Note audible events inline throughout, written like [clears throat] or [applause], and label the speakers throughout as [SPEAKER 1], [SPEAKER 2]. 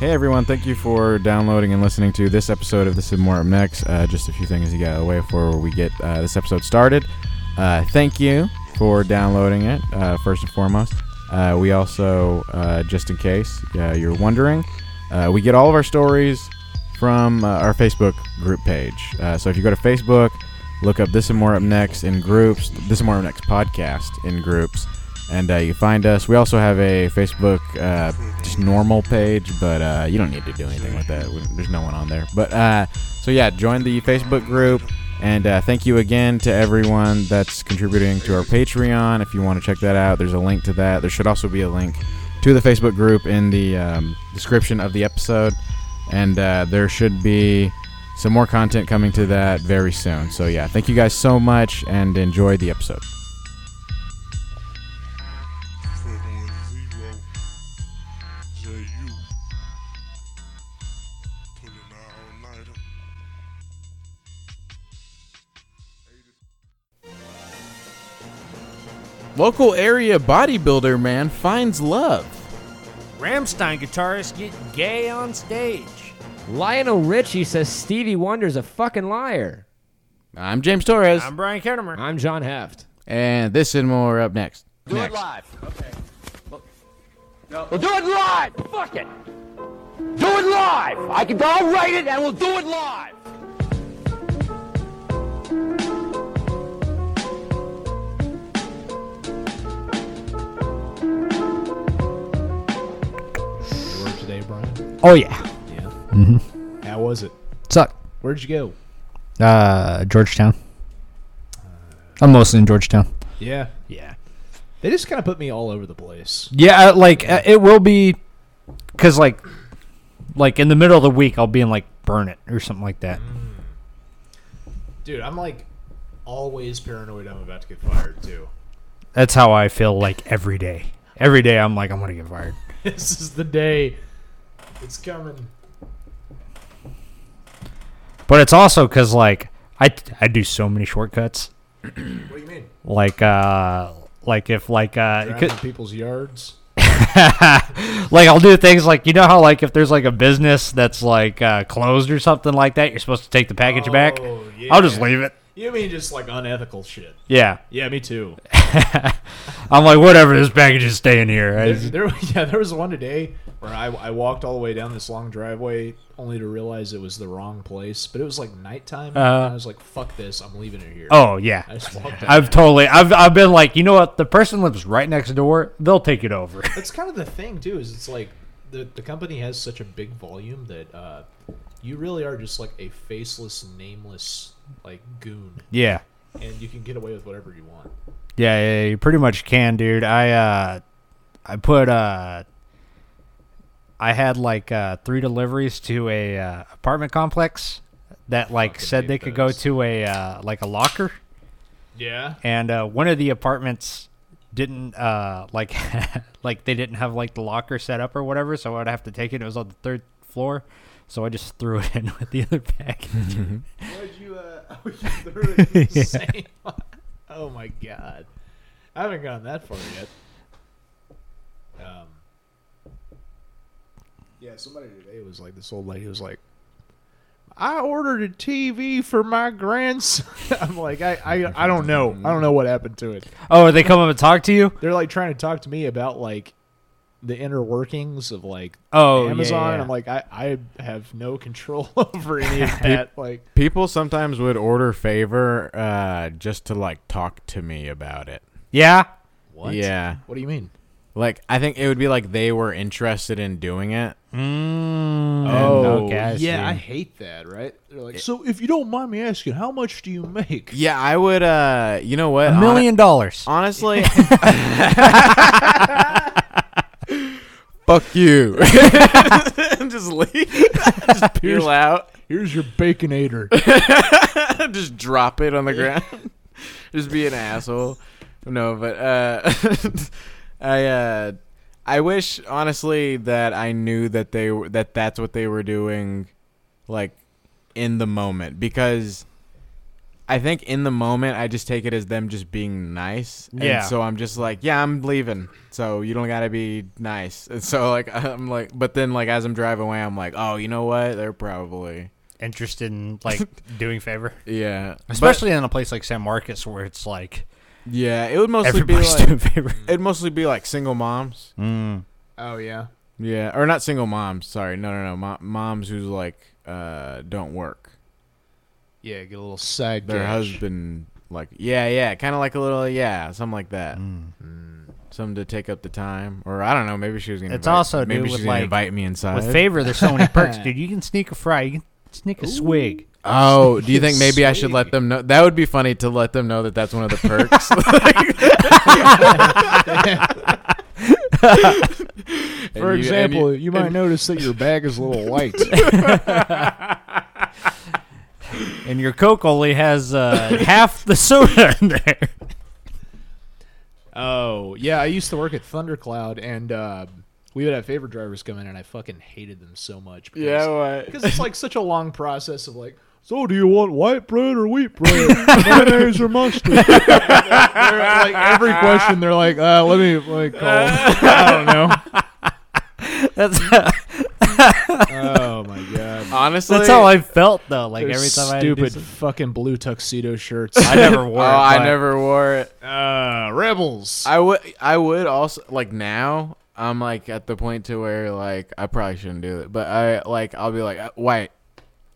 [SPEAKER 1] Hey everyone, thank you for downloading and listening to this episode of This Is More Up Next. Uh, just a few things to get out of the way before we get uh, this episode started. Uh, thank you for downloading it, uh, first and foremost. Uh, we also, uh, just in case uh, you're wondering, uh, we get all of our stories from uh, our Facebook group page. Uh, so if you go to Facebook, look up This and More Up Next in groups, This and More Up Next podcast in groups, and uh, you find us. We also have a Facebook uh, just normal page, but uh, you don't need to do anything with that. We, there's no one on there. But uh, so yeah, join the Facebook group. And uh, thank you again to everyone that's contributing to our Patreon. If you want to check that out, there's a link to that. There should also be a link to the Facebook group in the um, description of the episode. And uh, there should be some more content coming to that very soon. So, yeah, thank you guys so much and enjoy the episode.
[SPEAKER 2] Zero. JU. Pulling all nighter.
[SPEAKER 3] Local area bodybuilder man finds love.
[SPEAKER 4] Ramstein guitarists get gay on stage.
[SPEAKER 5] Lionel Richie says Stevie Wonder's a fucking liar.
[SPEAKER 1] I'm James Torres,
[SPEAKER 4] I'm Brian Kettimer.
[SPEAKER 5] I'm John Heft.
[SPEAKER 1] and this and more up next.
[SPEAKER 6] Do it live. Okay. Well, we'll do it live. Fuck it. Do it live. I can. I'll write it, and we'll do it live.
[SPEAKER 7] were today, Brian?
[SPEAKER 8] Oh yeah,
[SPEAKER 7] How was it?
[SPEAKER 8] suck.
[SPEAKER 7] Where'd you go?
[SPEAKER 8] Uh, Georgetown. I'm mostly in Georgetown.
[SPEAKER 7] Yeah.
[SPEAKER 8] Uh, Yeah,
[SPEAKER 7] They just kind of put me all over the place.
[SPEAKER 8] yeah. uh, Like uh, it will be, cause like, like in the middle of the week I'll be in like burn it or something like that.
[SPEAKER 7] Mm-hmm. Dude, I'm like always paranoid I'm about to get fired, too. [laughs]
[SPEAKER 8] That's how I feel like every day. Every day I'm like I'm gonna get fired.
[SPEAKER 7] this is the day. It's coming.
[SPEAKER 8] But it's also cause like I I do so many shortcuts.
[SPEAKER 7] What do you mean?
[SPEAKER 8] Like uh like if like uh.
[SPEAKER 7] Driving in people's yards?
[SPEAKER 8] [laughs] like I'll do things like you know how like if there's like a business that's like uh, closed or something like that, you're supposed to take the package back.
[SPEAKER 7] Oh,
[SPEAKER 8] I'll just
[SPEAKER 7] yeah.
[SPEAKER 8] leave it.
[SPEAKER 7] You mean just like unethical shit?
[SPEAKER 8] Yeah, [laughs]
[SPEAKER 7] Yeah, me too.
[SPEAKER 8] I'm like whatever. This package is staying here. I-
[SPEAKER 7] There, there- [laughs] yeah, there was one today where I, I walked all the way down this long driveway only to realize it was the wrong place. But it was like nighttime, and I was like, "Fuck this! I'm leaving it here."
[SPEAKER 8] Uh-huh. oh yeah,
[SPEAKER 7] I
[SPEAKER 8] [laughs]
[SPEAKER 7] just walked out.
[SPEAKER 8] I've totally. I've I've been like you know what? The person lives right next door. They'll take it over. [laughs]
[SPEAKER 7] That's kind of the thing too. Is it's like the the company has such a big volume that uh, you really are just like a faceless, nameless like goon,
[SPEAKER 8] yeah.
[SPEAKER 7] and you can get away with whatever you want.
[SPEAKER 8] Yeah, yeah, you pretty much can, dude. I uh I put uh I had like uh three deliveries to a uh, apartment complex that like
[SPEAKER 7] Fucking
[SPEAKER 8] said they
[SPEAKER 7] hate
[SPEAKER 8] could go
[SPEAKER 7] those.
[SPEAKER 8] to a uh like a locker
[SPEAKER 7] Yeah.
[SPEAKER 8] and uh one of the apartments didn't uh like [laughs] like they didn't have like the locker set up or whatever, so I'd have to take it. It was on the third floor. So I just [laughs] threw it in with the other package.
[SPEAKER 7] Why'd you? Uh, [laughs] oh, you threw
[SPEAKER 8] [laughs]
[SPEAKER 7] it in the same. oh my god, I haven't gone that far yet. Um. Yeah, somebody today was like this old lady was like, "I ordered a TV for my grandson." [laughs] I'm like, I, I, I don't know, I don't know what happened to it.
[SPEAKER 8] oh, they come up and talk to you?
[SPEAKER 7] They're like trying to talk to me about like the inner workings of like
[SPEAKER 8] Oh, yeah,
[SPEAKER 7] Amazon,
[SPEAKER 8] yeah,
[SPEAKER 7] and I'm like, I, I have no control [laughs] over any of that.
[SPEAKER 8] [laughs]
[SPEAKER 7] like,
[SPEAKER 1] People sometimes would order favor uh, just to like talk to me about it.
[SPEAKER 8] Yeah.
[SPEAKER 7] what?
[SPEAKER 1] Yeah.
[SPEAKER 7] What do you mean?
[SPEAKER 1] Like, I think it would be like they were interested in doing it.
[SPEAKER 8] Mm,
[SPEAKER 1] Oh,
[SPEAKER 8] okay, I
[SPEAKER 7] yeah,
[SPEAKER 8] see.
[SPEAKER 7] I hate that. Right? They're like, so if you don't mind me asking, how much do you make?
[SPEAKER 1] Yeah, I would, uh, you know what?
[SPEAKER 8] A million dollars.
[SPEAKER 1] Hon-
[SPEAKER 8] [laughs]
[SPEAKER 1] honestly. [laughs] Fuck
[SPEAKER 8] [laughs]
[SPEAKER 1] you. [laughs] just leave. [laughs] just peel out.
[SPEAKER 7] Here's your
[SPEAKER 1] [laughs]
[SPEAKER 7] baconator.
[SPEAKER 1] just drop it on the ground. [laughs] just be an asshole. No, but uh, [laughs] I uh, I wish honestly that I knew that they were that that's what they were doing, like in the moment because I think in the moment I just take it as them just being nice. And
[SPEAKER 8] Yeah.
[SPEAKER 1] So I'm just like, yeah, I'm leaving. So you don't gotta be nice. [laughs] And so like I'm like, but then like as I'm driving away, I'm like, oh, you know what? They're probably
[SPEAKER 8] Interested in [laughs] like doing favor,
[SPEAKER 1] yeah. But-
[SPEAKER 8] especially in a place like San Marcos where it's like
[SPEAKER 1] yeah, it would mostly be
[SPEAKER 8] everybody's
[SPEAKER 1] like
[SPEAKER 8] doing [laughs] favor.
[SPEAKER 1] it'd mostly be like single moms.
[SPEAKER 8] Mm,
[SPEAKER 7] Oh yeah.
[SPEAKER 1] Yeah, or not single moms. Sorry, no, no, no, Mo- moms who's like uh don't work.
[SPEAKER 7] Yeah, get a little side
[SPEAKER 1] Their
[SPEAKER 7] cash.
[SPEAKER 1] husband, like yeah, yeah, kind of like a little yeah, something like that.
[SPEAKER 8] Mm-hmm. mm.
[SPEAKER 1] Something to take up the time, or I don't know. Maybe she was gonna.
[SPEAKER 8] It's
[SPEAKER 1] invite,
[SPEAKER 8] also to
[SPEAKER 1] maybe
[SPEAKER 8] do
[SPEAKER 1] she's
[SPEAKER 8] with,
[SPEAKER 1] gonna
[SPEAKER 8] like,
[SPEAKER 1] invite me inside.
[SPEAKER 8] With favor, there's so many [laughs] perks, dude. You can sneak a fry, you can sneak a swig.
[SPEAKER 1] [laughs] oh, do you think maybe I should let them know? That would be funny to let them know that that's one of the
[SPEAKER 8] [laughs]
[SPEAKER 1] perks. [laughs]
[SPEAKER 7] For
[SPEAKER 1] And you- and
[SPEAKER 7] example,
[SPEAKER 1] you-
[SPEAKER 7] you, might notice that your bag is a
[SPEAKER 1] [laughs]
[SPEAKER 7] little light.
[SPEAKER 8] And your Coke only has uh, [laughs] half the soda in there. [laughs]
[SPEAKER 7] oh yeah, I used to work at Thundercloud, and uh, we would have favor drivers come in, and I fucking hated them so much. Because,
[SPEAKER 1] yeah, what?
[SPEAKER 7] because it's like such a long process of like. So do you want white bread or wheat bread?
[SPEAKER 1] [laughs]
[SPEAKER 7] Mayonnaise or mustard? They're like every question, they're like, uh, "Let me, let me call." I don't know.
[SPEAKER 8] That's
[SPEAKER 7] Oh my god!
[SPEAKER 1] Honestly,
[SPEAKER 8] that's how I felt though. Like
[SPEAKER 7] Those
[SPEAKER 8] every time I
[SPEAKER 7] stupid
[SPEAKER 8] stupid.
[SPEAKER 7] fucking blue
[SPEAKER 1] [laughs]
[SPEAKER 7] tuxedo
[SPEAKER 8] [laughs]
[SPEAKER 7] shirts.
[SPEAKER 8] I [laughs] never wore.
[SPEAKER 1] Oh,
[SPEAKER 8] it,
[SPEAKER 1] I
[SPEAKER 8] but
[SPEAKER 1] never wore it.
[SPEAKER 7] uh, rebels.
[SPEAKER 1] I would I would also like now I'm like at the point to where like I probably shouldn't do it, but I like I'll be like uh, wait,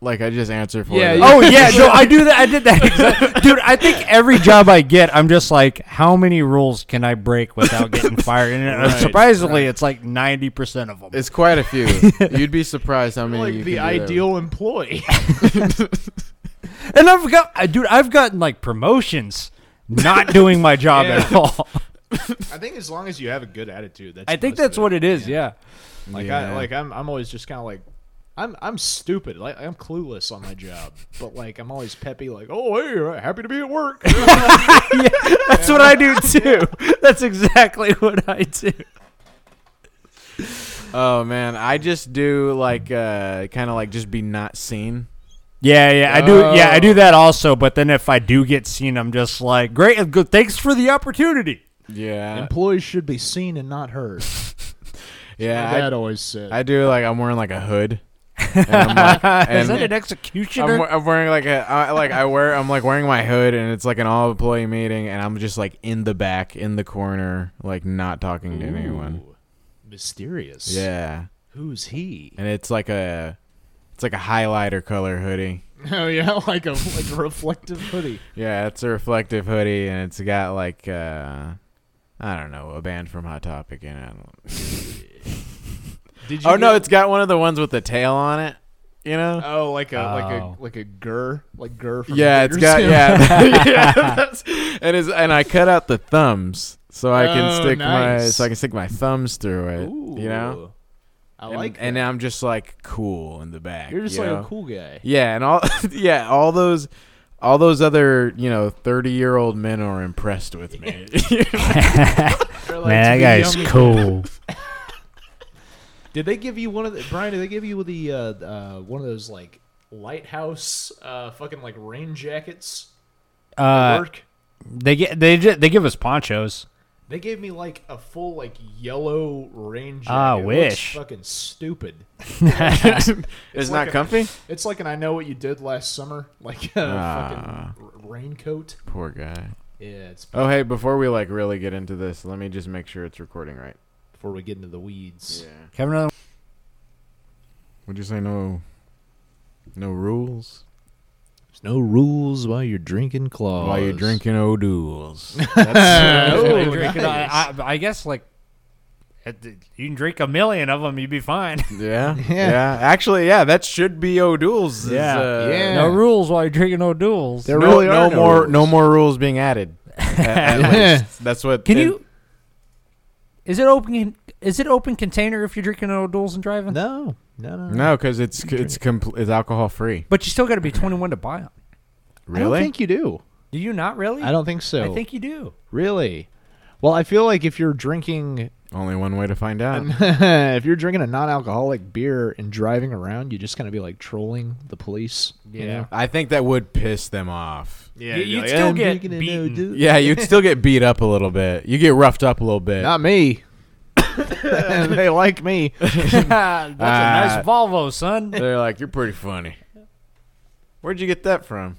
[SPEAKER 1] like I just answer for
[SPEAKER 7] Yeah,
[SPEAKER 1] it.
[SPEAKER 7] you-
[SPEAKER 1] [laughs]
[SPEAKER 8] Oh yeah, no, I do that. I did that, exact- dude. I think every job I get, I'm just like, how many rules can I break without [laughs] getting fired? And uh, surprisingly, it's like ninety percent of them.
[SPEAKER 1] Oh, It's quite a few. You'd be surprised how many. you
[SPEAKER 7] like
[SPEAKER 1] can do
[SPEAKER 7] the
[SPEAKER 1] that with.
[SPEAKER 7] ideal employee.
[SPEAKER 8] and I've got, I- dude, I've gotten like promotions not doing my job at all.
[SPEAKER 7] [laughs] I think as long as you have a good attitude, that's
[SPEAKER 8] [laughs] I think
[SPEAKER 7] most of
[SPEAKER 8] that's what it is. Yeah.
[SPEAKER 7] Like
[SPEAKER 1] Yeah.
[SPEAKER 7] I like I'm I'm always just kind of like I'm I'm stupid. Like I'm clueless on my job, but like I'm always peppy. Like oh hey, uh, happy to be at [laughs] work.
[SPEAKER 8] that's what I do [laughs] too. That's exactly what I do.
[SPEAKER 1] Oh man, I just do like uh kind of like just be not seen.
[SPEAKER 8] Yeah, yeah, I do. Yeah,
[SPEAKER 1] Oh.
[SPEAKER 8] I do that also. But then if I do get seen, I'm just like, great, uh, good, thanks for the opportunity.
[SPEAKER 1] Yeah,
[SPEAKER 7] Employees should be seen and not heard. My
[SPEAKER 1] yeah.
[SPEAKER 7] dad always said.
[SPEAKER 1] I, I do like I'm wearing like a hood. And I'm like,
[SPEAKER 8] [laughs] Is
[SPEAKER 1] and
[SPEAKER 8] that an
[SPEAKER 1] I'm,
[SPEAKER 8] executioner?
[SPEAKER 1] we- I'm wearing like a I, like I wear I'm like wearing my hood and it's like an all employee meeting and I'm just like in the back in the corner like not talking to anyone.
[SPEAKER 7] Ooh, mysterious.
[SPEAKER 1] Yeah,
[SPEAKER 7] Who's he?
[SPEAKER 1] and it's like a it's like a highlighter color hoodie.
[SPEAKER 7] [laughs] Oh yeah, like a like a reflective hoodie.
[SPEAKER 1] Yeah, it's a reflective hoodie and it's got like uh I don't know a band from Hot Topic in it.
[SPEAKER 7] Did you
[SPEAKER 1] Oh no,
[SPEAKER 7] get-
[SPEAKER 1] it's got one of the ones with the tail on it. You know.
[SPEAKER 7] Oh, like a like
[SPEAKER 8] Oh.
[SPEAKER 7] a like a gur, like gur. From
[SPEAKER 1] yeah, it's
[SPEAKER 7] [laughs]
[SPEAKER 1] got yeah,
[SPEAKER 7] Bakersfield.
[SPEAKER 1] yeah [laughs] that's, and it's and I cut out the thumbs so I can
[SPEAKER 7] Oh,
[SPEAKER 1] stick my
[SPEAKER 7] nice.
[SPEAKER 1] so I can stick my thumbs through it. You know,
[SPEAKER 7] Ooh. I
[SPEAKER 1] and,
[SPEAKER 7] like.
[SPEAKER 1] and
[SPEAKER 7] that.
[SPEAKER 1] I'm just like cool in the back.
[SPEAKER 7] you're just
[SPEAKER 1] you
[SPEAKER 7] like
[SPEAKER 1] know?
[SPEAKER 7] a cool guy.
[SPEAKER 1] Yeah, and all [laughs] yeah, all those all those other you know thirty year old men are impressed with me.
[SPEAKER 7] [laughs] They're like,
[SPEAKER 8] Man,
[SPEAKER 7] "Dude,
[SPEAKER 8] that
[SPEAKER 7] yummy."
[SPEAKER 8] guy's cool.
[SPEAKER 7] Did they give you one of the Brian? Did they give you the uh, uh, one of those like lighthouse uh, fucking like rain jackets? at
[SPEAKER 8] Uh,
[SPEAKER 7] work.
[SPEAKER 8] they get they ju- they give us ponchos.
[SPEAKER 7] They gave me like a full like yellow rain jacket.
[SPEAKER 8] Ah,
[SPEAKER 7] It looks
[SPEAKER 8] wish.
[SPEAKER 7] fucking stupid.
[SPEAKER 1] [laughs] it's
[SPEAKER 7] like
[SPEAKER 1] not
[SPEAKER 7] a-
[SPEAKER 1] comfy.
[SPEAKER 7] It's like an I know what you did last summer, [laughs] like a
[SPEAKER 1] Ah.
[SPEAKER 7] fucking r- raincoat.
[SPEAKER 1] Poor guy.
[SPEAKER 7] Yeah, it's
[SPEAKER 1] Oh hey, before we like really get into this, let me just make sure it's recording right.
[SPEAKER 7] before we get into the weeds.
[SPEAKER 8] Have another.
[SPEAKER 1] Would you say no? No rules
[SPEAKER 7] There's no rules while you're drinking claws.
[SPEAKER 1] while you're drinking [laughs] O'Douls.
[SPEAKER 8] Oh,
[SPEAKER 7] Oh,
[SPEAKER 8] drink it.
[SPEAKER 7] nice.
[SPEAKER 8] I, I, I guess like at the- you can drink a million of them, you'd be fine.
[SPEAKER 1] [laughs] Yeah, yeah. Actually, yeah, that should be O'Doul's. is,
[SPEAKER 8] Yeah.
[SPEAKER 1] uh,
[SPEAKER 7] Yeah.
[SPEAKER 8] [laughs] No rules while you're drinking no duels.
[SPEAKER 7] There
[SPEAKER 1] No,
[SPEAKER 7] really
[SPEAKER 1] no
[SPEAKER 7] are no
[SPEAKER 1] more,
[SPEAKER 7] rules.
[SPEAKER 1] no more rules being
[SPEAKER 7] [laughs]
[SPEAKER 1] added. At- at least. That's what.
[SPEAKER 8] can
[SPEAKER 1] it-
[SPEAKER 8] you? Is it open? Is it open container if you're drinking no duels and driving?
[SPEAKER 7] No, no, no.
[SPEAKER 1] No, because it's it's compl- it's alcohol free.
[SPEAKER 8] But you still got to be 21 to buy them.
[SPEAKER 1] Really?
[SPEAKER 7] I don't think you do.
[SPEAKER 8] Do you not really?
[SPEAKER 7] I don't think so. [laughs]
[SPEAKER 8] I think you do. [laughs]
[SPEAKER 7] really. Well, I feel like if you're drinking [laughs]
[SPEAKER 1] Only one way to find out.
[SPEAKER 7] And if you're drinking a non-alcoholic beer and driving around, you're just gonna be like trolling the police. Yeah. You know?
[SPEAKER 1] I think that would piss them off.
[SPEAKER 7] Yeah.
[SPEAKER 4] you'd still
[SPEAKER 7] I'm
[SPEAKER 4] get
[SPEAKER 7] drinking a
[SPEAKER 8] beaten.
[SPEAKER 7] no-do."
[SPEAKER 1] Yeah, you'd still get beat up a little bit. You get roughed up a little bit.
[SPEAKER 7] Not [laughs] me. they like me.
[SPEAKER 8] That's a
[SPEAKER 7] Uh,
[SPEAKER 8] nice Volvo,
[SPEAKER 7] [laughs]
[SPEAKER 8] son.
[SPEAKER 1] They're like, you're pretty funny. Where'd you get that from?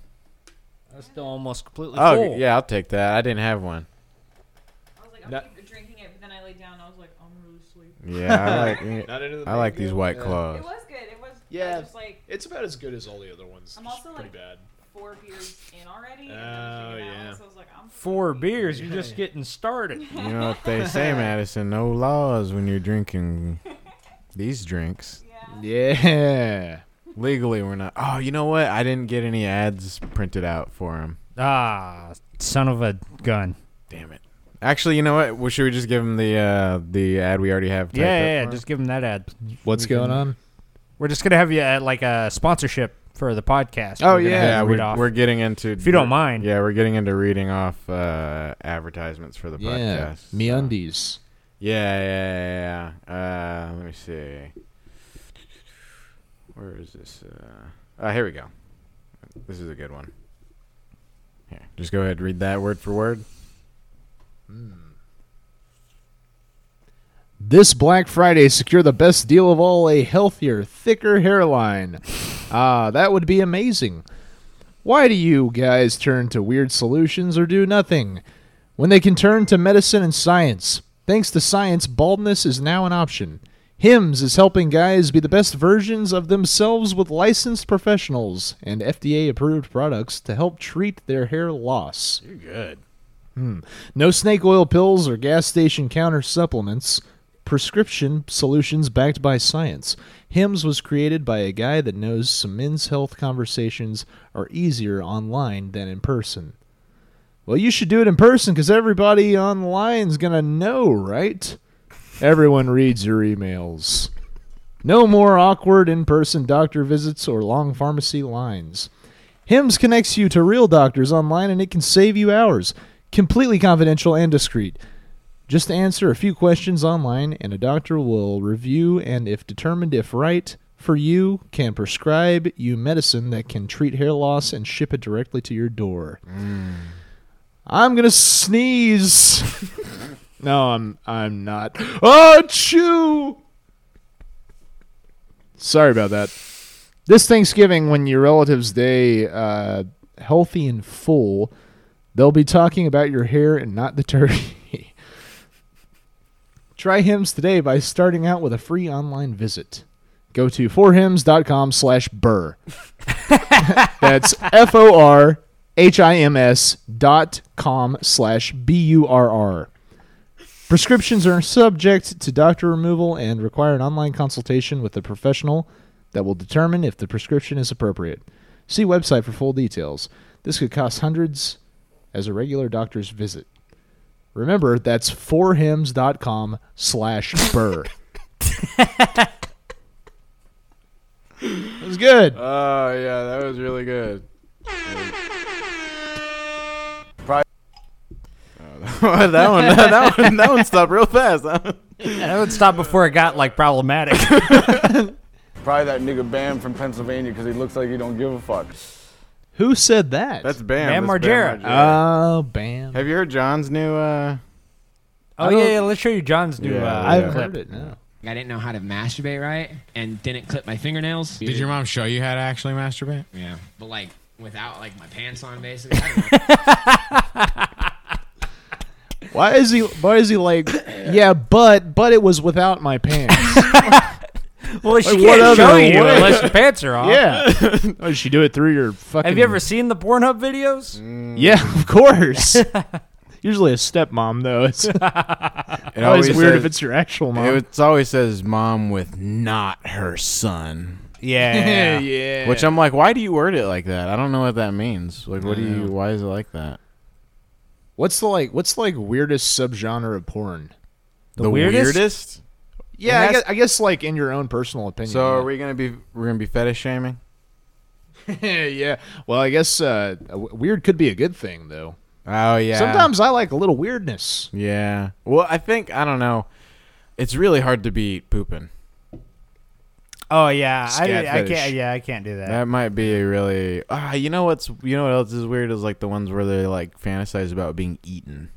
[SPEAKER 8] That's still almost completely
[SPEAKER 1] Oh,
[SPEAKER 8] full.
[SPEAKER 1] yeah, I'll take that. I didn't have one.
[SPEAKER 9] I was like, I'm
[SPEAKER 7] That-
[SPEAKER 9] drinking it, but then I laid down. I was like, I'm really sleepy.
[SPEAKER 1] Yeah, I
[SPEAKER 7] [laughs]
[SPEAKER 1] like, I like these white claws.
[SPEAKER 9] It was good. It was. I
[SPEAKER 7] Yeah.
[SPEAKER 9] was just like
[SPEAKER 7] It's about as good as all the other ones.
[SPEAKER 9] I'm also,
[SPEAKER 7] pretty
[SPEAKER 9] like-
[SPEAKER 7] bad.
[SPEAKER 9] four beers in already. And then
[SPEAKER 7] Oh,
[SPEAKER 9] I figured
[SPEAKER 7] yeah.
[SPEAKER 9] Out, so I was like, I'm.
[SPEAKER 8] Four beers, you're just getting [laughs] started.
[SPEAKER 1] You know what they say, Madison? No laws when you're drinking these drinks.
[SPEAKER 9] Yeah.
[SPEAKER 7] Yeah.
[SPEAKER 1] Legally, we're not. Oh, you know what? I didn't get any ads printed out for him.
[SPEAKER 8] ah, son of a gun.
[SPEAKER 1] Damn it. Actually, you know what? Well, should we just give him the uh, the ad we already have? typed
[SPEAKER 8] Yeah,
[SPEAKER 1] up
[SPEAKER 8] yeah,
[SPEAKER 1] for
[SPEAKER 8] yeah,
[SPEAKER 1] him?
[SPEAKER 8] just give him that ad.
[SPEAKER 7] [laughs] What's going on?
[SPEAKER 8] We're just gonna have you at like a sponsorship for the podcast.
[SPEAKER 7] Oh,
[SPEAKER 8] We're gonna have
[SPEAKER 7] yeah.
[SPEAKER 8] you
[SPEAKER 1] yeah.
[SPEAKER 8] read
[SPEAKER 1] We're,
[SPEAKER 8] off.
[SPEAKER 1] we're getting into
[SPEAKER 8] if you don't mind.
[SPEAKER 1] Yeah, we're getting into reading off uh, advertisements for the
[SPEAKER 7] Yeah.
[SPEAKER 1] podcast.
[SPEAKER 7] Me
[SPEAKER 1] so.
[SPEAKER 7] undies.
[SPEAKER 1] Yeah, yeah, yeah, yeah. Uh, let me see. Where is this? Uh, uh, here we go. This is a good one. Here, just go ahead and read that word for word.
[SPEAKER 7] This Black Friday, secure the best deal of all a healthier,
[SPEAKER 1] [laughs]
[SPEAKER 7] thicker hairline. Ah, that would be amazing. Why do you guys turn to weird solutions or do nothing when they can turn to medicine and science? Thanks to science, baldness is now an option. Hims is helping guys be the best versions of themselves with licensed professionals and FDA approved products to help treat their hair loss.
[SPEAKER 1] You're good.
[SPEAKER 7] No snake oil pills or gas station counter supplements. Prescription solutions backed by science. Hims was created by a guy that knows some men's health conversations are easier online than in person. Well, you should do it in person because everybody online's gonna know, right? Everyone reads your emails. No more awkward in person doctor visits or long pharmacy lines. Hims connects you to real doctors online and it can save you hours. Completely confidential and discreet. Just answer a few questions online and a doctor will review and if determined if right for you can prescribe you medicine that can treat hair loss and ship it directly to your door. I'm going to sneeze. [laughs] no, I'm I'm not. Oh, chew. Sorry about that this Thanksgiving, when your relatives day uh, healthy and full, they'll be talking about your hair and not the turkey. [laughs] Try hymns today by starting out with a free online visit. Go to forhims.com slash burr. [laughs] That's F O R H I M S dot com slash B U R R. Prescriptions are subject to doctor removal and require an online consultation with a professional that will determine if the prescription is appropriate. See website for full details. This could cost hundreds as a regular doctor's visit. Remember, that's forhims.com slash burr. That was good.
[SPEAKER 1] Oh yeah, that was really good. Probably. [laughs] that one, that one, that one stopped real fast. That one-
[SPEAKER 8] That would stop before it got like problematic.
[SPEAKER 7] [laughs]
[SPEAKER 8] Oh,
[SPEAKER 10] Probably that nigga Bam from Pennsylvania because he looks like he don't give a fuck.
[SPEAKER 7] Who said that?
[SPEAKER 1] That's Bam.
[SPEAKER 8] Bam
[SPEAKER 1] that's
[SPEAKER 8] Margera.
[SPEAKER 7] Oh, bam.
[SPEAKER 1] Have you heard John's new? uh
[SPEAKER 8] oh
[SPEAKER 7] don't-
[SPEAKER 8] yeah, yeah, let's show you John's new.
[SPEAKER 1] Yeah,
[SPEAKER 8] uh,
[SPEAKER 1] I
[SPEAKER 7] I've
[SPEAKER 1] haven't
[SPEAKER 8] clip.
[SPEAKER 7] heard it now.
[SPEAKER 6] I didn't know how to masturbate right and didn't clip my fingernails.
[SPEAKER 1] mom show you how to actually masturbate?
[SPEAKER 6] Yeah. But like without like my pants on basically. I don't know.
[SPEAKER 7] Why is he? Why is he like? [coughs] Yeah, but but it was without my [laughs] pants.
[SPEAKER 8] Well, she
[SPEAKER 7] Like, what
[SPEAKER 8] can't
[SPEAKER 7] other
[SPEAKER 8] show you
[SPEAKER 7] way?
[SPEAKER 8] unless your pants
[SPEAKER 7] [laughs]
[SPEAKER 8] are off.
[SPEAKER 7] yeah. Oh, did she do it through your fucking?
[SPEAKER 8] Have you ever seen the Pornhub videos?
[SPEAKER 7] [laughs] Mm. Yeah, of [laughs] course. Usually a stepmom though. [laughs] It's
[SPEAKER 1] It
[SPEAKER 7] always, weird
[SPEAKER 1] says-
[SPEAKER 7] if it's your actual mom.
[SPEAKER 1] It always says mom with not her son.
[SPEAKER 8] Yeah.
[SPEAKER 7] [laughs] yeah.
[SPEAKER 1] Which I'm like, why do you word it like that? I don't know what that means. Like, what do you? Why is it like that?
[SPEAKER 7] what's the like? What's the, like weirdest subgenre of porn?
[SPEAKER 1] The,
[SPEAKER 8] weirdest?
[SPEAKER 7] Yeah, I
[SPEAKER 8] that's-
[SPEAKER 7] guess, I guess like in your own personal opinion.
[SPEAKER 1] So are we gonna be? We're gonna be fetish shaming?
[SPEAKER 7] [laughs] yeah. Well, I guess uh, w- weird could be a good thing though.
[SPEAKER 1] Oh yeah.
[SPEAKER 7] Sometimes I like a little weirdness.
[SPEAKER 1] Yeah. Well, I think I don't know. It's really hard to beat pooping.
[SPEAKER 8] Oh yeah, I,
[SPEAKER 1] Scat
[SPEAKER 8] I
[SPEAKER 1] fetish.
[SPEAKER 8] can't. Yeah, I can't do that.
[SPEAKER 1] That might be a really ah. You know what's you know what else is weird is like the ones where they like fantasize about being eaten.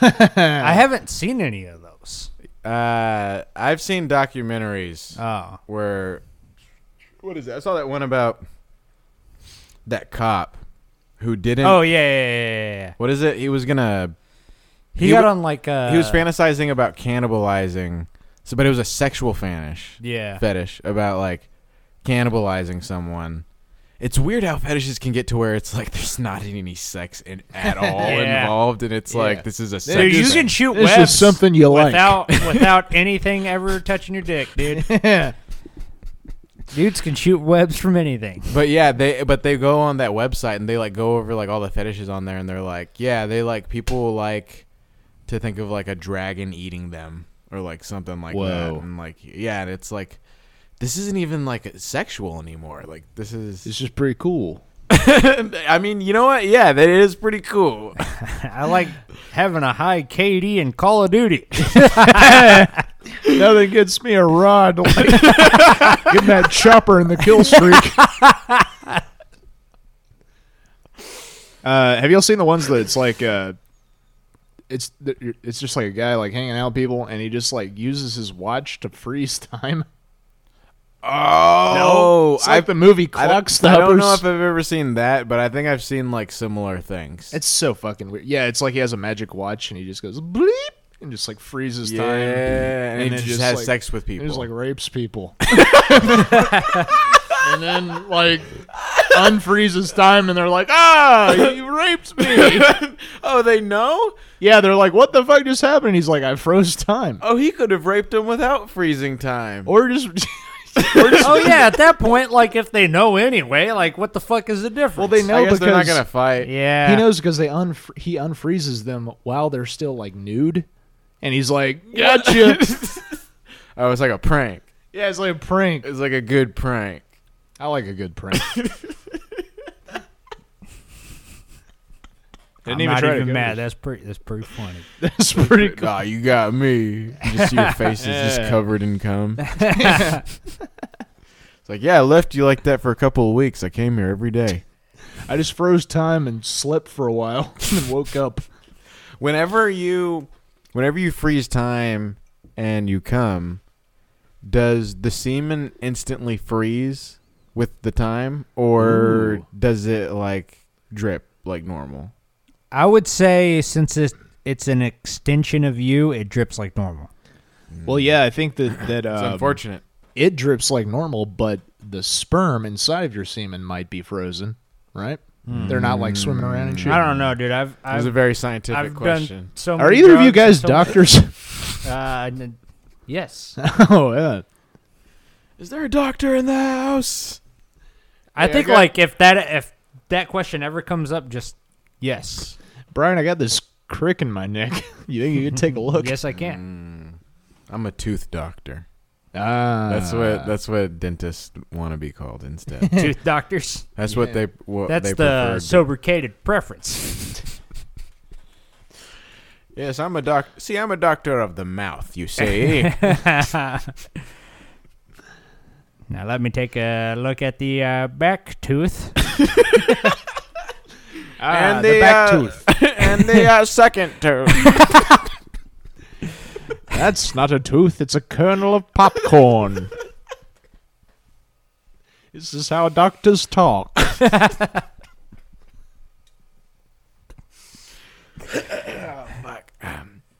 [SPEAKER 8] I haven't seen any of those.
[SPEAKER 1] Uh, I've seen documentaries
[SPEAKER 8] Oh,
[SPEAKER 1] where what is that? I saw that one about that cop who didn't.
[SPEAKER 8] oh yeah, yeah, yeah, yeah, yeah.
[SPEAKER 1] What is it? He was gonna.
[SPEAKER 8] He,
[SPEAKER 1] He
[SPEAKER 8] got
[SPEAKER 1] wa-
[SPEAKER 8] on like uh,
[SPEAKER 1] he was fantasizing about cannibalizing. So, but it was a sexual fetish.
[SPEAKER 8] Yeah,
[SPEAKER 1] Fetish about like cannibalizing someone. It's weird how fetishes can get to where it's like there's not any sex in, at all
[SPEAKER 8] [laughs] Yeah.
[SPEAKER 1] involved, and it's
[SPEAKER 7] Yeah.
[SPEAKER 1] like this is a sex.
[SPEAKER 8] dude, you
[SPEAKER 1] thing.
[SPEAKER 8] can shoot
[SPEAKER 7] This is
[SPEAKER 8] webs
[SPEAKER 7] something you like. [laughs]
[SPEAKER 8] without without anything ever touching your dick, dude. [laughs] Dudes can shoot webs from anything. [laughs]
[SPEAKER 1] But yeah, they but they go on that website and they like go over like all the fetishes on there and they're like, yeah, they like people like to think of like a dragon eating them or like something like that
[SPEAKER 7] Whoa.
[SPEAKER 1] and like yeah, and it's like this isn't even like sexual anymore. Like this is
[SPEAKER 7] It's just pretty cool.
[SPEAKER 1] [laughs] I mean, you know what? Yeah, that is pretty cool.
[SPEAKER 8] I like having a high KD in Call of
[SPEAKER 7] [laughs]
[SPEAKER 8] Duty.
[SPEAKER 7] Nothing gets me a rod like getting that chopper in the kill streak. [laughs] Uh, have y'all seen the ones that it's like uh, it's that you're- it's just like a guy like hanging out with people and he just like uses his watch to freeze time.
[SPEAKER 1] Oh,
[SPEAKER 7] It's like the movie
[SPEAKER 1] I
[SPEAKER 7] Clock
[SPEAKER 1] don't, I
[SPEAKER 7] Stoppers.
[SPEAKER 1] don't know if I've ever seen that, but I think I've seen like similar things.
[SPEAKER 7] it's so fucking weird. Yeah, it's like he has a magic watch and he just goes bleep and just like freezes
[SPEAKER 1] yeah,
[SPEAKER 7] time.
[SPEAKER 1] and, he
[SPEAKER 7] then
[SPEAKER 1] just,
[SPEAKER 7] just,
[SPEAKER 1] has
[SPEAKER 7] like-
[SPEAKER 1] sex with
[SPEAKER 7] He
[SPEAKER 1] people.
[SPEAKER 7] just like rapes [laughs] people. and then like unfreezes time and they're like, ah, you raped me.
[SPEAKER 1] oh, they know?
[SPEAKER 7] [laughs] yeah, they're like, what the fuck just happened? And he's like, I froze time.
[SPEAKER 1] Oh, he could have raped him without freezing time.
[SPEAKER 7] [laughs] Or just [laughs]
[SPEAKER 8] oh yeah, at that point, like if they know anyway, like what the fuck is the difference?
[SPEAKER 7] Well they know
[SPEAKER 1] I guess
[SPEAKER 7] because
[SPEAKER 1] they're not gonna fight.
[SPEAKER 8] yeah,
[SPEAKER 7] he knows because they unf- he unfreezes them while they're still like nude. And he's [laughs] like, Gotcha.
[SPEAKER 1] Oh, it's like a prank.
[SPEAKER 7] [laughs] yeah, it's like a prank.
[SPEAKER 1] It's like a good
[SPEAKER 7] [laughs]
[SPEAKER 1] prank.
[SPEAKER 7] I like a good [laughs] prank.
[SPEAKER 8] I'm
[SPEAKER 7] Didn't even
[SPEAKER 8] not
[SPEAKER 7] try to
[SPEAKER 8] even
[SPEAKER 7] go.
[SPEAKER 8] mad. That's pretty. That's pretty funny.
[SPEAKER 7] [laughs] That's pretty cool.
[SPEAKER 1] Nah, you got me. You just see your face is just covered in
[SPEAKER 7] [laughs]
[SPEAKER 1] cum. it's like, yeah, I left you like that for a couple of weeks. I came here every day.
[SPEAKER 7] I just froze time and slept for a while [laughs] and then woke up.
[SPEAKER 1] Whenever you, whenever you freeze time and you come, does the semen instantly freeze with the time, or does it like drip like normal?
[SPEAKER 8] I would say since it's it's an extension of you, it drips like normal.
[SPEAKER 7] Well, yeah, I think that
[SPEAKER 1] It's
[SPEAKER 7] that um,
[SPEAKER 1] unfortunate.
[SPEAKER 7] it drips like normal, but the sperm inside of your semen might be frozen, right? They're not like swimming around
[SPEAKER 1] Hmm.
[SPEAKER 7] and shit.
[SPEAKER 8] I don't know, dude. I've
[SPEAKER 1] It was a
[SPEAKER 8] I've,
[SPEAKER 1] very scientific
[SPEAKER 8] I've done
[SPEAKER 1] question.
[SPEAKER 8] so.
[SPEAKER 7] Are
[SPEAKER 8] many
[SPEAKER 7] either of you
[SPEAKER 8] drugs
[SPEAKER 7] guys
[SPEAKER 8] and so-
[SPEAKER 7] doctors? [laughs]
[SPEAKER 8] Uh, n- yes,
[SPEAKER 7] oh yeah.
[SPEAKER 1] Is there a doctor in the house?
[SPEAKER 8] [laughs] I think like if that if that question ever comes up, just yes,
[SPEAKER 7] Brian, I got this crick in my neck. [laughs] you think you could take
[SPEAKER 1] [laughs]
[SPEAKER 7] a look?
[SPEAKER 8] yes, I can.
[SPEAKER 1] I'm a tooth doctor.
[SPEAKER 7] Ah,
[SPEAKER 1] That's
[SPEAKER 8] Uh.
[SPEAKER 1] what that's what dentists want to be called
[SPEAKER 8] [laughs]
[SPEAKER 1] instead.
[SPEAKER 8] Tooth doctors.
[SPEAKER 1] That's what they what they
[SPEAKER 8] That's the
[SPEAKER 1] preferred.
[SPEAKER 8] sobricated preference. [laughs]
[SPEAKER 1] yes, I'm a doc. See, I'm a doctor of the mouth. You
[SPEAKER 8] [laughs]
[SPEAKER 1] see,
[SPEAKER 8] now let me take a look at the uh, back tooth.
[SPEAKER 7] Ah,
[SPEAKER 8] Ah,
[SPEAKER 1] [laughs] and the, uh, back [laughs] tooth, and the uh, second
[SPEAKER 8] [laughs]
[SPEAKER 1] tooth.
[SPEAKER 7] that's not a tooth. It's a kernel of
[SPEAKER 1] [laughs]
[SPEAKER 7] popcorn. this is how doctors talk.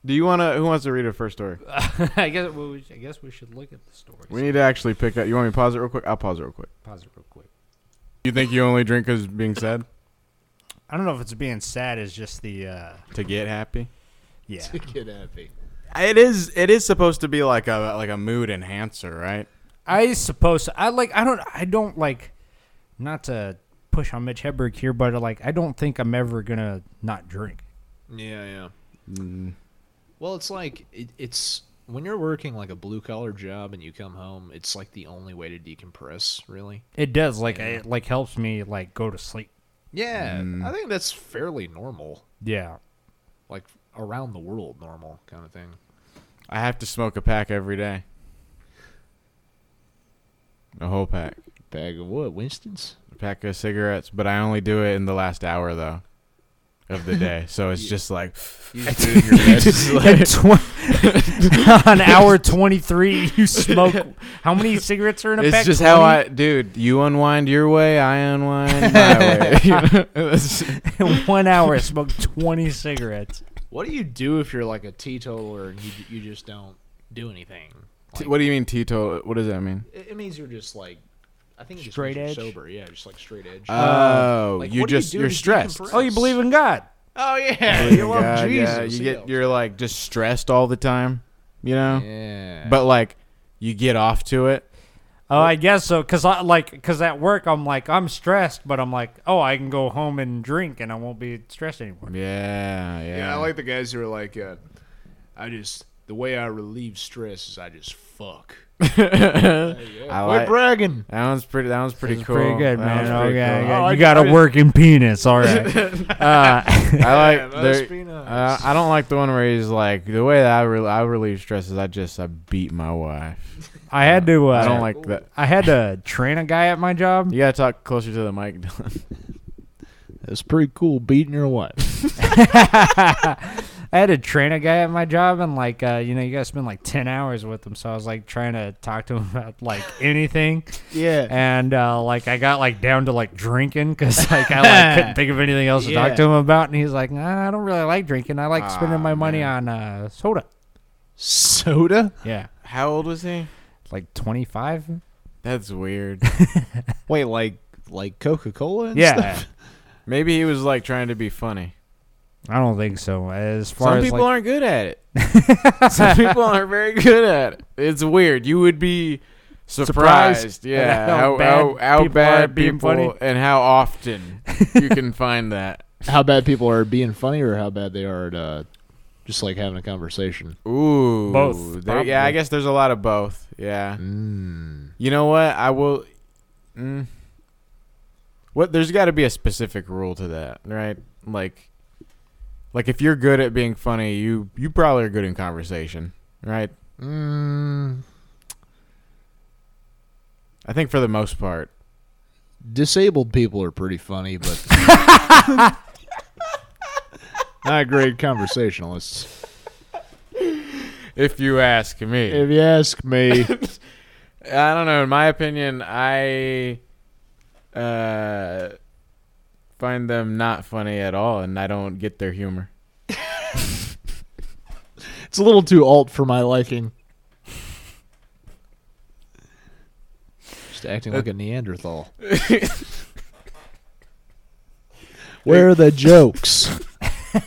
[SPEAKER 1] Do you wanna? Who wants to read a first story?
[SPEAKER 8] [laughs] I guess we, I guess we should look at the story.
[SPEAKER 1] We need to actually pick up. You want me to pause it real quick? I'll pause it real quick.
[SPEAKER 8] Pause it real quick.
[SPEAKER 1] You think you only drink because being sad
[SPEAKER 8] I don't know if it's being sad is just the uh,
[SPEAKER 1] [laughs] to get happy?
[SPEAKER 8] yeah.
[SPEAKER 7] Get happy.
[SPEAKER 1] It is. It is supposed to be like a like a mood enhancer, right?
[SPEAKER 8] I suppose I like I don't I don't like not to push on Mitch Hedberg here, but like I don't think I'm ever gonna not drink.
[SPEAKER 7] Yeah, yeah. Mm-hmm. Well, it's like it, it's when you're working like a blue collar job and you come home, it's like the only way to decompress, really.
[SPEAKER 8] It does like it like helps me like go to sleep.
[SPEAKER 7] Yeah, I think that's fairly normal,
[SPEAKER 8] [laughs] Yeah.
[SPEAKER 7] like around the world, normal kind of thing.
[SPEAKER 1] I have to smoke a pack every day. A whole pack.
[SPEAKER 7] Bag of what? Winston's?
[SPEAKER 1] A pack of cigarettes, but I only do it in the last hour though of the day. So
[SPEAKER 7] [laughs]
[SPEAKER 1] it's just like
[SPEAKER 8] [laughs] on hour 23 you [laughs] smoke how many cigarettes are in a
[SPEAKER 1] It's
[SPEAKER 8] pack
[SPEAKER 1] just how
[SPEAKER 8] 20?
[SPEAKER 1] I dude, you unwind your way, I unwind
[SPEAKER 7] [laughs]
[SPEAKER 1] my way. [laughs] That's-
[SPEAKER 8] in [laughs] one hour I smoked 20 cigarettes
[SPEAKER 7] What do you do if you're like a teetotaler and you, you just don't do anything?
[SPEAKER 1] T- what do you mean teetotal? What does that mean?
[SPEAKER 7] It, it means you're just like, I think it just
[SPEAKER 8] Straight
[SPEAKER 7] means you're
[SPEAKER 8] edge?
[SPEAKER 7] sober. Yeah, just Uh, like straight edge.
[SPEAKER 1] Oh,
[SPEAKER 7] Like,
[SPEAKER 1] you
[SPEAKER 7] what do
[SPEAKER 1] just
[SPEAKER 7] do
[SPEAKER 1] you are
[SPEAKER 7] to
[SPEAKER 1] stressed.
[SPEAKER 7] decompress?
[SPEAKER 8] oh you believe in god
[SPEAKER 7] Oh [laughs] yeah,
[SPEAKER 1] Believe
[SPEAKER 7] you
[SPEAKER 1] in
[SPEAKER 7] love
[SPEAKER 1] God,
[SPEAKER 7] Jesus.
[SPEAKER 1] Yeah, you get
[SPEAKER 7] yeah.
[SPEAKER 1] you're like just stressed all the time, you know?
[SPEAKER 7] Yeah.
[SPEAKER 1] But like you get off to it.
[SPEAKER 8] oh i guess so because i like because at work i'm like i'm stressed but i'm like oh i can go home and drink and i won't be stressed anymore
[SPEAKER 1] Yeah, yeah.
[SPEAKER 7] Yeah, I like the guys who are like, uh, I just the way I relieve stress is I just [laughs] fuck.
[SPEAKER 1] I like
[SPEAKER 7] bragging.
[SPEAKER 1] that one's pretty that one's pretty cool.
[SPEAKER 8] pretty good
[SPEAKER 1] That
[SPEAKER 8] man
[SPEAKER 1] one's
[SPEAKER 8] okay
[SPEAKER 1] pretty cool.
[SPEAKER 8] yeah, you got a working penis all right uh, [laughs]
[SPEAKER 1] I [laughs] like
[SPEAKER 7] that
[SPEAKER 1] there-
[SPEAKER 7] must be
[SPEAKER 1] uh,
[SPEAKER 7] nice.
[SPEAKER 1] I don't like the one where he's like the way that I re- I relieve stress is I just I beat my wife.
[SPEAKER 8] i had to uh,
[SPEAKER 1] I don't like that.
[SPEAKER 8] i had to train a guy at my job
[SPEAKER 1] You gotta talk closer to the mic, Dylan. [laughs]
[SPEAKER 7] That's pretty cool. Beating your wife.
[SPEAKER 8] I had to train a guy at my job, and like, uh, you know, you gotta spend like ten hours with him. So I was like trying to talk to him [laughs] about like anything,
[SPEAKER 7] yeah.
[SPEAKER 8] and uh, like I got like down to like drinking because [laughs] like I like, couldn't think of anything else to
[SPEAKER 7] Yeah.
[SPEAKER 8] talk to him about. And he's like, nah, I don't really like drinking. I like spending my money on uh, soda.
[SPEAKER 7] [laughs] Soda.
[SPEAKER 8] Yeah,
[SPEAKER 1] How old was he?
[SPEAKER 8] like twenty five.
[SPEAKER 1] That's weird.
[SPEAKER 7] Wait, like like Coca Cola and
[SPEAKER 8] Yeah,
[SPEAKER 7] stuff. [laughs]
[SPEAKER 1] Maybe he was like trying to be funny.
[SPEAKER 8] I don't think so. As far
[SPEAKER 1] Some
[SPEAKER 8] as
[SPEAKER 1] people
[SPEAKER 8] like,
[SPEAKER 1] aren't good at it.
[SPEAKER 8] [laughs]
[SPEAKER 1] Some people aren't very good at it. It's weird. You would be surprised,
[SPEAKER 8] Surprised
[SPEAKER 1] yeah,
[SPEAKER 8] at how
[SPEAKER 1] how
[SPEAKER 8] bad
[SPEAKER 1] how, how
[SPEAKER 8] people are
[SPEAKER 1] bad
[SPEAKER 8] at being
[SPEAKER 1] people
[SPEAKER 8] funny.
[SPEAKER 1] and how often you can find
[SPEAKER 8] [laughs]
[SPEAKER 1] that.
[SPEAKER 7] How bad people are at being funny, or how bad they are at uh, just like having a conversation.
[SPEAKER 1] Ooh,
[SPEAKER 8] Both,
[SPEAKER 1] There- yeah, I
[SPEAKER 8] probably.
[SPEAKER 1] guess there's a lot of both. Yeah.
[SPEAKER 7] Mm.
[SPEAKER 1] You know what? I will. Mm, what? There's got to be a specific rule to that, right? Like, like if you're good at being funny, you you probably are good in conversation, right?
[SPEAKER 7] Mm.
[SPEAKER 1] I think for the most part.
[SPEAKER 7] Disabled people are pretty funny, but [laughs] not great conversationalists.
[SPEAKER 1] If you ask me,
[SPEAKER 7] If you ask [laughs] me.
[SPEAKER 1] I don't know. In my opinion, I uh, find them not funny at all, and I don't get their humor.
[SPEAKER 7] It's a little too alt for my liking. Just acting like a Neanderthal. [laughs] Where are the jokes?
[SPEAKER 1] It's,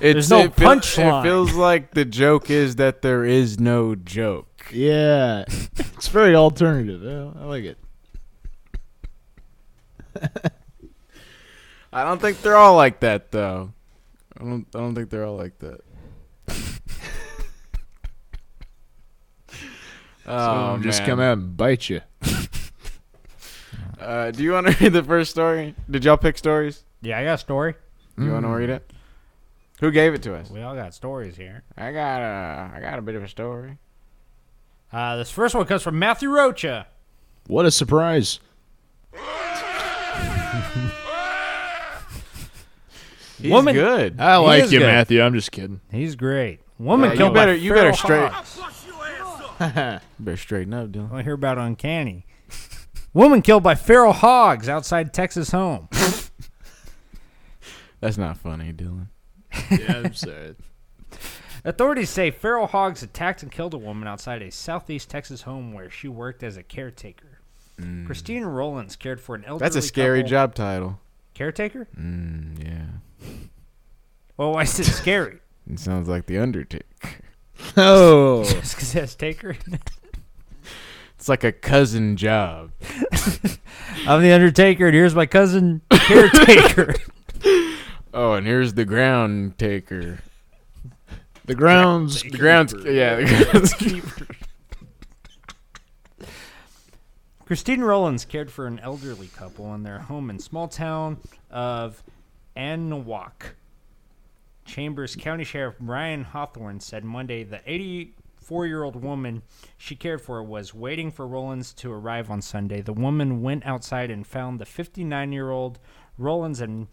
[SPEAKER 8] There's no
[SPEAKER 1] it feel-
[SPEAKER 8] punchline.
[SPEAKER 1] It feels like the joke is that there is no joke.
[SPEAKER 7] Yeah, it's very alternative. I I like it.
[SPEAKER 1] I don't think they're all like that though. I don't. I don't think they're all like that. oh,
[SPEAKER 7] Some just
[SPEAKER 1] man.
[SPEAKER 7] come out and bite you.
[SPEAKER 1] Uh, do you want to [laughs] read the first story? Did y'all pick stories?
[SPEAKER 8] yeah, I got a story.
[SPEAKER 1] You want to read it? Who gave it to us?
[SPEAKER 8] We all got stories here.
[SPEAKER 1] I got a. I got a bit of a story.
[SPEAKER 8] Uh, this first one comes from Matthew Rocha.
[SPEAKER 7] What a surprise!
[SPEAKER 1] He's
[SPEAKER 8] Woman-
[SPEAKER 1] good.
[SPEAKER 7] I
[SPEAKER 8] He
[SPEAKER 7] like
[SPEAKER 8] is
[SPEAKER 7] you,
[SPEAKER 8] good.
[SPEAKER 7] Matthew. I'm just kidding.
[SPEAKER 8] He's great. Woman
[SPEAKER 1] Yeah, you
[SPEAKER 8] killed
[SPEAKER 1] better-
[SPEAKER 8] by [laughs]
[SPEAKER 1] you better straight-
[SPEAKER 8] feral hogs.
[SPEAKER 1] Better straighten up, [laughs] Dylan.
[SPEAKER 8] I'll hear about uncanny. Woman killed by feral hogs outside Texas home.
[SPEAKER 1] That's not funny, Dylan.
[SPEAKER 7] [laughs] yeah, I'm sorry.
[SPEAKER 8] Authorities say feral hogs attacked and killed a woman outside a southeast Texas home where she worked as a caretaker.
[SPEAKER 1] Mm.
[SPEAKER 8] Christine Rollins cared for an elderly.
[SPEAKER 1] Hmm. That's a scary
[SPEAKER 8] couple-
[SPEAKER 1] job title.
[SPEAKER 8] Caretaker?
[SPEAKER 1] Mm, yeah.
[SPEAKER 8] Well, why is
[SPEAKER 1] [laughs]
[SPEAKER 8] it scary?
[SPEAKER 1] It sounds like the Undertaker.
[SPEAKER 7] [laughs]
[SPEAKER 8] [laughs]
[SPEAKER 7] Oh,
[SPEAKER 8] Just because it has taker. in it?
[SPEAKER 1] It's like a cousin job.
[SPEAKER 8] I'm the Undertaker, and here's my cousin [laughs]
[SPEAKER 1] [laughs]
[SPEAKER 8] caretaker.
[SPEAKER 1] Oh, and here's the ground taker.
[SPEAKER 7] the grounds.
[SPEAKER 1] The grounds, yeah, the groundskeeper.
[SPEAKER 8] Christine Rollins cared for an elderly couple in their home in small town of Anahuac. Ch- Chambers County Sheriff Brian Hawthorne said Monday the 84 year old woman she cared for was waiting for Rollins to arrive on Sunday. The woman went outside and found the 59 year old Rollins in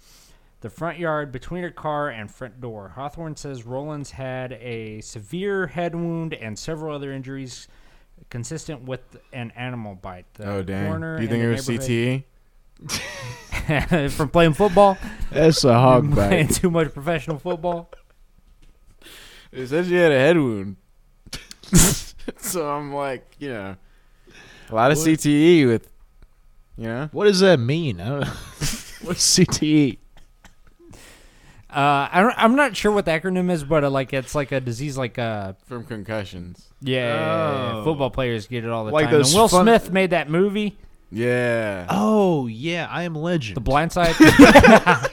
[SPEAKER 8] the front yard between her car and front door. Hawthorne says Rollins had a severe head wound and several other injuries consistent with an animal bite. The
[SPEAKER 1] [laughs] Oh damn!
[SPEAKER 8] coroner
[SPEAKER 1] Do you
[SPEAKER 8] and
[SPEAKER 1] think
[SPEAKER 8] the
[SPEAKER 1] it was E?
[SPEAKER 8] neighborhood-
[SPEAKER 1] CTE?
[SPEAKER 8] [laughs] from
[SPEAKER 1] [laughs]
[SPEAKER 8] playing football,
[SPEAKER 7] That's a hog
[SPEAKER 8] playing
[SPEAKER 7] bite.
[SPEAKER 8] too much professional football.
[SPEAKER 1] It says you had a head wound. [laughs] so I'm like, you know, a lot of
[SPEAKER 7] What?
[SPEAKER 1] CTE with, you know,
[SPEAKER 7] What does that mean? I [laughs] don't- What's CTE?
[SPEAKER 8] Uh, I don't, I'm not sure what the acronym is, but uh, like it's like a disease. Like uh,
[SPEAKER 1] from concussions.
[SPEAKER 8] yeah, yeah, yeah,
[SPEAKER 7] Oh.
[SPEAKER 8] football players get it all the
[SPEAKER 7] Like
[SPEAKER 8] time. And
[SPEAKER 7] those
[SPEAKER 8] Will
[SPEAKER 7] fun-
[SPEAKER 8] Smith made that movie,
[SPEAKER 1] Yeah.
[SPEAKER 7] [laughs] Oh yeah, I am legend.
[SPEAKER 8] The Blind [laughs] Side. yeah,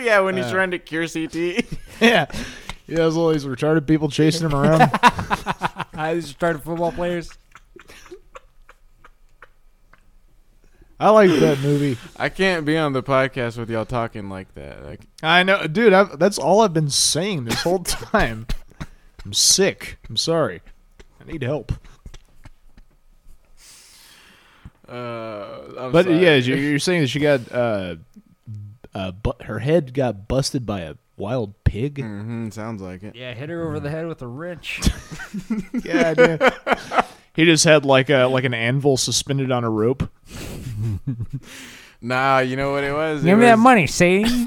[SPEAKER 1] yeah, when he's trying to cure CTE.
[SPEAKER 7] [laughs] yeah, yeah. There's all these retarded people chasing him around.
[SPEAKER 8] these started football players.
[SPEAKER 7] I like that movie.
[SPEAKER 1] [laughs] I can't be on the podcast with y'all talking like that. Like,
[SPEAKER 7] I know, dude. I've, that's all I've been saying this [laughs] whole time. I'm sick. I'm sorry. I need help.
[SPEAKER 1] uh, I'm
[SPEAKER 7] But
[SPEAKER 1] sorry.
[SPEAKER 7] yeah, you- you're saying that she got uh, uh, but her head got busted by a wild pig.
[SPEAKER 1] Mhm, sounds like it.
[SPEAKER 8] Yeah, hit her over the head with a wrench.
[SPEAKER 7] [laughs] Yeah, he just had like a like an anvil suspended on a rope.
[SPEAKER 1] Nah, you know what it was? It
[SPEAKER 8] Give me that
[SPEAKER 1] was-
[SPEAKER 8] money, see?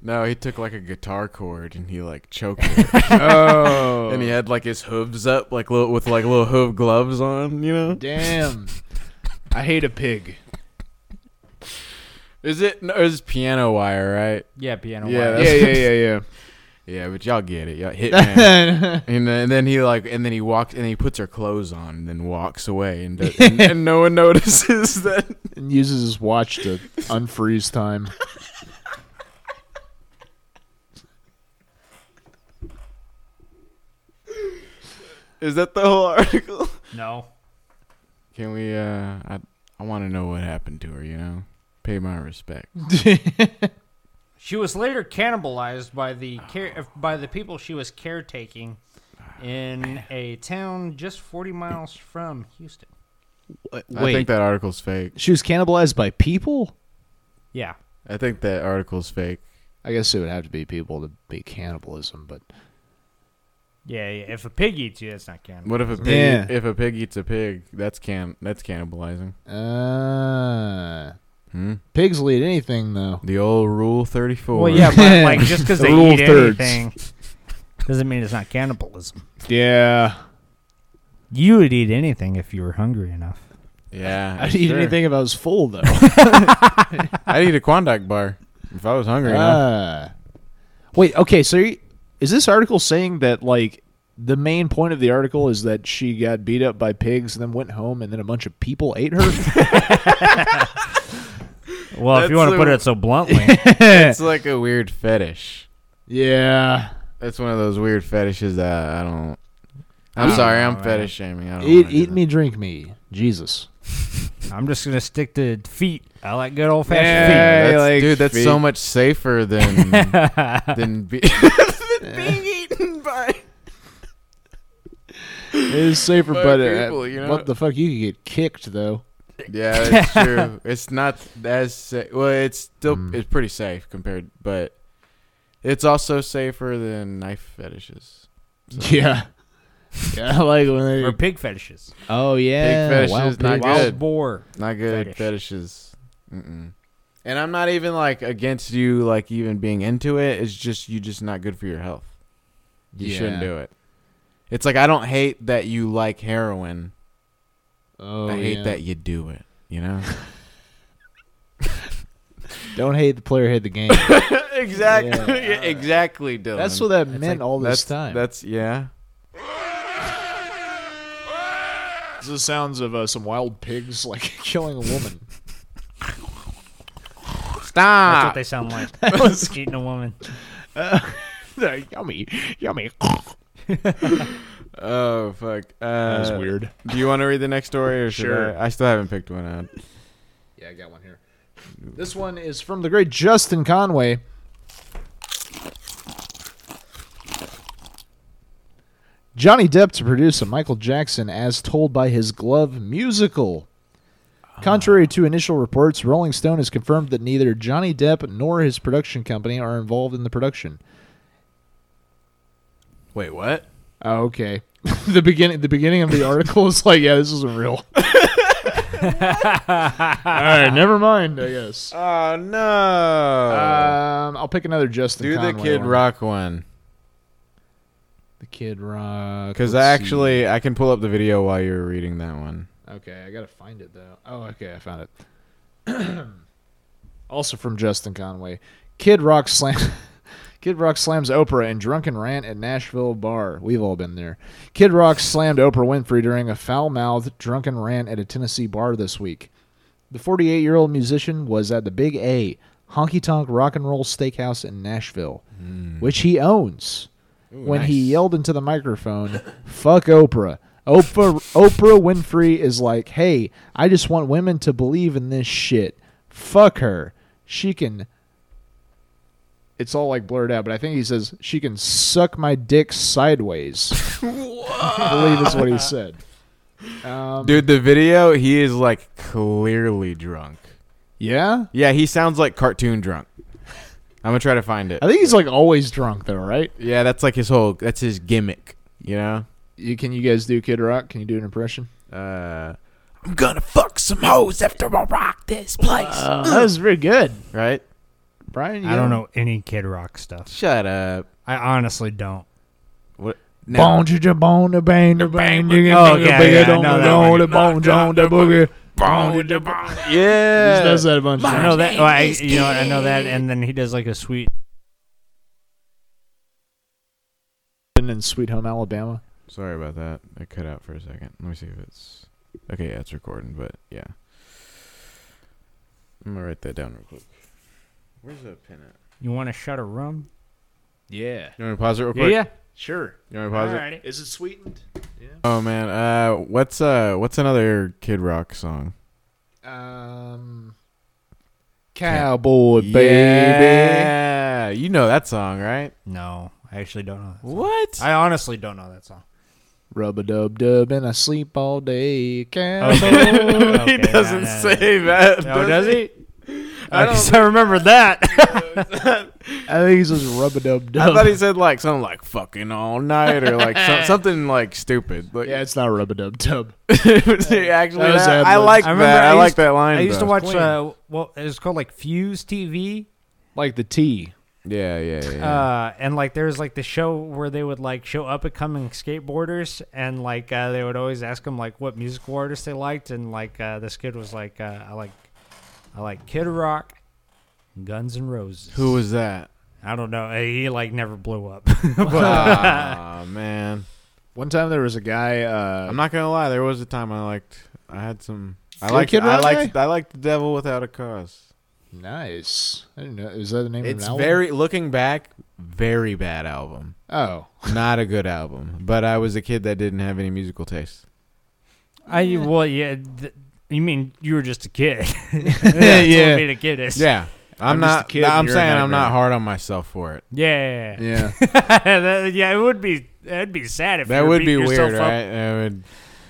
[SPEAKER 1] No, he took like a guitar chord and he like choked it.
[SPEAKER 7] Oh,
[SPEAKER 1] and he had like his hooves up, like little with like little hoof gloves on. You know?
[SPEAKER 7] damn! I hate a [laughs] pig.
[SPEAKER 1] Is it? No, it's piano wire, right?
[SPEAKER 8] [laughs] Yeah, piano.
[SPEAKER 1] Yeah,
[SPEAKER 8] wire.
[SPEAKER 1] that's- [laughs]
[SPEAKER 7] Yeah, yeah, yeah,
[SPEAKER 1] Yeah, but y'all get it. Y'all [laughs] hit man.
[SPEAKER 7] yeah.
[SPEAKER 1] and, then, and then he like, and then he walks, and he puts her clothes on, and then walks away, and do- [laughs] and, and no one notices [laughs] that.
[SPEAKER 7] and uses his watch to unfreeze time.
[SPEAKER 1] Is that the whole article?
[SPEAKER 8] No.
[SPEAKER 1] Can we? uh I I want to know what happened to her. You know, pay my respect.
[SPEAKER 8] She was later cannibalized by the care, uh, by the people she was caretaking in a town just 40 miles from Houston.
[SPEAKER 1] I think that article's fake.
[SPEAKER 7] she was cannibalized by people.
[SPEAKER 8] Yeah.
[SPEAKER 1] I think that article's fake.
[SPEAKER 7] I guess it would have to be people to be cannibalism, but
[SPEAKER 8] Yeah, yeah, if a pig eats you, that's not cannibal.
[SPEAKER 1] What if a pig?
[SPEAKER 7] Yeah.
[SPEAKER 1] If a pig eats a pig, that's can that's cannibalizing.
[SPEAKER 7] uh,
[SPEAKER 1] Hmm?
[SPEAKER 7] pigs will eat anything though.
[SPEAKER 1] The old rule thirty four.
[SPEAKER 8] Well, yeah,
[SPEAKER 7] [laughs]
[SPEAKER 8] but like just because
[SPEAKER 7] The
[SPEAKER 8] they
[SPEAKER 7] rule
[SPEAKER 8] eat
[SPEAKER 7] of thirds.
[SPEAKER 8] anything doesn't mean it's not cannibalism.
[SPEAKER 7] Yeah,
[SPEAKER 8] You would eat anything if you were hungry enough.
[SPEAKER 1] [laughs] Yeah,
[SPEAKER 8] [laughs]
[SPEAKER 7] I'd eat
[SPEAKER 1] sure.
[SPEAKER 7] anything if I was
[SPEAKER 1] [laughs]
[SPEAKER 7] full though.
[SPEAKER 1] I'd eat a Klondike bar if I was hungry. enough.
[SPEAKER 7] Ah. wait, okay, so you- is this article saying that like the main point of the article is that she got beat up by pigs and then went home and then a bunch of people
[SPEAKER 1] [laughs]
[SPEAKER 7] ate her?
[SPEAKER 8] Well, if
[SPEAKER 1] That's
[SPEAKER 8] you want to put
[SPEAKER 1] a-
[SPEAKER 8] it so bluntly,
[SPEAKER 7] [laughs]
[SPEAKER 1] It's like a weird fetish.
[SPEAKER 7] yeah,
[SPEAKER 1] That's one of those weird fetishes that I don't. I'm sorry, I'm fetish shaming. I don't
[SPEAKER 7] eat,
[SPEAKER 1] wanna do
[SPEAKER 7] eat
[SPEAKER 1] that.
[SPEAKER 7] me, drink me, Jesus.
[SPEAKER 8] I'm just gonna stick to feet. I like good old fashioned
[SPEAKER 7] Yeah.
[SPEAKER 1] That's-
[SPEAKER 7] I like
[SPEAKER 1] dude, that's
[SPEAKER 7] feet.
[SPEAKER 1] so much safer [laughs] than than [laughs] be-
[SPEAKER 7] It is safer,
[SPEAKER 1] By
[SPEAKER 7] but uh,
[SPEAKER 1] people, you know?
[SPEAKER 7] what the fuck? You could get kicked though.
[SPEAKER 1] yeah, that's true. It's not as sa- well. It's still it's pretty safe compared, but it's also safer than knife fetishes. [laughs]
[SPEAKER 7] Yeah. Yeah, [laughs] I like when
[SPEAKER 8] feet
[SPEAKER 7] they.
[SPEAKER 8] or pig fetishes.
[SPEAKER 7] oh yeah,
[SPEAKER 1] fetish
[SPEAKER 7] wild
[SPEAKER 1] is not
[SPEAKER 7] pigs.
[SPEAKER 1] Wild good.
[SPEAKER 8] boar.
[SPEAKER 1] Not good
[SPEAKER 8] Fetish.
[SPEAKER 1] fetishes. Mm-mm. And I'm not even like against you, like even being into it. It's just you just not good for your health. You shouldn't
[SPEAKER 7] Yeah.
[SPEAKER 1] do it. It's like I don't hate that you like heroin.
[SPEAKER 7] Oh,
[SPEAKER 1] I hate
[SPEAKER 7] yeah.
[SPEAKER 1] that you do it. You know
[SPEAKER 7] Don't hate the player, hate
[SPEAKER 1] [laughs]
[SPEAKER 7] the game.
[SPEAKER 1] exactly, exactly, Dylan.
[SPEAKER 7] That's what that meant all
[SPEAKER 1] that's,
[SPEAKER 7] this time.
[SPEAKER 1] That's yeah.
[SPEAKER 7] That's the sounds of uh, some wild pigs like [laughs] killing a woman.
[SPEAKER 1] [laughs]
[SPEAKER 7] [laughs]
[SPEAKER 8] That's
[SPEAKER 1] Stop.
[SPEAKER 8] what they sound like.
[SPEAKER 7] Ah. [laughs]
[SPEAKER 8] Eating a woman.
[SPEAKER 7] They're yummy, yummy. [laughs]
[SPEAKER 1] oh fuck. Uh,
[SPEAKER 7] that was weird.
[SPEAKER 1] Do you want to read the next story or should
[SPEAKER 7] Sure.
[SPEAKER 1] I? I still haven't picked one out.
[SPEAKER 7] [laughs] Yeah, I got one here. This one is from the great Justin Conway. Johnny Depp to produce a Michael Jackson as told by his glove musical. Contrary to initial reports, Rolling Stone has confirmed that neither Johnny Depp nor his production company are involved in the production.
[SPEAKER 3] Wait, what?
[SPEAKER 7] Oh, okay. [laughs] the beginning the beginning of [laughs] the article is like, yeah, this isn't [laughs] real. All right, never mind, I guess.
[SPEAKER 1] Oh no!
[SPEAKER 7] Um, I'll pick another Justin
[SPEAKER 1] Do the
[SPEAKER 7] Conway
[SPEAKER 1] Kid
[SPEAKER 7] one.
[SPEAKER 1] Rock one
[SPEAKER 7] The Kid Rock.
[SPEAKER 1] because
[SPEAKER 7] let's see.
[SPEAKER 1] actually I can pull up the video while you're reading that one.
[SPEAKER 7] Okay, I gotta find it though. Oh, okay, I found it. [clears throat] also from Justin Conway, Kid Rock slam. [laughs] Kid Rock slams Oprah in drunken rant at Nashville bar. We've all been there. Kid Rock slammed Oprah Winfrey during a foul-mouthed drunken rant at a Tennessee bar this week. The 48-year-old musician was at the Big A Honky Tonk Rock and Roll Steakhouse in Nashville, which he owns when he yelled into the microphone, "Fuck Oprah." Oprah Oprah Winfrey is like, "Hey, I just want women to believe in this shit. Fuck her. She can." It's all like blurred out, but I think he says she can suck my dick sideways. I believe is what he said. Um,
[SPEAKER 1] Dude, the video he is like clearly drunk.
[SPEAKER 7] yeah,
[SPEAKER 1] Yeah, he sounds like cartoon drunk. I'm gonna try to find it.
[SPEAKER 7] I think he's like always drunk though, right?
[SPEAKER 1] Yeah, that's like his whole. That's his gimmick. You know.
[SPEAKER 7] You, can you guys do Kid Rock? Can you do an impression?
[SPEAKER 1] Uh,
[SPEAKER 3] I'm gonna fuck some hoes after I rock this place.
[SPEAKER 7] Uh, that was very good,
[SPEAKER 1] right.
[SPEAKER 7] Brian. You
[SPEAKER 8] I
[SPEAKER 7] got
[SPEAKER 8] don't
[SPEAKER 7] it?
[SPEAKER 8] know any Kid Rock stuff.
[SPEAKER 1] Shut up.
[SPEAKER 8] I honestly don't.
[SPEAKER 1] What?
[SPEAKER 7] Bone to the bone, the bang, the bang, you can
[SPEAKER 8] Oh,
[SPEAKER 7] bang, the
[SPEAKER 8] yeah,
[SPEAKER 7] bang,
[SPEAKER 8] yeah,
[SPEAKER 7] don't
[SPEAKER 8] no,
[SPEAKER 7] the
[SPEAKER 8] that
[SPEAKER 7] bone,
[SPEAKER 8] one.
[SPEAKER 7] the bone, John, the boogie. Bone to the bone. He
[SPEAKER 1] Yeah.
[SPEAKER 7] does that a bunch of
[SPEAKER 8] I
[SPEAKER 7] times.
[SPEAKER 8] know that. Well, I, you know, what, I know that, and then he does like a sweet.
[SPEAKER 7] in Sweet Home Alabama.
[SPEAKER 1] Sorry about that. It cut out for a second. Let me see if it's okay. Yeah, it's recording, but yeah. I'm gonna write that down real quick. Where's that pin at?
[SPEAKER 8] You want to shut a rum?
[SPEAKER 7] Yeah.
[SPEAKER 1] You want me to pause it real
[SPEAKER 8] Yeah,
[SPEAKER 1] quick?
[SPEAKER 8] yeah.
[SPEAKER 7] Sure.
[SPEAKER 1] You want me to pause it?
[SPEAKER 8] Alrighty.
[SPEAKER 7] Is it sweetened?
[SPEAKER 1] Oh man. Uh, what's uh, what's another Kid Rock song?
[SPEAKER 7] Um Cowboy baby.
[SPEAKER 1] Yeah. You know that song, right?
[SPEAKER 8] No, I actually don't know. That song.
[SPEAKER 1] What?
[SPEAKER 8] I honestly don't know that song.
[SPEAKER 7] Rub a dub dub and I sleep all day. Cowboy.
[SPEAKER 8] [laughs]
[SPEAKER 1] [laughs] [laughs]
[SPEAKER 8] Okay,
[SPEAKER 1] he doesn't
[SPEAKER 8] no, no, no.
[SPEAKER 1] say that.
[SPEAKER 8] Oh, does he?
[SPEAKER 1] I
[SPEAKER 8] I,
[SPEAKER 1] don't
[SPEAKER 8] guess I remember that.
[SPEAKER 7] [laughs] I think he says rub a dub
[SPEAKER 1] I thought [laughs] he
[SPEAKER 7] dub.
[SPEAKER 1] said like something like fucking all night or like [laughs] some, something like stupid. Like, [laughs]
[SPEAKER 7] Yeah, it's not rub a dub dub.
[SPEAKER 1] actually,
[SPEAKER 7] That was
[SPEAKER 1] that-
[SPEAKER 7] ad
[SPEAKER 1] I
[SPEAKER 7] libs.
[SPEAKER 1] like
[SPEAKER 8] [laughs] I remember
[SPEAKER 1] that. I,
[SPEAKER 8] I
[SPEAKER 1] like
[SPEAKER 8] used-
[SPEAKER 1] that line.
[SPEAKER 8] I used to
[SPEAKER 1] though.
[SPEAKER 8] watch. Uh, well, it was called like Fuse TV.
[SPEAKER 7] Like the T.
[SPEAKER 1] Yeah, yeah, yeah.
[SPEAKER 8] Uh, and like there was like the show where they would like show up and coming skateboarders, and like uh, they would always ask them like what musical artists they liked, and like uh, this kid was like, uh, I like, I like Kid Rock, Guns N' Roses.
[SPEAKER 1] [laughs] Who was that?
[SPEAKER 8] I don't know. Uh, He like never blew up.
[SPEAKER 1] [laughs] [laughs] Aw, man.
[SPEAKER 7] One time there was a guy uh
[SPEAKER 1] I'm not gonna lie. There was a time I liked. I had some. I
[SPEAKER 7] Good
[SPEAKER 1] liked.
[SPEAKER 7] Kid
[SPEAKER 1] I
[SPEAKER 7] Rock
[SPEAKER 1] liked. I liked the devil without a cause.
[SPEAKER 7] Nice. I didn't know. Is that the name
[SPEAKER 1] It's
[SPEAKER 7] of an album?
[SPEAKER 1] very looking back, very bad album.
[SPEAKER 7] Oh,
[SPEAKER 1] Not a good album. But I was a kid that didn't have any musical taste.
[SPEAKER 8] I well yeah. Th- you mean you were just
[SPEAKER 1] [laughs]
[SPEAKER 8] a kid?
[SPEAKER 7] [laughs] Yeah.
[SPEAKER 8] Being a kid is.
[SPEAKER 1] Yeah, I'm,
[SPEAKER 7] I'm just a
[SPEAKER 1] not.
[SPEAKER 7] kid and
[SPEAKER 1] I'm
[SPEAKER 7] you're a
[SPEAKER 1] saying I'm
[SPEAKER 7] nightmare.
[SPEAKER 1] not hard on myself for it.
[SPEAKER 8] Yeah. Yeah.
[SPEAKER 7] yeah.
[SPEAKER 8] [laughs] That- yeah, It would be. That'd be sad if
[SPEAKER 1] That
[SPEAKER 8] you were
[SPEAKER 1] would be
[SPEAKER 8] beating yourself
[SPEAKER 1] weird,
[SPEAKER 8] up.
[SPEAKER 1] right? I would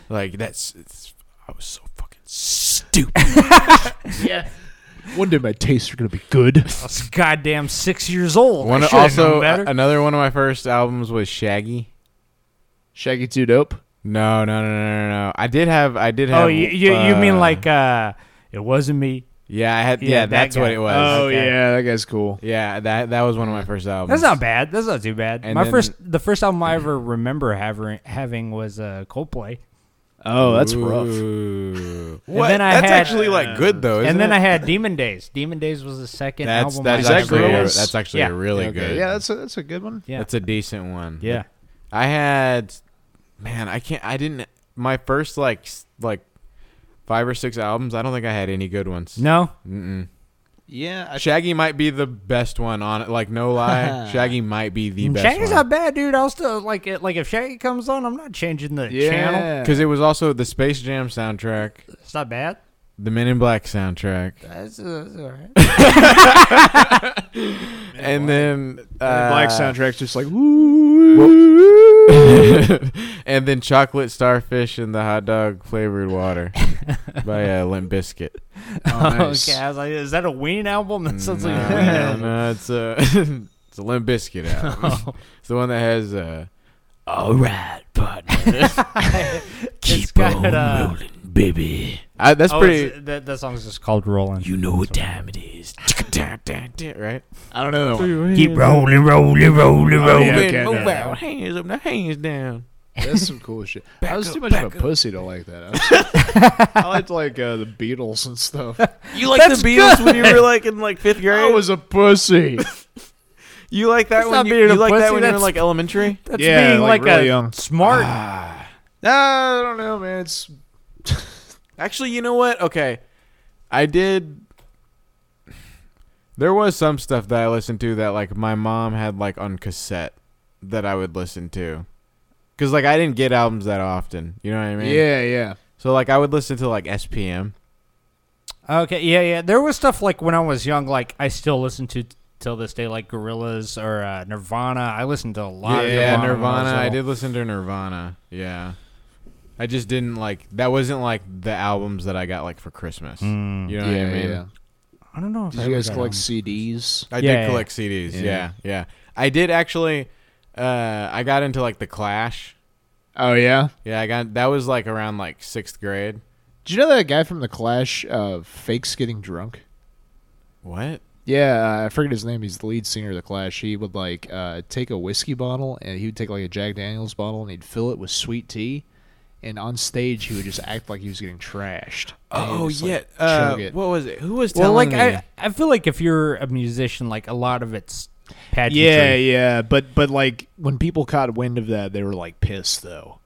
[SPEAKER 1] like that's. It's, I was so fucking [laughs] stupid.
[SPEAKER 7] One day my tastes are gonna be good.
[SPEAKER 8] I was goddamn six years old.
[SPEAKER 1] One
[SPEAKER 8] I should've known
[SPEAKER 1] also uh,
[SPEAKER 8] better.
[SPEAKER 1] another one of my first albums was Shaggy.
[SPEAKER 7] Shaggy Two Dope.
[SPEAKER 1] No, no, no, no, no, no. I did have, I did have.
[SPEAKER 8] oh, you you, you
[SPEAKER 1] uh,
[SPEAKER 8] mean like uh, it wasn't me?
[SPEAKER 1] Yeah, I had. Yeah,
[SPEAKER 8] yeah, that
[SPEAKER 1] that's what
[SPEAKER 8] guy.
[SPEAKER 1] it was.
[SPEAKER 7] Oh
[SPEAKER 8] Okay.
[SPEAKER 7] yeah, that guy's cool.
[SPEAKER 1] Yeah, that that was one of my first albums.
[SPEAKER 8] That's not bad. That's not too bad.
[SPEAKER 1] And
[SPEAKER 8] My
[SPEAKER 1] then-
[SPEAKER 8] first, the first album I ever remember having having was uh, Coldplay.
[SPEAKER 7] Oh, that's rough.
[SPEAKER 1] Ooh.
[SPEAKER 8] What? then I
[SPEAKER 1] that's
[SPEAKER 8] had-
[SPEAKER 1] actually like good though. Isn't
[SPEAKER 8] and then
[SPEAKER 1] it?
[SPEAKER 8] I had Demon Days. Demon Days was the second
[SPEAKER 1] That's
[SPEAKER 8] album.
[SPEAKER 1] that's
[SPEAKER 8] I
[SPEAKER 7] that
[SPEAKER 1] actually
[SPEAKER 8] ever
[SPEAKER 1] a,
[SPEAKER 7] Gorillaz?
[SPEAKER 1] that's actually
[SPEAKER 8] Yeah.
[SPEAKER 1] a really
[SPEAKER 7] Okay,
[SPEAKER 1] good.
[SPEAKER 7] Yeah, that's a, that's a good one.
[SPEAKER 8] Yeah.
[SPEAKER 1] that's a decent one.
[SPEAKER 8] yeah.
[SPEAKER 1] I had, man, I can't. I didn't. My first like s- like five or six albums. I don't think I had any good ones.
[SPEAKER 8] No.
[SPEAKER 1] Mm-mm.
[SPEAKER 7] Yeah, I,
[SPEAKER 1] Shaggy might be the best one on it. Like no [laughs] lie, Shaggy might be the best.
[SPEAKER 8] Shaggy's
[SPEAKER 1] one.
[SPEAKER 8] not bad, dude. I'll still like it. Like if Shaggy comes on, I'm not changing the
[SPEAKER 7] yeah.
[SPEAKER 8] channel.
[SPEAKER 1] because it was also the Space Jam soundtrack,
[SPEAKER 8] It's not bad.
[SPEAKER 1] the Men in Black soundtrack,
[SPEAKER 8] That's, uh, that's all right.
[SPEAKER 1] and then uh,
[SPEAKER 7] Uh, Black soundtrack's just like
[SPEAKER 1] What, [laughs]
[SPEAKER 7] [laughs]
[SPEAKER 1] and then chocolate starfish in the hot dog flavored [laughs] water by uh, Limp [laughs] Biscuit.
[SPEAKER 7] Oh,
[SPEAKER 8] Oh, Okay, I was like, is that a Ween album? That sounds like a
[SPEAKER 1] [laughs]
[SPEAKER 8] Ween
[SPEAKER 1] no,
[SPEAKER 8] album.
[SPEAKER 1] no, it's a it's a Limp Biscuit [laughs] album. it's the one that has uh, all right, partner.
[SPEAKER 8] Keep on rolling.
[SPEAKER 1] I, that's
[SPEAKER 8] uh, Oh,
[SPEAKER 1] pretty.
[SPEAKER 8] it's- that, that song's just called Rolling. You know what time it is.
[SPEAKER 1] right? I don't know. That one.
[SPEAKER 8] Keep rolling, rolling, rolling, rolling.
[SPEAKER 1] Move in,
[SPEAKER 8] Okay,
[SPEAKER 1] move
[SPEAKER 8] no, no.
[SPEAKER 1] out, hands up, now hands down.
[SPEAKER 7] That's some cool shit. I was too much of a pussy to like that. I, was- I liked like uh, the Beatles and stuff.
[SPEAKER 1] You like the Beatles when you were like in like fifth grade?
[SPEAKER 7] I was a pussy.
[SPEAKER 1] you like that
[SPEAKER 8] not
[SPEAKER 1] when you,
[SPEAKER 8] being a
[SPEAKER 1] you like
[SPEAKER 8] pussy,
[SPEAKER 1] that when you were
[SPEAKER 8] that's-
[SPEAKER 1] like elementary?
[SPEAKER 8] That's
[SPEAKER 7] Yeah,
[SPEAKER 8] being
[SPEAKER 7] like
[SPEAKER 8] like,
[SPEAKER 7] really
[SPEAKER 8] a
[SPEAKER 7] young.
[SPEAKER 8] smart.
[SPEAKER 7] Nah, I don't know, man. It's
[SPEAKER 1] Actually, you know what? Okay. I did There was some stuff that I listened to that like my mom had like on cassette that I would listen to. Cuz like I didn't get albums that often, you know what I mean?
[SPEAKER 7] yeah, yeah.
[SPEAKER 1] So like I would listen to like SPM.
[SPEAKER 8] Okay, yeah, yeah. There was stuff like when I was young, like I still listen to t- till this day, like Gorillas or uh, Nirvana. I listened to a lot
[SPEAKER 1] yeah,
[SPEAKER 8] of
[SPEAKER 1] Nirvana. I
[SPEAKER 8] did.
[SPEAKER 1] did listen to Nirvana. Yeah. I just didn't like that wasn't like the albums that I got like for Christmas. You know
[SPEAKER 7] yeah,
[SPEAKER 1] what I mean?
[SPEAKER 7] yeah.
[SPEAKER 8] I don't know. If I
[SPEAKER 7] Did you
[SPEAKER 8] ever
[SPEAKER 7] guys
[SPEAKER 8] got
[SPEAKER 7] collect
[SPEAKER 8] them.
[SPEAKER 7] CDs?
[SPEAKER 1] I
[SPEAKER 8] Yeah,
[SPEAKER 1] did
[SPEAKER 8] yeah.
[SPEAKER 1] collect CDs. Yeah.
[SPEAKER 7] Yeah.
[SPEAKER 1] yeah, I did actually. Uh, I got into like the Clash.
[SPEAKER 7] Oh yeah.
[SPEAKER 1] Yeah, I got that was like around like sixth grade.
[SPEAKER 7] Did you know that guy from the Clash uh, fakes getting drunk?
[SPEAKER 1] What?
[SPEAKER 7] Yeah, uh, I forget his name. He's the lead singer of the Clash. He would like uh, take a whiskey bottle and he would take like a Jack Daniels bottle and he'd fill it with sweet tea. And on stage, he would just act like he was getting trashed. And he would
[SPEAKER 1] Oh
[SPEAKER 7] just,
[SPEAKER 1] yeah.
[SPEAKER 7] like,
[SPEAKER 1] uh,
[SPEAKER 7] chug it.
[SPEAKER 1] what was it? Who was
[SPEAKER 8] Well,
[SPEAKER 1] telling
[SPEAKER 8] like
[SPEAKER 1] me?
[SPEAKER 8] I, I feel like if you're a musician, like a lot of it's pageantry.
[SPEAKER 7] Yeah, yeah, but but like when people caught wind of that, they were like pissed though.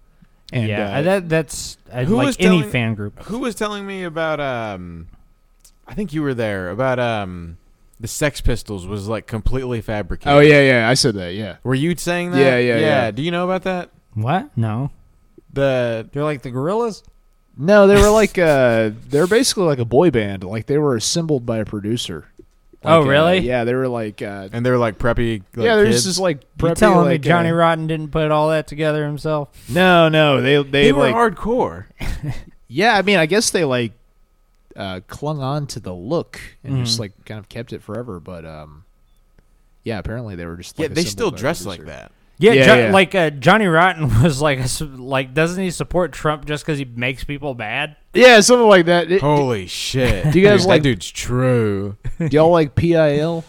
[SPEAKER 7] And
[SPEAKER 8] yeah.
[SPEAKER 7] uh,
[SPEAKER 8] that that's uh,
[SPEAKER 1] Who
[SPEAKER 8] like
[SPEAKER 1] was
[SPEAKER 8] any
[SPEAKER 1] telling-
[SPEAKER 8] fan group.
[SPEAKER 1] Who was telling me about um? I think you were there about um. The Sex Pistols was like completely fabricated.
[SPEAKER 7] oh yeah, yeah, I said that. Yeah,
[SPEAKER 1] Were you saying that?
[SPEAKER 7] Yeah, yeah, yeah.
[SPEAKER 1] Do you know about that?
[SPEAKER 8] What? No,
[SPEAKER 1] The
[SPEAKER 8] they're like the Gorillas.
[SPEAKER 7] no, [laughs] they were like uh, they're basically like a boy band. Like they were assembled by a producer.
[SPEAKER 8] Oh,
[SPEAKER 7] Like, uh,
[SPEAKER 8] really?
[SPEAKER 7] yeah, they were like uh,
[SPEAKER 1] and they're like preppy. Like,
[SPEAKER 7] yeah, they're
[SPEAKER 1] kids.
[SPEAKER 7] just like
[SPEAKER 8] You
[SPEAKER 7] preppy,
[SPEAKER 8] telling me
[SPEAKER 7] like,
[SPEAKER 8] Johnny
[SPEAKER 7] uh,
[SPEAKER 8] Rotten didn't put all that together himself?
[SPEAKER 7] No, no, they they,
[SPEAKER 1] they
[SPEAKER 7] like
[SPEAKER 1] were hardcore.
[SPEAKER 7] yeah. I mean, I guess they like uh, clung on to the look and
[SPEAKER 8] Mm-hmm.
[SPEAKER 7] just like kind of kept it forever. But um, yeah, apparently they were just
[SPEAKER 1] Yeah,
[SPEAKER 7] like,
[SPEAKER 1] they
[SPEAKER 7] assembled
[SPEAKER 1] still
[SPEAKER 7] by a
[SPEAKER 1] dress like
[SPEAKER 7] producer.
[SPEAKER 1] that.
[SPEAKER 8] Yeah,
[SPEAKER 7] Yeah,
[SPEAKER 8] Jo-
[SPEAKER 7] yeah.
[SPEAKER 8] like uh, Johnny Rotten [laughs] was like, a s like doesn't he support Trump just because he makes people bad?
[SPEAKER 7] Yeah, something like that. It-
[SPEAKER 8] Oh.
[SPEAKER 1] Holy shit!
[SPEAKER 7] Do you guys
[SPEAKER 1] Dude,
[SPEAKER 7] like-
[SPEAKER 1] that dude's true?
[SPEAKER 7] do [laughs] y'all like PIL?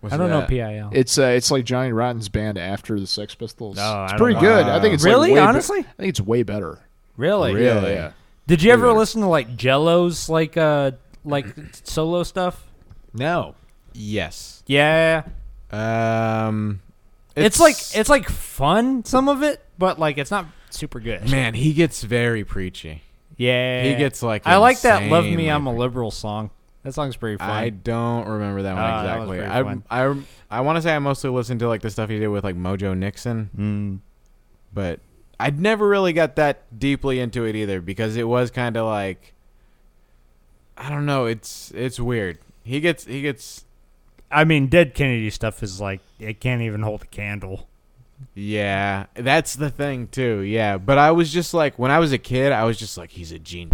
[SPEAKER 1] What's
[SPEAKER 8] I don't know
[SPEAKER 1] that?
[SPEAKER 8] PIL.
[SPEAKER 7] It's uh, it's like Johnny Rotten's band after the Sex Pistols.
[SPEAKER 8] No,
[SPEAKER 7] it's
[SPEAKER 8] I don't
[SPEAKER 7] pretty
[SPEAKER 8] know.
[SPEAKER 7] good. I think it's like,
[SPEAKER 8] Really?
[SPEAKER 7] way be-
[SPEAKER 8] Honestly? Oh,
[SPEAKER 7] I think it's way better. Oh,
[SPEAKER 8] really?
[SPEAKER 1] Really?
[SPEAKER 7] Yeah.
[SPEAKER 8] Did you ever listen to like Jello's like uh like solo stuff?
[SPEAKER 7] No.
[SPEAKER 1] Yes.
[SPEAKER 8] Yeah,
[SPEAKER 1] Um,
[SPEAKER 8] it's, like it's like fun some of it, but like it's not super good.
[SPEAKER 1] man, he gets very preachy.
[SPEAKER 8] Yeah,
[SPEAKER 1] He gets, like,
[SPEAKER 8] I like that "Love Me,
[SPEAKER 1] insanely
[SPEAKER 8] I'm a Liberal" song. That song's pretty fun.
[SPEAKER 1] I don't remember that one
[SPEAKER 8] Ah, that was
[SPEAKER 1] exactly.
[SPEAKER 8] pretty fun.
[SPEAKER 1] I I I want to say I mostly listened to like the stuff he did with like Mojo Nixon,
[SPEAKER 8] Mm.
[SPEAKER 1] but I'd never really got that deeply into it either because it was kind of like I don't know. It's it's weird. He gets he gets
[SPEAKER 8] I mean, Dead Kennedy stuff is like it can't even hold a candle.
[SPEAKER 1] Yeah, that's the thing too. Yeah, but I was just like when I was a kid, I was just like he's a genius.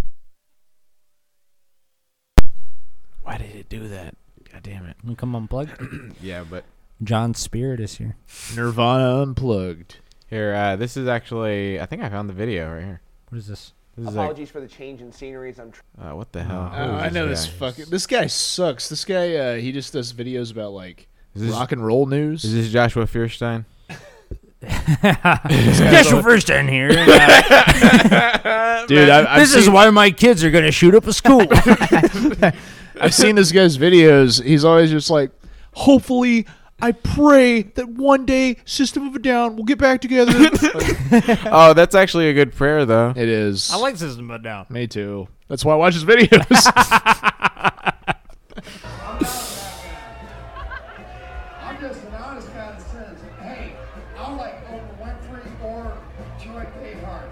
[SPEAKER 1] Why did it do that? God damn it.
[SPEAKER 8] Come unplugged.
[SPEAKER 1] Yeah, but
[SPEAKER 8] John Spirit is here.
[SPEAKER 7] Nirvana Unplugged.
[SPEAKER 1] here uh this is actually I think I found the video right here.
[SPEAKER 8] What is [laughs] this?
[SPEAKER 1] This is like
[SPEAKER 6] Apologies for the change in scenery as I'm tr-
[SPEAKER 1] uh, what the hell?
[SPEAKER 7] Oh, I know this
[SPEAKER 1] guy?
[SPEAKER 7] fucking. This guy sucks. This guy, uh, he just does videos about like
[SPEAKER 1] Is this-
[SPEAKER 7] rock and roll news.
[SPEAKER 1] Is this Joshua Fierstein?
[SPEAKER 8] Special first in [laughs] here. Uh,
[SPEAKER 7] Dude, I, I've,
[SPEAKER 8] this is why my kids are gonna shoot up a school.
[SPEAKER 7] I've seen this guy's videos. He's always just like, hopefully. I pray that one day System of a Down will get back together. Like,
[SPEAKER 1] oh, that's actually a good prayer though.
[SPEAKER 7] it is.
[SPEAKER 8] [laughs] I like System of a Down.
[SPEAKER 7] Me too. That's why I watch his videos.
[SPEAKER 11] I'm just an honest guy that says, hey, I like Oprah Winfrey or Troy Behar.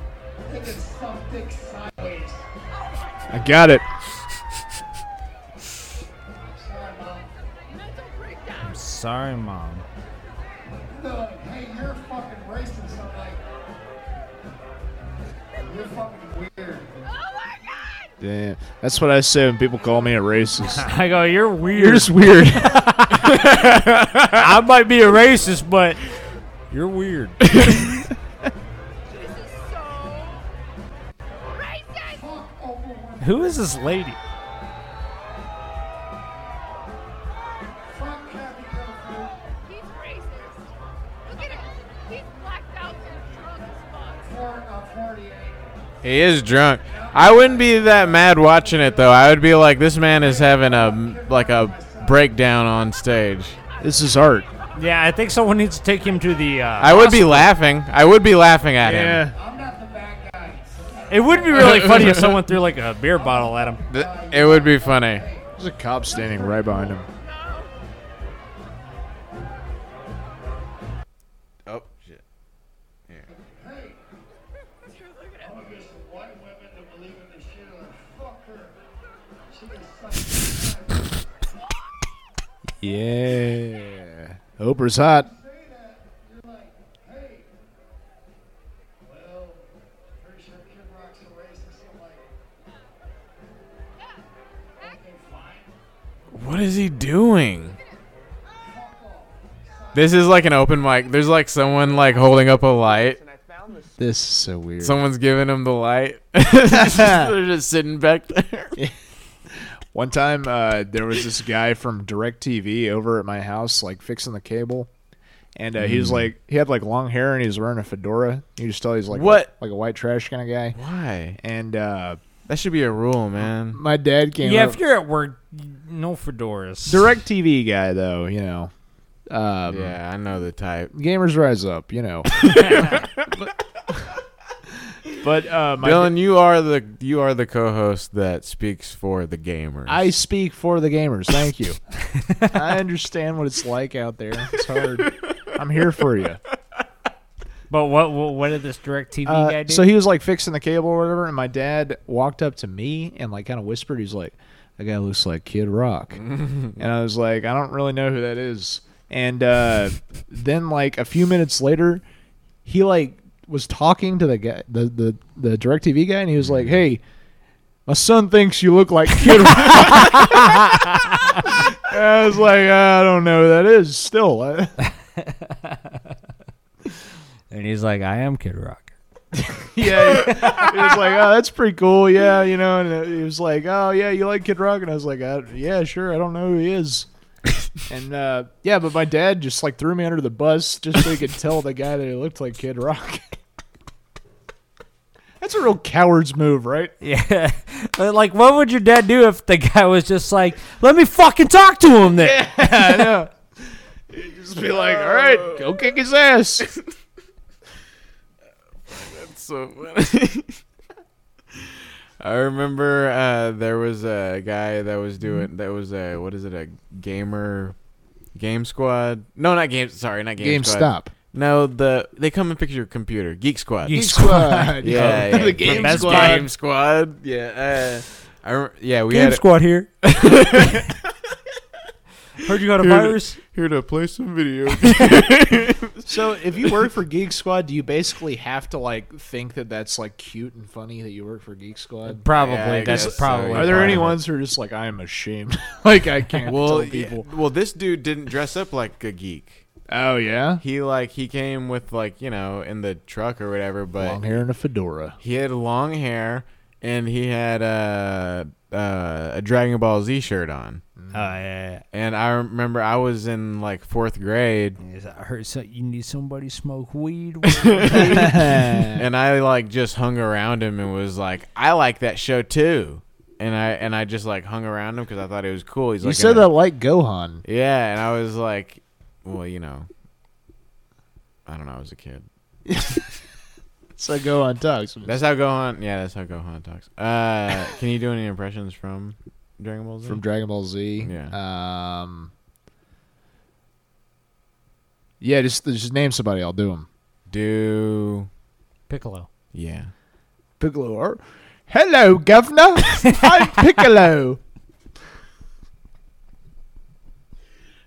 [SPEAKER 11] They did something sideways.
[SPEAKER 7] I got it.
[SPEAKER 11] Sorry, Mom.
[SPEAKER 8] Sorry, mom.
[SPEAKER 11] They're like, hey, you're fucking racist. I'm like,
[SPEAKER 7] Damn. That's what I say when people call me a racist.
[SPEAKER 8] I go, you're weird.
[SPEAKER 7] You're
[SPEAKER 8] [laughs]
[SPEAKER 7] just weird.
[SPEAKER 8] I might be a racist, but you're weird. [laughs] Who is this lady?
[SPEAKER 12] [laughs]
[SPEAKER 11] uh,
[SPEAKER 1] He is drunk. I wouldn't be that mad watching it though. I would be like, this man is having a like a breakdown on stage.
[SPEAKER 7] [laughs] This is art.
[SPEAKER 8] Yeah, I think someone needs to take him to the. Uh,
[SPEAKER 1] I would be
[SPEAKER 8] hospital.
[SPEAKER 1] laughing. I would be laughing at him.
[SPEAKER 7] Yeah.
[SPEAKER 8] It would be really funny if someone threw like a beer bottle at him.
[SPEAKER 1] Th- It would be funny.
[SPEAKER 7] There's a cop standing right behind him.
[SPEAKER 1] Oh shit.
[SPEAKER 7] Yeah. Oprah's hot.
[SPEAKER 1] What is he doing? This is like an open mic. There's like someone like holding up a light.
[SPEAKER 7] This is so weird.
[SPEAKER 1] Someone's giving him the light. [laughs] They're just sitting back there.
[SPEAKER 7] One time, uh, there was this guy from DirecTV over at my house, like fixing the cable, and uh, he
[SPEAKER 8] Hmm.
[SPEAKER 7] was like, he had like long hair and he was wearing a fedora. You just tell he's like
[SPEAKER 1] What?
[SPEAKER 7] like a white trash kind of guy.
[SPEAKER 1] Why?
[SPEAKER 7] And uh,
[SPEAKER 1] That should be a rule, man.
[SPEAKER 7] my dad came.
[SPEAKER 8] Yeah,
[SPEAKER 7] over.
[SPEAKER 8] if you're at work, no fedoras.
[SPEAKER 7] DirecTV guy though, you know, um,
[SPEAKER 1] Yeah, I know the type.
[SPEAKER 7] gamers rise up, you
[SPEAKER 8] [laughs]
[SPEAKER 7] know. but but uh, my
[SPEAKER 1] Dylan, you are the you are the co-host that speaks for the gamers.
[SPEAKER 7] I speak for the gamers.
[SPEAKER 8] [laughs]
[SPEAKER 7] Thank you. I understand what it's like out there. It's
[SPEAKER 8] [laughs]
[SPEAKER 7] hard. I'm here for you.
[SPEAKER 8] But what what, what did this direct TV
[SPEAKER 7] Uh,
[SPEAKER 8] guy do?
[SPEAKER 7] so he was like fixing the cable or whatever, and my dad walked up to me and like kind of whispered. He's like, "That guy looks like Kid Rock," and I was like, "I don't really know who that is." And uh, then like a few minutes later, he like was talking to the guy, the the the Directv guy, and he was like, "Hey." My son thinks you look like Kid Rock. [laughs] And I was like, I don't know who that is. Still, I-
[SPEAKER 8] and he's like, I am Kid Rock.
[SPEAKER 7] yeah, he was like, "Oh, that's pretty cool." Yeah, you know, and he was like, "Oh, yeah, you like Kid Rock?" And I was like, I, "Yeah, sure. I don't know who he is." and uh, yeah, but my dad just like threw me under the bus just so he could tell the guy that he looked like Kid Rock. [laughs] that's a real coward's move, right?
[SPEAKER 8] Yeah. [laughs] like, what would your dad do if the guy was just like, let me fucking talk to him then?
[SPEAKER 7] I know. He'd just be like, "All right, go kick his ass."
[SPEAKER 1] so funny. [laughs] I remember uh, there was a guy that was doing that was a what is it a gamer game squad? No, not game. Sorry, not game. Squad.
[SPEAKER 7] GameStop.
[SPEAKER 1] No, the they come and fix your computer. Geek Squad.
[SPEAKER 8] Geek
[SPEAKER 7] [laughs] Squad.
[SPEAKER 1] Yeah, yeah.
[SPEAKER 7] the game
[SPEAKER 8] Best
[SPEAKER 7] squad.
[SPEAKER 1] Game Squad. Yeah. Uh, I, rem- yeah, we
[SPEAKER 8] Game
[SPEAKER 1] had a-
[SPEAKER 8] squad here. Heard you got a
[SPEAKER 1] Dude.
[SPEAKER 8] virus.
[SPEAKER 1] here to play some video. [laughs]
[SPEAKER 7] So if you work for Geek Squad, do you basically have to like think that that's like cute and funny that you work for Geek Squad?
[SPEAKER 8] Probably.
[SPEAKER 1] Yeah, I
[SPEAKER 8] that's
[SPEAKER 1] guess so,
[SPEAKER 8] probably.
[SPEAKER 1] yeah.
[SPEAKER 7] Are there
[SPEAKER 8] part
[SPEAKER 7] any
[SPEAKER 8] of it.
[SPEAKER 7] ones who are just like I am ashamed? [laughs] like I can't
[SPEAKER 1] well,
[SPEAKER 7] tell people.
[SPEAKER 1] yeah, well, this dude didn't dress up like a geek.
[SPEAKER 7] Oh yeah,
[SPEAKER 1] He like he came with like you know in the truck or whatever, but
[SPEAKER 7] long hair and a fedora.
[SPEAKER 1] He had long hair and he had uh, uh, a Dragon Ball Z shirt on.
[SPEAKER 8] Oh, yeah,
[SPEAKER 1] And I remember I was in like fourth grade
[SPEAKER 8] yeah. Is- I heard so, you need somebody to smoke weed.
[SPEAKER 1] and I like just hung around him and was like, I like that show too. And I and I just like hung around him because I thought it was cool. He's
[SPEAKER 7] You
[SPEAKER 1] like
[SPEAKER 7] said
[SPEAKER 1] in a-
[SPEAKER 7] that like Gohan.
[SPEAKER 1] yeah. And I was like, well, you know, I don't know. I was a kid.
[SPEAKER 7] So Gohan talks.
[SPEAKER 1] That's how Gohan. Yeah, that's how Gohan talks.
[SPEAKER 7] [laughs]
[SPEAKER 1] Uh, can you do any impressions from Dragon Ball Z?
[SPEAKER 7] from Dragon Ball Z. Yeah. Um. Yeah, just just name somebody. I'll do them.
[SPEAKER 1] do
[SPEAKER 8] [laughs] Piccolo.
[SPEAKER 1] yeah.
[SPEAKER 7] Piccolo. Hello, [laughs] Governor. I'm Piccolo.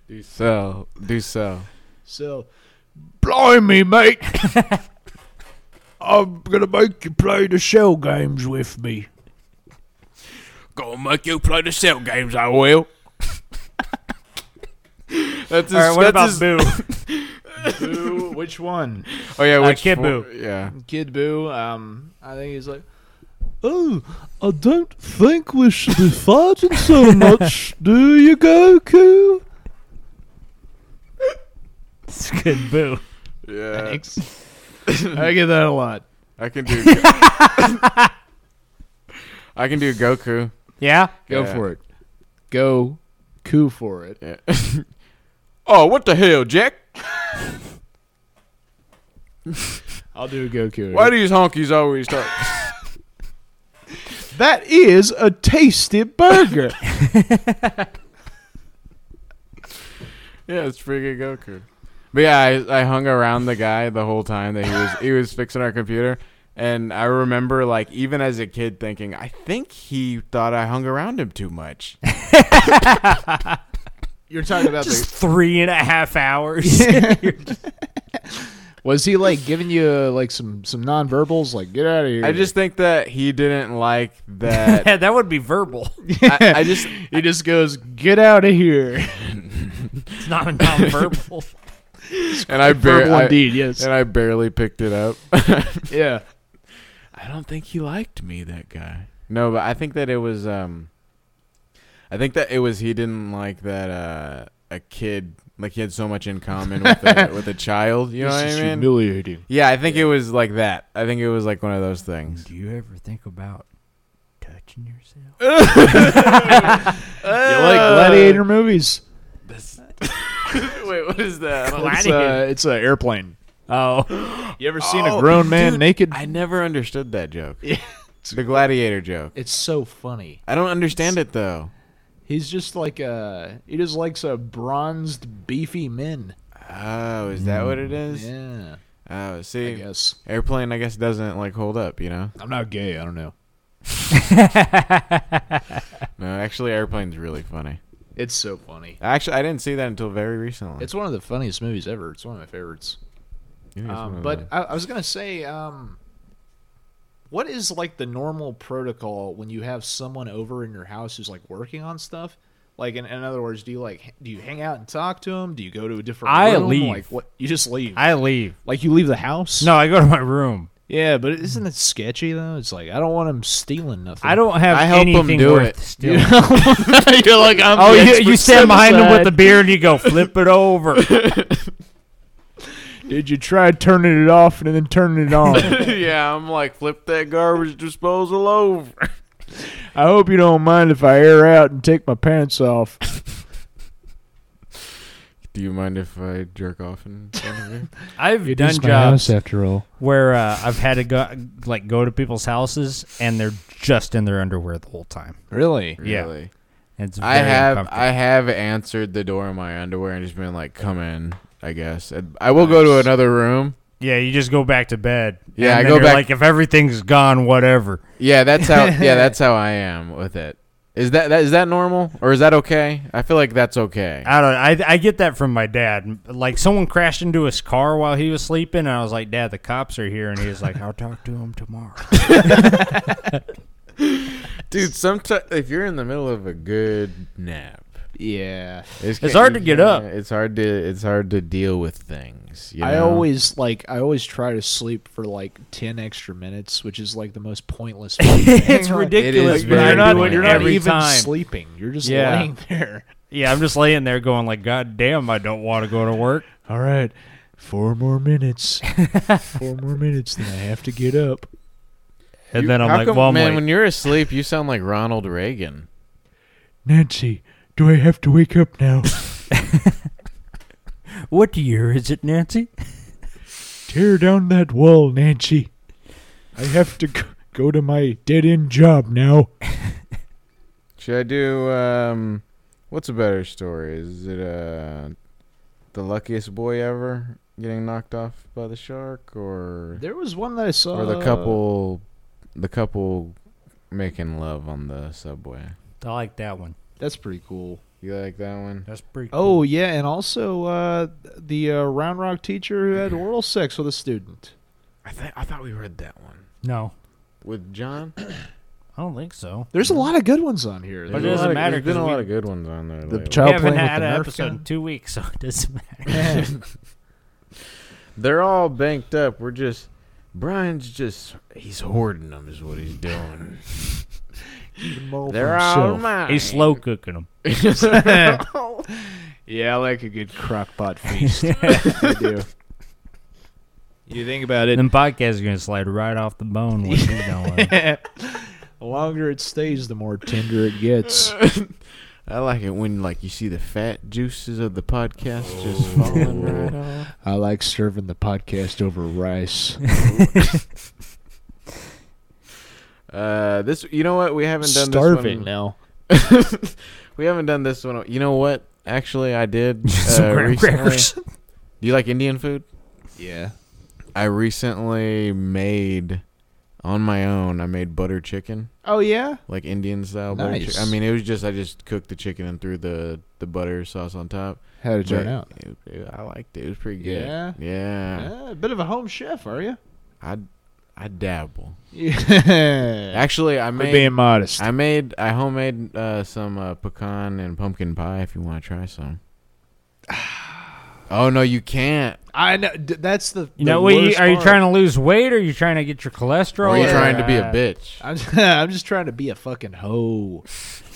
[SPEAKER 1] Do so. Do so.
[SPEAKER 7] [laughs] So, blimey, mate.
[SPEAKER 13] I'm gonna make you play the shell games with me.
[SPEAKER 3] Gonna make you play the cell games, I
[SPEAKER 1] [laughs]
[SPEAKER 3] will. that's his,
[SPEAKER 8] All right, what
[SPEAKER 3] that's
[SPEAKER 8] about
[SPEAKER 3] his-
[SPEAKER 7] Boo, which one?
[SPEAKER 3] Oh, yeah,
[SPEAKER 7] Uh,
[SPEAKER 3] which
[SPEAKER 7] Kid
[SPEAKER 3] one-
[SPEAKER 7] Boo.
[SPEAKER 3] yeah.
[SPEAKER 7] Kid Boo. Um, I think he's like,
[SPEAKER 13] Oh, I don't think we should be fighting so much,
[SPEAKER 7] [laughs]
[SPEAKER 13] do you, Goku?
[SPEAKER 8] It's good boo.
[SPEAKER 3] Yeah.
[SPEAKER 7] Thanks. I get that a lot.
[SPEAKER 1] I can do. [laughs] I can do Goku.
[SPEAKER 8] Yeah?
[SPEAKER 7] Go
[SPEAKER 1] Yeah.
[SPEAKER 7] for it. Go, coup for it.
[SPEAKER 3] Oh, what the hell, Jack?
[SPEAKER 7] I'll do Goku.
[SPEAKER 1] Why do these honkies always [laughs] talk?
[SPEAKER 7] That is a tasty burger.
[SPEAKER 1] yeah, it's freaking Goku. But yeah, I, I hung around the guy the whole time that he was he was fixing our computer, and I remember like even as a kid thinking I think he thought I hung around him too much.
[SPEAKER 7] [laughs] You're talking about
[SPEAKER 8] Just three and a half hours. You're just-
[SPEAKER 7] Was he like giving you uh, like some some nonverbals? Like get out of here.
[SPEAKER 1] I just think that he didn't like [laughs] that.
[SPEAKER 8] [laughs] Yeah, that would be verbal.
[SPEAKER 1] I, I just
[SPEAKER 7] [laughs] he just goes get out of here. [laughs]
[SPEAKER 8] It's not [laughs] non-verbal.
[SPEAKER 1] and I, bar-
[SPEAKER 7] Verbal
[SPEAKER 1] I-
[SPEAKER 7] indeed, yes.
[SPEAKER 1] and I barely picked it up.
[SPEAKER 7] yeah.
[SPEAKER 1] I don't think he liked me, that guy. No, but I think that it was um I think that it was he didn't like that uh a kid like he had so much in common with a, with a child, you know
[SPEAKER 7] This
[SPEAKER 1] what
[SPEAKER 7] is
[SPEAKER 1] I mean?
[SPEAKER 7] humiliating.
[SPEAKER 1] Yeah, I think it was like that. I think it was like one of those things.
[SPEAKER 8] Do you ever think about touching yourself?
[SPEAKER 7] You like gladiator movies?
[SPEAKER 1] Wait, what is that?
[SPEAKER 7] It's uh, it's an airplane.
[SPEAKER 1] [gasps]
[SPEAKER 8] Oh,
[SPEAKER 7] You ever seen a grown man
[SPEAKER 1] dude,
[SPEAKER 7] [laughs] naked?
[SPEAKER 1] I never understood that joke. the gladiator joke.
[SPEAKER 7] It's so funny.
[SPEAKER 1] I don't understand it though.
[SPEAKER 7] He's just like a he just likes a bronzed beefy men.
[SPEAKER 1] Oh, is that what it is?
[SPEAKER 7] Mm, Yeah.
[SPEAKER 1] Oh,
[SPEAKER 7] I
[SPEAKER 1] see.
[SPEAKER 7] guess.
[SPEAKER 1] Airplane I guess doesn't like hold up, you know?
[SPEAKER 7] I'm not gay, I don't know.
[SPEAKER 1] No, actually airplane's really funny.
[SPEAKER 7] It's so funny.
[SPEAKER 1] Actually, I didn't see that until very recently.
[SPEAKER 7] It's one of the funniest movies ever. It's one of my favorites.
[SPEAKER 1] You think it's one
[SPEAKER 7] Um,
[SPEAKER 1] of
[SPEAKER 7] but
[SPEAKER 1] the-
[SPEAKER 7] I, I was gonna say, um, what is like the normal protocol when you have someone over in your house who's like working on stuff? Like, in, in other words, do you like h- do you hang out and talk to them? Do you go to a different?
[SPEAKER 8] I
[SPEAKER 7] room?
[SPEAKER 8] leave.
[SPEAKER 7] Like, what? You just leave.
[SPEAKER 8] [laughs] I leave.
[SPEAKER 7] like, you leave the house.
[SPEAKER 8] No, I go to my room.
[SPEAKER 7] Yeah, but isn't it sketchy though? It's like I don't want him stealing nothing.
[SPEAKER 8] I don't have
[SPEAKER 1] I help 'em
[SPEAKER 8] anything
[SPEAKER 1] do
[SPEAKER 8] worth
[SPEAKER 1] it. [laughs]
[SPEAKER 8] stealing.
[SPEAKER 7] You're like I'm.
[SPEAKER 8] [laughs] Oh, you,
[SPEAKER 7] the expert
[SPEAKER 8] you stand behind him with the
[SPEAKER 7] set-aside.
[SPEAKER 8] beer and you go flip
[SPEAKER 1] [laughs]
[SPEAKER 8] it over.
[SPEAKER 7] [laughs] Did you try turning it off and then turning
[SPEAKER 8] [laughs]
[SPEAKER 7] it on?
[SPEAKER 1] [laughs] yeah, I'm like flip that garbage disposal over.
[SPEAKER 7] I hope you don't mind if I air out and take my pants off.
[SPEAKER 1] Do you mind if I jerk off in front of [laughs] you?
[SPEAKER 8] I've
[SPEAKER 7] It
[SPEAKER 8] done
[SPEAKER 7] is my house
[SPEAKER 8] jobs
[SPEAKER 7] after all.
[SPEAKER 8] where uh, I've had to go like go to people's houses and they're just in their underwear the whole time.
[SPEAKER 7] Really?
[SPEAKER 8] Yeah.
[SPEAKER 1] Really?
[SPEAKER 8] It's very
[SPEAKER 1] I have
[SPEAKER 8] uncomfortable.
[SPEAKER 1] I have answered the door in my underwear and just been like, "Come in," I guess. And I will go to another room.
[SPEAKER 8] yeah, you just go back to bed.
[SPEAKER 1] Yeah,
[SPEAKER 8] and
[SPEAKER 1] I
[SPEAKER 8] then
[SPEAKER 1] go
[SPEAKER 8] you're
[SPEAKER 1] back-
[SPEAKER 8] Like if everything's gone, whatever.
[SPEAKER 1] Yeah, that's
[SPEAKER 8] [laughs]
[SPEAKER 1] how. yeah, that's how I am with it. Is that, that is that normal or is that okay? I feel like that's okay.
[SPEAKER 8] I don't. I I get that from my dad. Like someone crashed into his car while he was sleeping, and I was like, "Dad, the cops are here," and he was like, "I'll talk to him tomorrow."
[SPEAKER 1] Dude, sometimes if you're in the middle of a good nap,
[SPEAKER 7] Yeah.
[SPEAKER 8] It's hard to get up.
[SPEAKER 1] It's hard to it's hard to deal with things. you
[SPEAKER 7] I
[SPEAKER 1] know?
[SPEAKER 7] always like I always try to sleep for like ten extra minutes, which is like the most pointless.
[SPEAKER 8] [laughs]
[SPEAKER 7] it's
[SPEAKER 8] ridiculous,
[SPEAKER 1] but I
[SPEAKER 7] you're
[SPEAKER 1] do
[SPEAKER 7] not,
[SPEAKER 1] it
[SPEAKER 7] you're not
[SPEAKER 8] every
[SPEAKER 7] even
[SPEAKER 8] time.
[SPEAKER 7] sleeping. You're just
[SPEAKER 8] Yeah.
[SPEAKER 7] laying
[SPEAKER 13] [laughs]
[SPEAKER 7] there.
[SPEAKER 8] yeah, I'm just laying there going like, "God damn, I don't want to go to work."
[SPEAKER 7] All right, four
[SPEAKER 8] [laughs]
[SPEAKER 7] more minutes. four more minutes, then I have to get up.
[SPEAKER 8] And
[SPEAKER 1] You-
[SPEAKER 8] then I'm
[SPEAKER 1] how
[SPEAKER 8] like,
[SPEAKER 1] come-
[SPEAKER 8] "Well, I'm
[SPEAKER 1] man,
[SPEAKER 8] late."
[SPEAKER 1] when you're asleep, you sound like Ronald Reagan.
[SPEAKER 13] Nancy, do I have to wake up now?
[SPEAKER 8] [laughs] What year is it, Nancy?
[SPEAKER 13] Tear down that wall, Nancy. I have to g- go to my dead end job now.
[SPEAKER 1] Should I do um what's a better story? Is it uh the luckiest boy ever getting knocked off by the shark or
[SPEAKER 7] There was one that I saw.
[SPEAKER 1] or the couple the couple making love on the subway?
[SPEAKER 8] I like that one.
[SPEAKER 7] That's pretty cool.
[SPEAKER 1] You like that one?
[SPEAKER 8] That's pretty.
[SPEAKER 7] Oh yeah, and also uh, the uh, Round Rock teacher who had oral sex with a student.
[SPEAKER 1] I, th- I thought we read that one.
[SPEAKER 8] No.
[SPEAKER 1] With John? I
[SPEAKER 8] don't think so.
[SPEAKER 7] There's a lot of good ones on here.
[SPEAKER 1] But it
[SPEAKER 7] There's a
[SPEAKER 1] doesn't
[SPEAKER 7] lot of-
[SPEAKER 1] matter.
[SPEAKER 7] there's
[SPEAKER 1] There's been a lot of good ones on there.
[SPEAKER 7] The
[SPEAKER 1] lately.
[SPEAKER 7] child
[SPEAKER 8] we haven't
[SPEAKER 7] playing with
[SPEAKER 8] had
[SPEAKER 7] the
[SPEAKER 8] an
[SPEAKER 7] Nerf
[SPEAKER 8] episode in
[SPEAKER 7] gun?
[SPEAKER 8] two weeks, [laughs] so it doesn't matter.
[SPEAKER 1] Man. They're all banked up. We're just Brian's just he's hoarding them is what he's doing. They're all mine.
[SPEAKER 8] He's slow cooking them.
[SPEAKER 7] yeah, I like a good crockpot feast.
[SPEAKER 1] [laughs]
[SPEAKER 7] I do. You think about it.
[SPEAKER 8] Then podcasts are gonna slide right off the bone when you don't.
[SPEAKER 7] [laughs] the longer it stays, the more tender it [laughs] gets.
[SPEAKER 1] I like it when like you see the fat juices of the podcast just falling right off.
[SPEAKER 7] I like serving the podcast over [laughs] rice.
[SPEAKER 1] Uh, this you know what we haven't done
[SPEAKER 7] Starving
[SPEAKER 1] this one.
[SPEAKER 7] now.
[SPEAKER 1] [laughs] we haven't done this one. You know what? Actually, I [laughs] did uh,
[SPEAKER 8] Some graham
[SPEAKER 1] recently.
[SPEAKER 8] crackers.
[SPEAKER 1] Do you like Indian food?
[SPEAKER 7] Yeah.
[SPEAKER 1] I recently made on my own. I made butter chicken.
[SPEAKER 7] Oh yeah.
[SPEAKER 1] like Indian style. butter
[SPEAKER 7] Nice.
[SPEAKER 1] chick- I mean, it was just I just cooked the chicken and threw the the butter sauce on top.
[SPEAKER 7] How'd it turn
[SPEAKER 1] But
[SPEAKER 7] out?
[SPEAKER 1] it- it- I liked it. It was pretty good.
[SPEAKER 7] Yeah?
[SPEAKER 1] yeah.
[SPEAKER 7] Uh, a bit of a home chef, are [laughs] you?
[SPEAKER 1] I I dabble.
[SPEAKER 7] Yeah.
[SPEAKER 1] Actually, I made
[SPEAKER 7] being modest.
[SPEAKER 1] I made I homemade uh, some uh, pecan and pumpkin pie. If you want to try some. [sighs] oh no, you can't.
[SPEAKER 7] I know. d- That's the.
[SPEAKER 8] You know, what you, are you trying to lose weight or are you trying to get your cholesterol?
[SPEAKER 1] Or are you
[SPEAKER 8] or-
[SPEAKER 1] trying to be a bitch?
[SPEAKER 7] I'm, [laughs] I'm just trying to be a fucking hoe.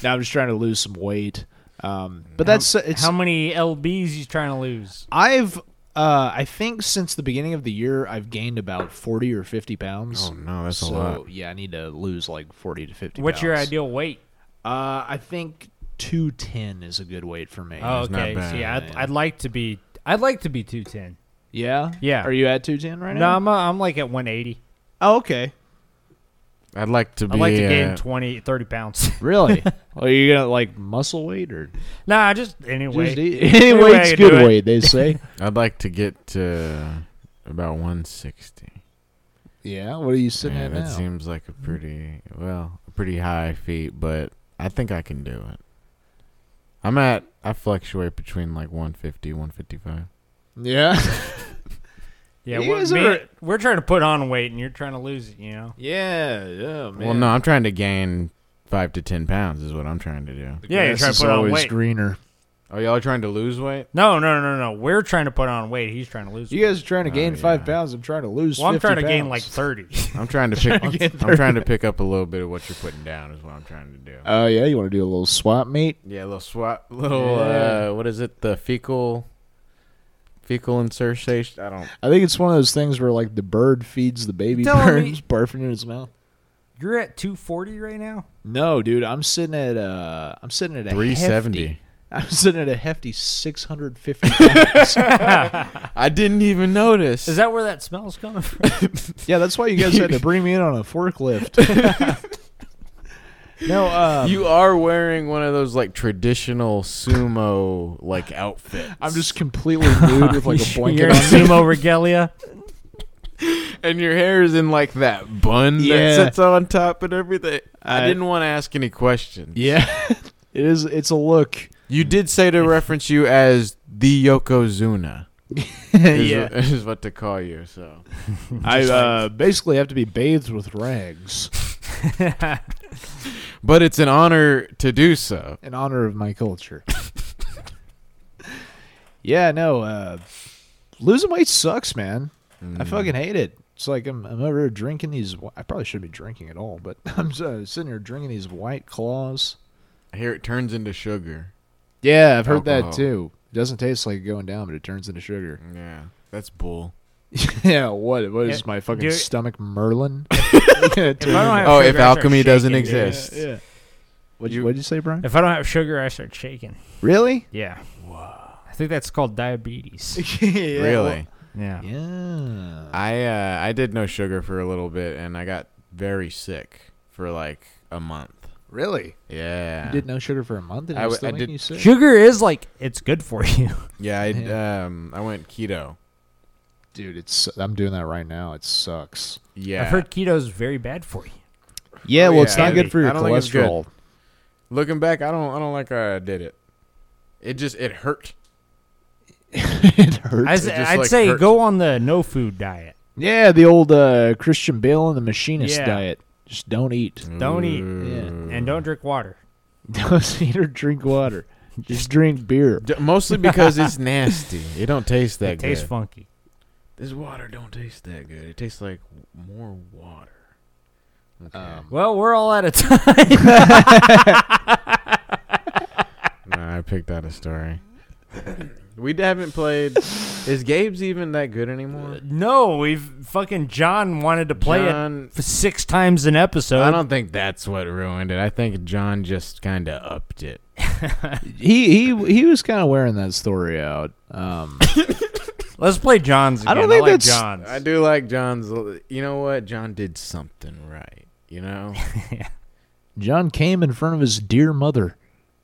[SPEAKER 7] now I'm just trying to lose some weight. Um, but that's it's.
[SPEAKER 8] How many lbs you trying to lose?
[SPEAKER 7] I've uh, I think since the beginning of the year I've gained about forty or fifty pounds.
[SPEAKER 1] Oh no, that's
[SPEAKER 7] so,
[SPEAKER 1] a lot.
[SPEAKER 7] Yeah, I need to lose like forty to fifty.
[SPEAKER 8] What's your
[SPEAKER 7] pounds.
[SPEAKER 8] ideal weight?
[SPEAKER 7] Uh, I think two ten is a good weight for me.
[SPEAKER 8] Oh,
[SPEAKER 1] it's not
[SPEAKER 8] okay.
[SPEAKER 1] bad,
[SPEAKER 8] See, I'd,
[SPEAKER 7] man.
[SPEAKER 8] I'd like to be. I'd like to be two ten.
[SPEAKER 7] yeah,
[SPEAKER 8] Yeah.
[SPEAKER 7] Are you at two ten right
[SPEAKER 8] no,
[SPEAKER 7] now?
[SPEAKER 8] I'm, uh, I'm like at one eighty.
[SPEAKER 7] Oh, okay.
[SPEAKER 1] I'd like to be.
[SPEAKER 8] I'd like to
[SPEAKER 1] uh,
[SPEAKER 8] gain 20, 30 pounds. [laughs]
[SPEAKER 7] Really? Are you gonna like muscle weight or
[SPEAKER 8] nah, just anyway.
[SPEAKER 7] Just eat- [laughs] any
[SPEAKER 8] Anyway, I
[SPEAKER 7] weight's
[SPEAKER 8] can
[SPEAKER 7] good
[SPEAKER 8] do it.
[SPEAKER 7] weight?
[SPEAKER 8] [laughs]
[SPEAKER 7] They say.
[SPEAKER 1] I'd like to get to about 160.
[SPEAKER 7] yeah. What are you sitting
[SPEAKER 1] Yeah,
[SPEAKER 7] at
[SPEAKER 1] that
[SPEAKER 7] now? Mm-hmm.
[SPEAKER 1] seems like a pretty well, a pretty high feat, but I think I can do it. I'm at I fluctuate between like 150, 155.
[SPEAKER 7] yeah.
[SPEAKER 8] Yeah,
[SPEAKER 7] You
[SPEAKER 8] we're,
[SPEAKER 7] guys
[SPEAKER 8] me-
[SPEAKER 7] are-
[SPEAKER 8] we're trying to put on weight, and you're trying to lose it. You know.
[SPEAKER 7] yeah. Yeah. Man.
[SPEAKER 1] Well, no, I'm trying to gain five to ten pounds is what I'm trying to do.
[SPEAKER 8] Yeah, you're
[SPEAKER 7] Grass
[SPEAKER 8] trying
[SPEAKER 7] is
[SPEAKER 8] to put on
[SPEAKER 7] always
[SPEAKER 8] weight.
[SPEAKER 7] greener.
[SPEAKER 1] Oh, y'all are trying to lose weight?
[SPEAKER 8] No, no, no, no. We're trying to put on weight. He's trying to lose.
[SPEAKER 7] You guys are trying to
[SPEAKER 1] Oh,
[SPEAKER 7] gain
[SPEAKER 1] yeah.
[SPEAKER 7] five pounds. I'm trying to lose.
[SPEAKER 8] well, I'm
[SPEAKER 7] 50
[SPEAKER 8] trying to gain
[SPEAKER 7] pounds.
[SPEAKER 8] like
[SPEAKER 7] [laughs]
[SPEAKER 8] thirty.
[SPEAKER 1] I'm trying to pick.
[SPEAKER 7] Trying to get
[SPEAKER 1] I'm
[SPEAKER 7] thirty.
[SPEAKER 1] trying to pick up a little bit of what you're putting down is what I'm trying to do.
[SPEAKER 7] Oh yeah, you want to do a little swap meet?
[SPEAKER 1] yeah, a little swap, little
[SPEAKER 7] Yeah.
[SPEAKER 1] uh, what is it? The fecal, fecal insertion. I don't.
[SPEAKER 7] I think it's one of those things where like the bird feeds the baby
[SPEAKER 8] Tell
[SPEAKER 7] bird,
[SPEAKER 8] me-
[SPEAKER 7] it's [laughs] barfing in his mouth.
[SPEAKER 8] You're at two forty right now.
[SPEAKER 7] No, dude, I'm sitting at uh, I'm sitting at a
[SPEAKER 1] 370.
[SPEAKER 7] hefty- I'm sitting at a hefty 650 [laughs] pounds.
[SPEAKER 1] I didn't even notice.
[SPEAKER 8] Is that where that smell's coming from?
[SPEAKER 7] yeah, that's why you guys had to bring me in on a forklift. [laughs] no, [laughs] uh,
[SPEAKER 1] you are wearing one of those like traditional sumo like outfits.
[SPEAKER 7] I'm just completely nude
[SPEAKER 8] [laughs]
[SPEAKER 7] with like a [laughs]
[SPEAKER 8] You're
[SPEAKER 7] blanket
[SPEAKER 8] in
[SPEAKER 7] on.
[SPEAKER 8] sumo regalia.
[SPEAKER 1] and your hair is in like that bun that
[SPEAKER 7] Yeah.
[SPEAKER 1] sits on top and everything. I,
[SPEAKER 7] I-
[SPEAKER 1] didn't want to ask any questions.
[SPEAKER 7] Yeah, it is. It's a look.
[SPEAKER 1] You did say to reference you as the Yokozuna. Is,
[SPEAKER 7] [laughs] yeah,
[SPEAKER 1] [laughs] is what to call you. So
[SPEAKER 7] I uh, basically have to be bathed with rags
[SPEAKER 1] But it's an honor to do so.
[SPEAKER 7] in honor of my [laughs] culture. yeah, no, uh, losing weight sucks, man. I fucking hate it. It's like I'm, I'm over here drinking these. wh- I probably shouldn't be drinking at all, but [laughs] I'm uh, sitting here drinking these white claws.
[SPEAKER 1] I hear it turns into sugar.
[SPEAKER 7] Yeah, I've heard
[SPEAKER 1] Alcohol.
[SPEAKER 7] that too. It doesn't taste like it going down, but it turns into sugar.
[SPEAKER 1] Yeah. That's bull.
[SPEAKER 7] [laughs] yeah, what? What is
[SPEAKER 8] Yeah,
[SPEAKER 7] my fucking
[SPEAKER 8] dude.
[SPEAKER 7] stomach [laughs] Merlin?
[SPEAKER 8] If I don't have
[SPEAKER 1] Oh, if
[SPEAKER 8] sugar, I start
[SPEAKER 1] alchemy doesn't
[SPEAKER 8] shaking, dude.
[SPEAKER 1] exist.
[SPEAKER 7] What'd you, what'd you say, Brian?
[SPEAKER 8] If I don't have sugar, I start shaking.
[SPEAKER 7] Really?
[SPEAKER 8] Yeah. I think that's
[SPEAKER 1] [laughs]
[SPEAKER 8] called diabetes.
[SPEAKER 7] [laughs] Yeah,
[SPEAKER 1] really?
[SPEAKER 8] Yeah.
[SPEAKER 7] well- yeah.
[SPEAKER 1] I uh, I did no sugar for a little bit, and I got very sick for like a month.
[SPEAKER 7] Really?
[SPEAKER 1] Yeah,
[SPEAKER 7] You did no sugar for a month, and
[SPEAKER 1] I
[SPEAKER 7] it
[SPEAKER 1] w-
[SPEAKER 7] was still
[SPEAKER 1] I
[SPEAKER 7] making
[SPEAKER 1] did-
[SPEAKER 7] you sick.
[SPEAKER 8] Sugar is like it's good for you. [laughs]
[SPEAKER 1] yeah. I um I went keto.
[SPEAKER 7] Dude, it's I'm doing that right now. It sucks.
[SPEAKER 1] Yeah,
[SPEAKER 8] I've heard keto's very bad for you.
[SPEAKER 7] Yeah,
[SPEAKER 1] Oh,
[SPEAKER 7] well, it's
[SPEAKER 1] yeah.
[SPEAKER 7] not good for your
[SPEAKER 1] I don't think it's good.
[SPEAKER 7] cholesterol. [laughs]
[SPEAKER 1] looking back, I don't I don't like I did it. It just it hurt.
[SPEAKER 7] it hurts.
[SPEAKER 8] I, would
[SPEAKER 1] just, like,
[SPEAKER 8] say
[SPEAKER 1] hurts.
[SPEAKER 8] go on the no food diet.
[SPEAKER 7] Yeah, the old uh, Christian Bale and the Machinist
[SPEAKER 8] Yeah.
[SPEAKER 7] diet. Just don't eat.
[SPEAKER 8] Don't eat.
[SPEAKER 7] Yeah.
[SPEAKER 8] And don't drink water.
[SPEAKER 7] [laughs] Don't eat or drink [laughs] water. Just drink beer.
[SPEAKER 1] mostly because
[SPEAKER 8] [laughs]
[SPEAKER 1] it's nasty. It don't taste that
[SPEAKER 8] It tastes
[SPEAKER 1] good.
[SPEAKER 8] funky.
[SPEAKER 1] This water don't taste that good. It tastes like more water. Um, Okay.
[SPEAKER 8] Well, we're all out of time.
[SPEAKER 1] Nah, I picked out a story. [coughs] we haven't played. Is Gabe's even that good anymore?
[SPEAKER 8] [laughs] no, we've fucking John wanted to play
[SPEAKER 1] John-
[SPEAKER 8] it for six times an episode.
[SPEAKER 1] I don't think that's what ruined it. I think John just kind of upped it.
[SPEAKER 7] He he he was kind of wearing that story out. Um, [coughs]
[SPEAKER 8] Let's play John's. Again.
[SPEAKER 7] I don't think
[SPEAKER 8] like
[SPEAKER 7] that's-
[SPEAKER 8] John's.
[SPEAKER 1] I do like John's. You know what? John did something right. You [laughs] know.
[SPEAKER 7] John came in front of his dear mother.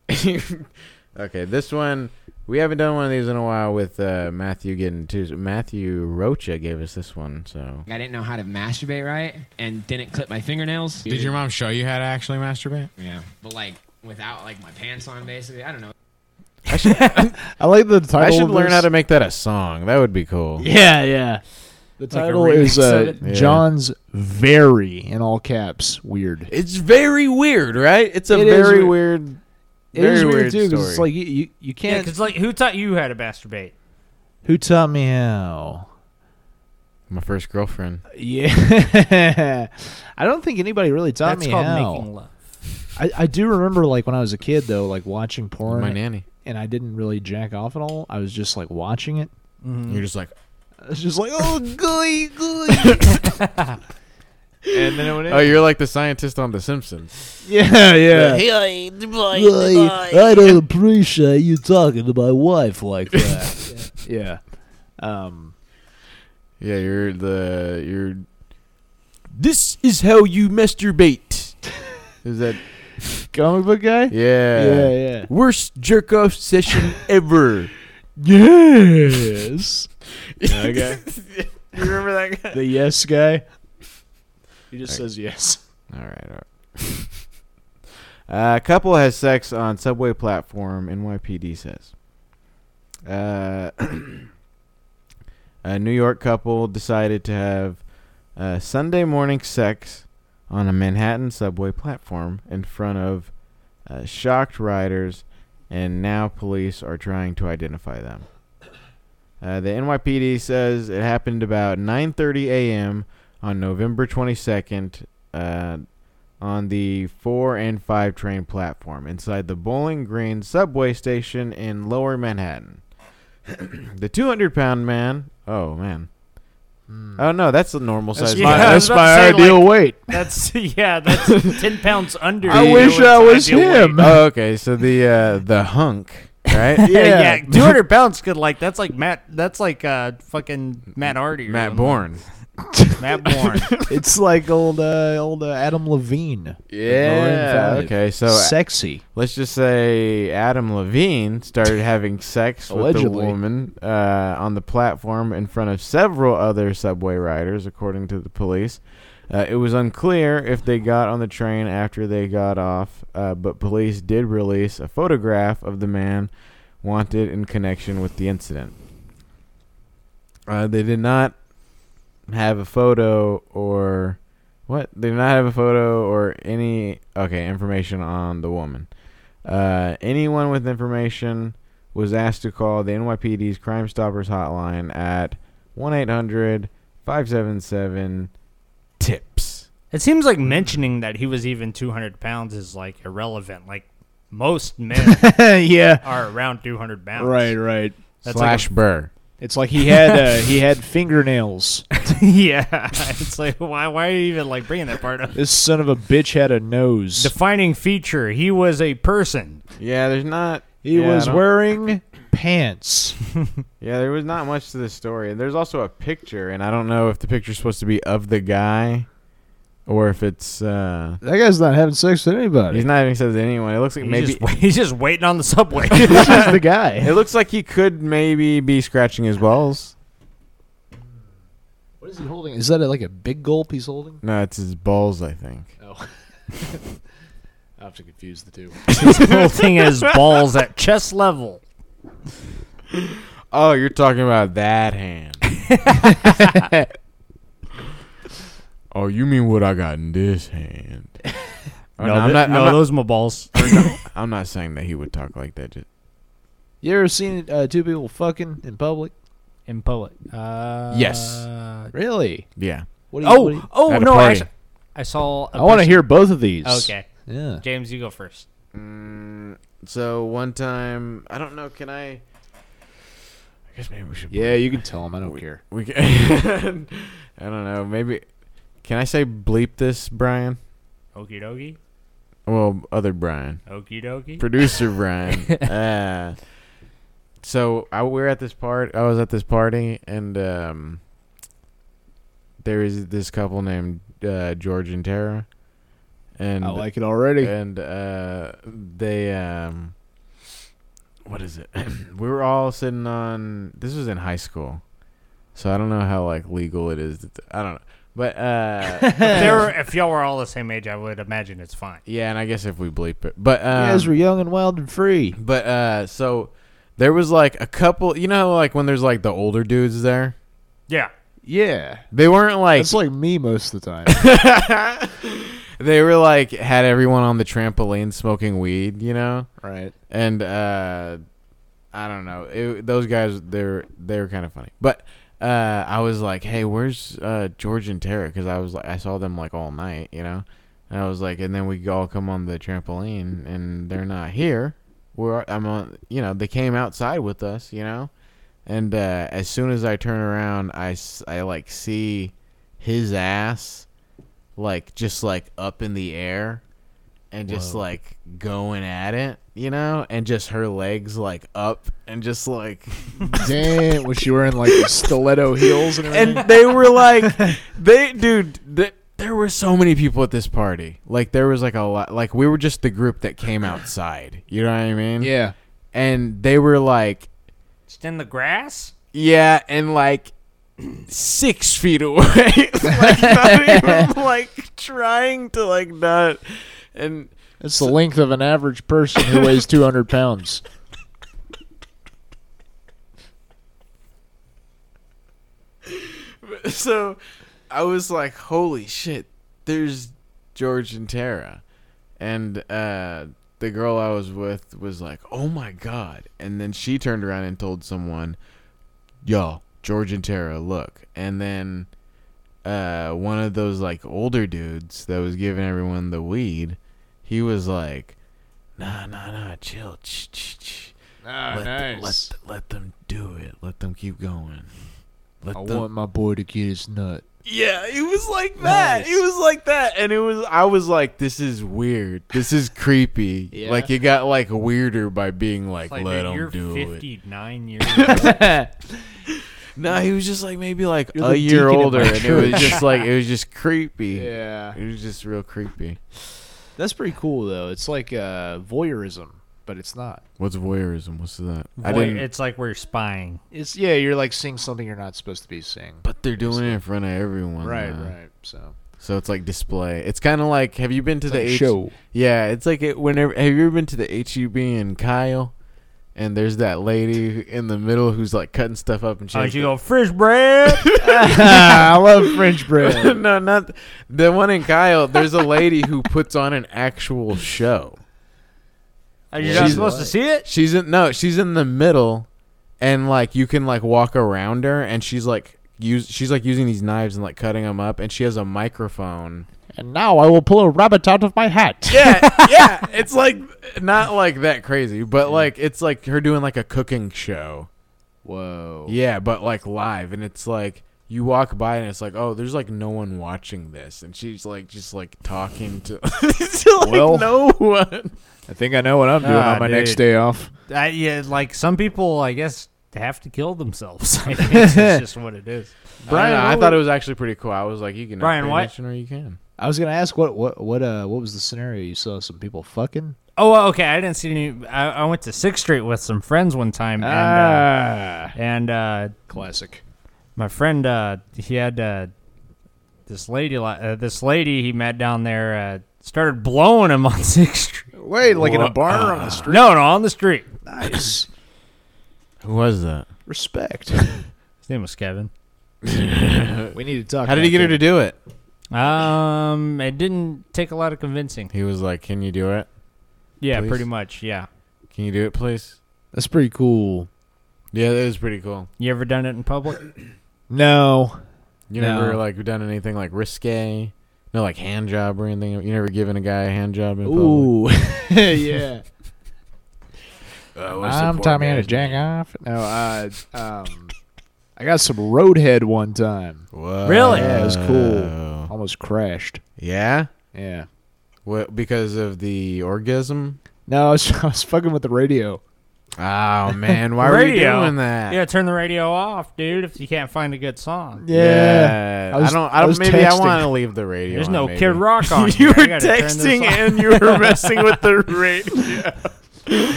[SPEAKER 1] okay, this one we haven't done one of these in a while with uh, Matthew getting to Matthew Rocha gave us this one. So
[SPEAKER 14] I didn't know how to masturbate right and didn't clip my fingernails.
[SPEAKER 1] mom show you how to actually masturbate?
[SPEAKER 14] Yeah. But like without like my pants on basically. I don't know.
[SPEAKER 7] I like the title.
[SPEAKER 1] I should
[SPEAKER 7] of
[SPEAKER 1] learn
[SPEAKER 7] this.
[SPEAKER 1] how to make that a song. That would be [laughs] cool.
[SPEAKER 7] Yeah, yeah. The
[SPEAKER 1] Like a
[SPEAKER 7] title
[SPEAKER 1] remix
[SPEAKER 7] is uh,
[SPEAKER 1] of it? Yeah.
[SPEAKER 7] John's very in all caps weird.
[SPEAKER 1] It's very weird, right? It's a
[SPEAKER 7] It is
[SPEAKER 1] very
[SPEAKER 7] weird.
[SPEAKER 1] weird.
[SPEAKER 7] It
[SPEAKER 1] very
[SPEAKER 7] is weird,
[SPEAKER 1] weird
[SPEAKER 7] too, 'cause
[SPEAKER 1] story.
[SPEAKER 7] it's like you you, you
[SPEAKER 8] Yeah,
[SPEAKER 7] can't.
[SPEAKER 8] because like, who taught you how to masturbate?
[SPEAKER 7] who taught me how?
[SPEAKER 1] My first girlfriend.
[SPEAKER 7] Yeah, [laughs] I don't think anybody really taught
[SPEAKER 8] That's
[SPEAKER 7] me
[SPEAKER 8] called
[SPEAKER 7] how.
[SPEAKER 8] making love.
[SPEAKER 7] I, I do remember like when I was a kid though, like watching porn.
[SPEAKER 1] My nanny.
[SPEAKER 7] And I didn't really jack off at all. I was just like watching it.
[SPEAKER 1] You're just like,
[SPEAKER 7] I was just like, [laughs] oh, gooey, gooey.
[SPEAKER 1] and then oh, you're like the scientist on The Simpsons.
[SPEAKER 7] [laughs] yeah, yeah.
[SPEAKER 11] Hey, boy,
[SPEAKER 7] Like, I don't appreciate you talking to my wife like [laughs] that. yeah. Um.
[SPEAKER 1] Yeah, you're the you're. This is how you masturbate. is that
[SPEAKER 7] Comic book guy?
[SPEAKER 1] yeah
[SPEAKER 7] Yeah, yeah.
[SPEAKER 1] worst jerk off session ever?
[SPEAKER 7] Yes.
[SPEAKER 8] [laughs]
[SPEAKER 1] [laughs] okay.
[SPEAKER 8] You remember that guy?
[SPEAKER 7] The yes guy. He just
[SPEAKER 8] [laughs]
[SPEAKER 7] says yes.
[SPEAKER 1] All right. All right. Uh, couple has sex on subway platform. NYPD says. Uh, [clears throat] a New York couple decided to have uh, Sunday morning sex on a Manhattan subway platform in front of uh, shocked riders, and now police are trying to identify them. Uh, the NYPD says it happened about 9:30 a.m. on November 22nd uh, on the 4 and 5 train platform inside the Bowling Green subway station in Lower Manhattan. [coughs] the 200-pound man. Oh man. Oh no, that's a normal
[SPEAKER 7] Hmm. That's
[SPEAKER 1] size.
[SPEAKER 7] my-
[SPEAKER 1] man.
[SPEAKER 8] I was
[SPEAKER 7] [laughs] that's
[SPEAKER 8] about to
[SPEAKER 7] my
[SPEAKER 8] say,
[SPEAKER 7] ideal
[SPEAKER 8] [laughs]
[SPEAKER 7] weight.
[SPEAKER 8] [laughs] That's yeah. That's ten pounds under.
[SPEAKER 7] I wish
[SPEAKER 8] That's
[SPEAKER 7] I was
[SPEAKER 8] ideal weight.
[SPEAKER 7] him.
[SPEAKER 1] Oh, okay, so the uh, the hunk, right?
[SPEAKER 8] Yeah, yeah.
[SPEAKER 7] [laughs] Yeah.
[SPEAKER 8] Two hundred pounds could like that's like Matt. That's like uh fucking Matt Hardy. or
[SPEAKER 1] Matt
[SPEAKER 8] something.
[SPEAKER 1] Bourne.
[SPEAKER 8] Matt Bourne.
[SPEAKER 7] [laughs] it's like old uh, old uh, Adam Levine.
[SPEAKER 1] Yeah.
[SPEAKER 7] Maroon five.
[SPEAKER 1] Okay, so
[SPEAKER 7] sexy.
[SPEAKER 1] let's just say Adam Levine started having sex with the
[SPEAKER 7] Allegedly.
[SPEAKER 1] woman uh, on the platform in front of several other subway riders, according to the police. Uh, it was unclear if they got on the train after they got off, uh, but police did release a photograph of the man wanted in connection with the incident. Uh, they did not have a photo or what? They did not have a photo or any okay information on the woman. Uh, anyone with information was asked to call the NYPD's Crime Stoppers hotline at 1-800-577-TIPS.
[SPEAKER 8] It seems like mentioning that he was even two hundred pounds is like irrelevant. Like most
[SPEAKER 7] [laughs]
[SPEAKER 8] men
[SPEAKER 7] [laughs] yeah.
[SPEAKER 8] are around two hundred pounds.
[SPEAKER 7] Right, right.
[SPEAKER 8] That's
[SPEAKER 1] slash Burr.
[SPEAKER 7] It's like he had uh, he had fingernails.
[SPEAKER 8] Like, [laughs] yeah. It's like why? Why are you even like bringing that
[SPEAKER 7] [laughs]
[SPEAKER 8] part up?
[SPEAKER 7] This son of a bitch had a nose.
[SPEAKER 8] Defining feature. He was a person.
[SPEAKER 1] Yeah, there's not.
[SPEAKER 7] he
[SPEAKER 1] yeah, I
[SPEAKER 7] was
[SPEAKER 1] don't-
[SPEAKER 7] wearing pants.
[SPEAKER 1] Yeah, there was not much to the story. And there's also a picture, and I don't know if the picture's supposed to be of the guy or if it's. uh
[SPEAKER 7] That guy's not having sex with anybody.
[SPEAKER 1] He's not having sex with anyone. It looks like
[SPEAKER 8] He's,
[SPEAKER 1] maybe
[SPEAKER 8] just, [laughs] he's just waiting on the
[SPEAKER 7] [laughs]
[SPEAKER 8] subway.
[SPEAKER 7] this is the guy.
[SPEAKER 1] It looks like he could maybe be scratching his balls.
[SPEAKER 7] [laughs] What is he holding? Is that like a big gulp he's holding?
[SPEAKER 1] No, it's his balls, I think.
[SPEAKER 7] Oh. I have to confuse the two.
[SPEAKER 8] holding [laughs] his balls at chest level. [laughs]
[SPEAKER 1] Oh, you're talking about that hand. Oh, you mean what I got in this hand? Oh,
[SPEAKER 8] No, th- no, those my balls.
[SPEAKER 1] I'm not saying that he would talk like that. Just,
[SPEAKER 7] You ever seen uh, two people fucking in public?
[SPEAKER 8] In public. Uh,
[SPEAKER 1] Yes.
[SPEAKER 7] Really?
[SPEAKER 1] yeah.
[SPEAKER 7] What
[SPEAKER 8] oh, oh
[SPEAKER 1] At a
[SPEAKER 8] no!
[SPEAKER 1] party.
[SPEAKER 8] Actually, I saw. I
[SPEAKER 7] I wanna hear both of these.
[SPEAKER 8] Okay.
[SPEAKER 7] Yeah.
[SPEAKER 8] James, you go first.
[SPEAKER 1] So one time, I don't know. Can I? I guess maybe we should.
[SPEAKER 7] Yeah, you can tell them. I don't care.
[SPEAKER 1] We can. [laughs] I don't know. Maybe. Can I say bleep this, Brian?
[SPEAKER 8] Okie dokie.
[SPEAKER 1] Well, other Brian.
[SPEAKER 8] Okie dokie. [laughs]
[SPEAKER 1] Producer
[SPEAKER 7] [laughs]
[SPEAKER 1] Brian. uh, so I we were at this part. I was at this party, and um, there is this couple named uh, George and Tara, and
[SPEAKER 7] I like it already.
[SPEAKER 1] And uh, they um, what is it? [clears throat] we were all sitting on. This was in high school, so I don't know how like legal it is. that- I don't know, but uh, [laughs]
[SPEAKER 8] if, they
[SPEAKER 7] [laughs]
[SPEAKER 8] were, if y'all were all the same age, I would imagine it's fine.
[SPEAKER 1] yeah, and I guess if we bleep it, but um,
[SPEAKER 7] you guys were young and wild and free.
[SPEAKER 1] But uh so there was like a couple you know like when there's like the older dudes there?
[SPEAKER 8] Yeah.
[SPEAKER 7] Yeah.
[SPEAKER 1] They weren't like
[SPEAKER 7] It's like me most of the [laughs] time.
[SPEAKER 1] they were like had everyone on the trampoline smoking weed, you know?
[SPEAKER 7] Right.
[SPEAKER 1] And uh I don't know. It, those guys they're they were kind of funny. But uh I was like, "Hey, where's uh George and Tara?" cuz I was like I saw them like all night, you know? And I was like, and then we all come on the trampoline and they're not here. We're I'm on, you know, they came outside with us, you know? And uh, as soon as I turn around, I, s- I like see his ass like just like up in the air and just
[SPEAKER 8] Whoa.
[SPEAKER 1] like going at it, you know, and just her legs like up and just like
[SPEAKER 7] Damn, was she wearing like stiletto heels and everything?
[SPEAKER 1] and they were like they dude th- there were so many people at this party like there was like a lot like we were just the group that came outside you know what i mean
[SPEAKER 7] yeah
[SPEAKER 1] and they were like
[SPEAKER 8] Just in the grass?
[SPEAKER 1] yeah and like six feet away [laughs] like not even like trying to like not and
[SPEAKER 7] It's the length of an average person who weighs 200 [laughs] pounds.
[SPEAKER 1] [laughs] so I was like, holy shit, there's George and Tara. And uh, the girl I was with was like, oh my God. And then she turned around and told someone, yo, George and Tara, look. And then uh, one of those like older dudes that was giving everyone the weed, he was like, nah, nah, nah, chill, ch, ch, ch.
[SPEAKER 7] Ah,
[SPEAKER 1] let, th-
[SPEAKER 7] nice.
[SPEAKER 1] let, let them do it. Let them keep going. Let
[SPEAKER 7] I
[SPEAKER 1] them
[SPEAKER 7] want my boy to get his nut.
[SPEAKER 1] yeah, it was like that. It was like that, and it was. I was like, "This is weird. This is creepy."
[SPEAKER 8] Yeah.
[SPEAKER 1] Like it got like weirder by being like,
[SPEAKER 8] It's like,
[SPEAKER 1] "Let
[SPEAKER 8] dude,
[SPEAKER 1] him
[SPEAKER 8] you're
[SPEAKER 1] do it." [laughs]
[SPEAKER 8] 59 years old.
[SPEAKER 1] No, he was just like maybe like
[SPEAKER 8] You're
[SPEAKER 1] a
[SPEAKER 8] the
[SPEAKER 1] year
[SPEAKER 8] deacon of
[SPEAKER 1] older,
[SPEAKER 8] my
[SPEAKER 1] and it was
[SPEAKER 8] church.
[SPEAKER 1] just like it was just
[SPEAKER 8] [laughs]
[SPEAKER 1] creepy.
[SPEAKER 7] Yeah.
[SPEAKER 1] it was just real creepy.
[SPEAKER 7] That's pretty cool, though. It's like uh, voyeurism, but it's not.
[SPEAKER 1] What's voyeurism? What's that? I
[SPEAKER 8] Voy-
[SPEAKER 1] didn't.
[SPEAKER 8] It's like we're spying.
[SPEAKER 7] It's Yeah, you're like seeing something you're not supposed to be seeing.
[SPEAKER 1] But they're doing it in front of everyone.
[SPEAKER 7] Right,
[SPEAKER 1] though.
[SPEAKER 7] right. So
[SPEAKER 1] So it's like display. It's kind of like have you been to
[SPEAKER 7] It's
[SPEAKER 1] the
[SPEAKER 7] like
[SPEAKER 1] H-
[SPEAKER 7] [laughs] show.
[SPEAKER 1] Yeah, it's like it whenever have you ever been to the HUB in Kyle? And there's that lady who- in the middle who's like cutting stuff up and she.
[SPEAKER 8] Oh,
[SPEAKER 1] has
[SPEAKER 8] you
[SPEAKER 1] the-
[SPEAKER 8] go, fresh bread?
[SPEAKER 7] Ah, I love [laughs] French
[SPEAKER 1] [laughs]
[SPEAKER 7] bread.
[SPEAKER 1] no, not th- the one in Kyle. There's a lady who puts on an actual show.
[SPEAKER 8] Are you not supposed to see [laughs] it?
[SPEAKER 1] She's in no, she's in the middle, and like you can like walk around her, and she's like use she's like using these knives and like cutting them up, and she has a microphone.
[SPEAKER 7] And now I will pull a rabbit out of my [laughs] hat.
[SPEAKER 1] yeah, yeah. [laughs] It's like not like that crazy, but like it's like her doing like a cooking show.
[SPEAKER 7] Whoa.
[SPEAKER 1] Yeah, but like live, and it's like you walk by and it's like, oh, there's like no one watching this, and she's like just like talking to, [laughs] to like
[SPEAKER 7] Well,
[SPEAKER 1] no one.
[SPEAKER 7] I think I know what I'm doing
[SPEAKER 8] Ah,
[SPEAKER 7] on my
[SPEAKER 8] dude.
[SPEAKER 7] next day off.
[SPEAKER 8] I, yeah, like some people, I guess, have to kill themselves. [laughs] I think it's just what it is.
[SPEAKER 1] Brian,
[SPEAKER 7] Brian,
[SPEAKER 1] I,
[SPEAKER 7] what
[SPEAKER 1] thought
[SPEAKER 7] would-
[SPEAKER 1] it was actually pretty cool. I was like, you can
[SPEAKER 8] Brian, what?
[SPEAKER 1] or you can.
[SPEAKER 7] I was gonna ask what what what uh what was the scenario you saw some people fucking?
[SPEAKER 8] Oh, well, okay. I didn't see any. I, I went to Sixth Street with some friends one time,
[SPEAKER 7] Ah.
[SPEAKER 8] and uh, and uh,
[SPEAKER 7] Classic.
[SPEAKER 8] my friend, uh, he had uh, this lady. li- Uh, this lady he met down there uh, started blowing him [laughs] on Sixth Street.
[SPEAKER 7] Wait, like in a bar or on the street?
[SPEAKER 8] No, no, on the street.
[SPEAKER 7] Nice.
[SPEAKER 1] Who was that?
[SPEAKER 7] [laughs] Respect. [laughs]
[SPEAKER 8] His name was Kevin.
[SPEAKER 7] we need to talk.
[SPEAKER 1] How did he
[SPEAKER 7] about
[SPEAKER 1] get her
[SPEAKER 7] that.
[SPEAKER 1] to do it?
[SPEAKER 8] Uh, Um, it didn't take a lot of convincing.
[SPEAKER 1] He was like, "Can you do it?"
[SPEAKER 8] Yeah,
[SPEAKER 1] please?
[SPEAKER 8] pretty much. Yeah.
[SPEAKER 1] Can you do it, please?
[SPEAKER 7] That's pretty cool.
[SPEAKER 1] Yeah, that is pretty cool.
[SPEAKER 8] You ever done it in public?
[SPEAKER 7] No.
[SPEAKER 1] You
[SPEAKER 7] No.
[SPEAKER 1] never like done anything like risque, no like hand job or anything. You never given a guy a hand job in
[SPEAKER 7] Ooh.
[SPEAKER 1] public.
[SPEAKER 7] [laughs] yeah.
[SPEAKER 1] Uh, what's the
[SPEAKER 7] I'm
[SPEAKER 1] poor
[SPEAKER 7] Tommy and
[SPEAKER 1] guy's
[SPEAKER 7] a jack off. No, uh, um, I got some roadhead one time.
[SPEAKER 8] Really?
[SPEAKER 7] Yeah, it was
[SPEAKER 1] Wow.
[SPEAKER 7] cool. Almost crashed.
[SPEAKER 1] Yeah.
[SPEAKER 7] Yeah.
[SPEAKER 1] What? Because of the orgasm?
[SPEAKER 7] No, I was, [laughs] I was fucking with the radio.
[SPEAKER 1] [laughs] Oh man, why were you
[SPEAKER 8] Radio.
[SPEAKER 1] doing that?
[SPEAKER 8] Yeah, turn the radio off, dude. If you can't find a good song.
[SPEAKER 7] Yeah.
[SPEAKER 1] Yeah,
[SPEAKER 7] I was-
[SPEAKER 1] I don't.
[SPEAKER 7] I
[SPEAKER 1] I don't.
[SPEAKER 7] was
[SPEAKER 1] maybe I
[SPEAKER 7] texting.
[SPEAKER 1] want to leave the radio.
[SPEAKER 8] There's
[SPEAKER 1] on,
[SPEAKER 8] no
[SPEAKER 1] maybe. [laughs]
[SPEAKER 8] Kid Rock on.
[SPEAKER 1] You
[SPEAKER 8] here. I
[SPEAKER 1] were
[SPEAKER 8] gotta turn this
[SPEAKER 1] texting
[SPEAKER 8] off.
[SPEAKER 1] and you were messing with the radio.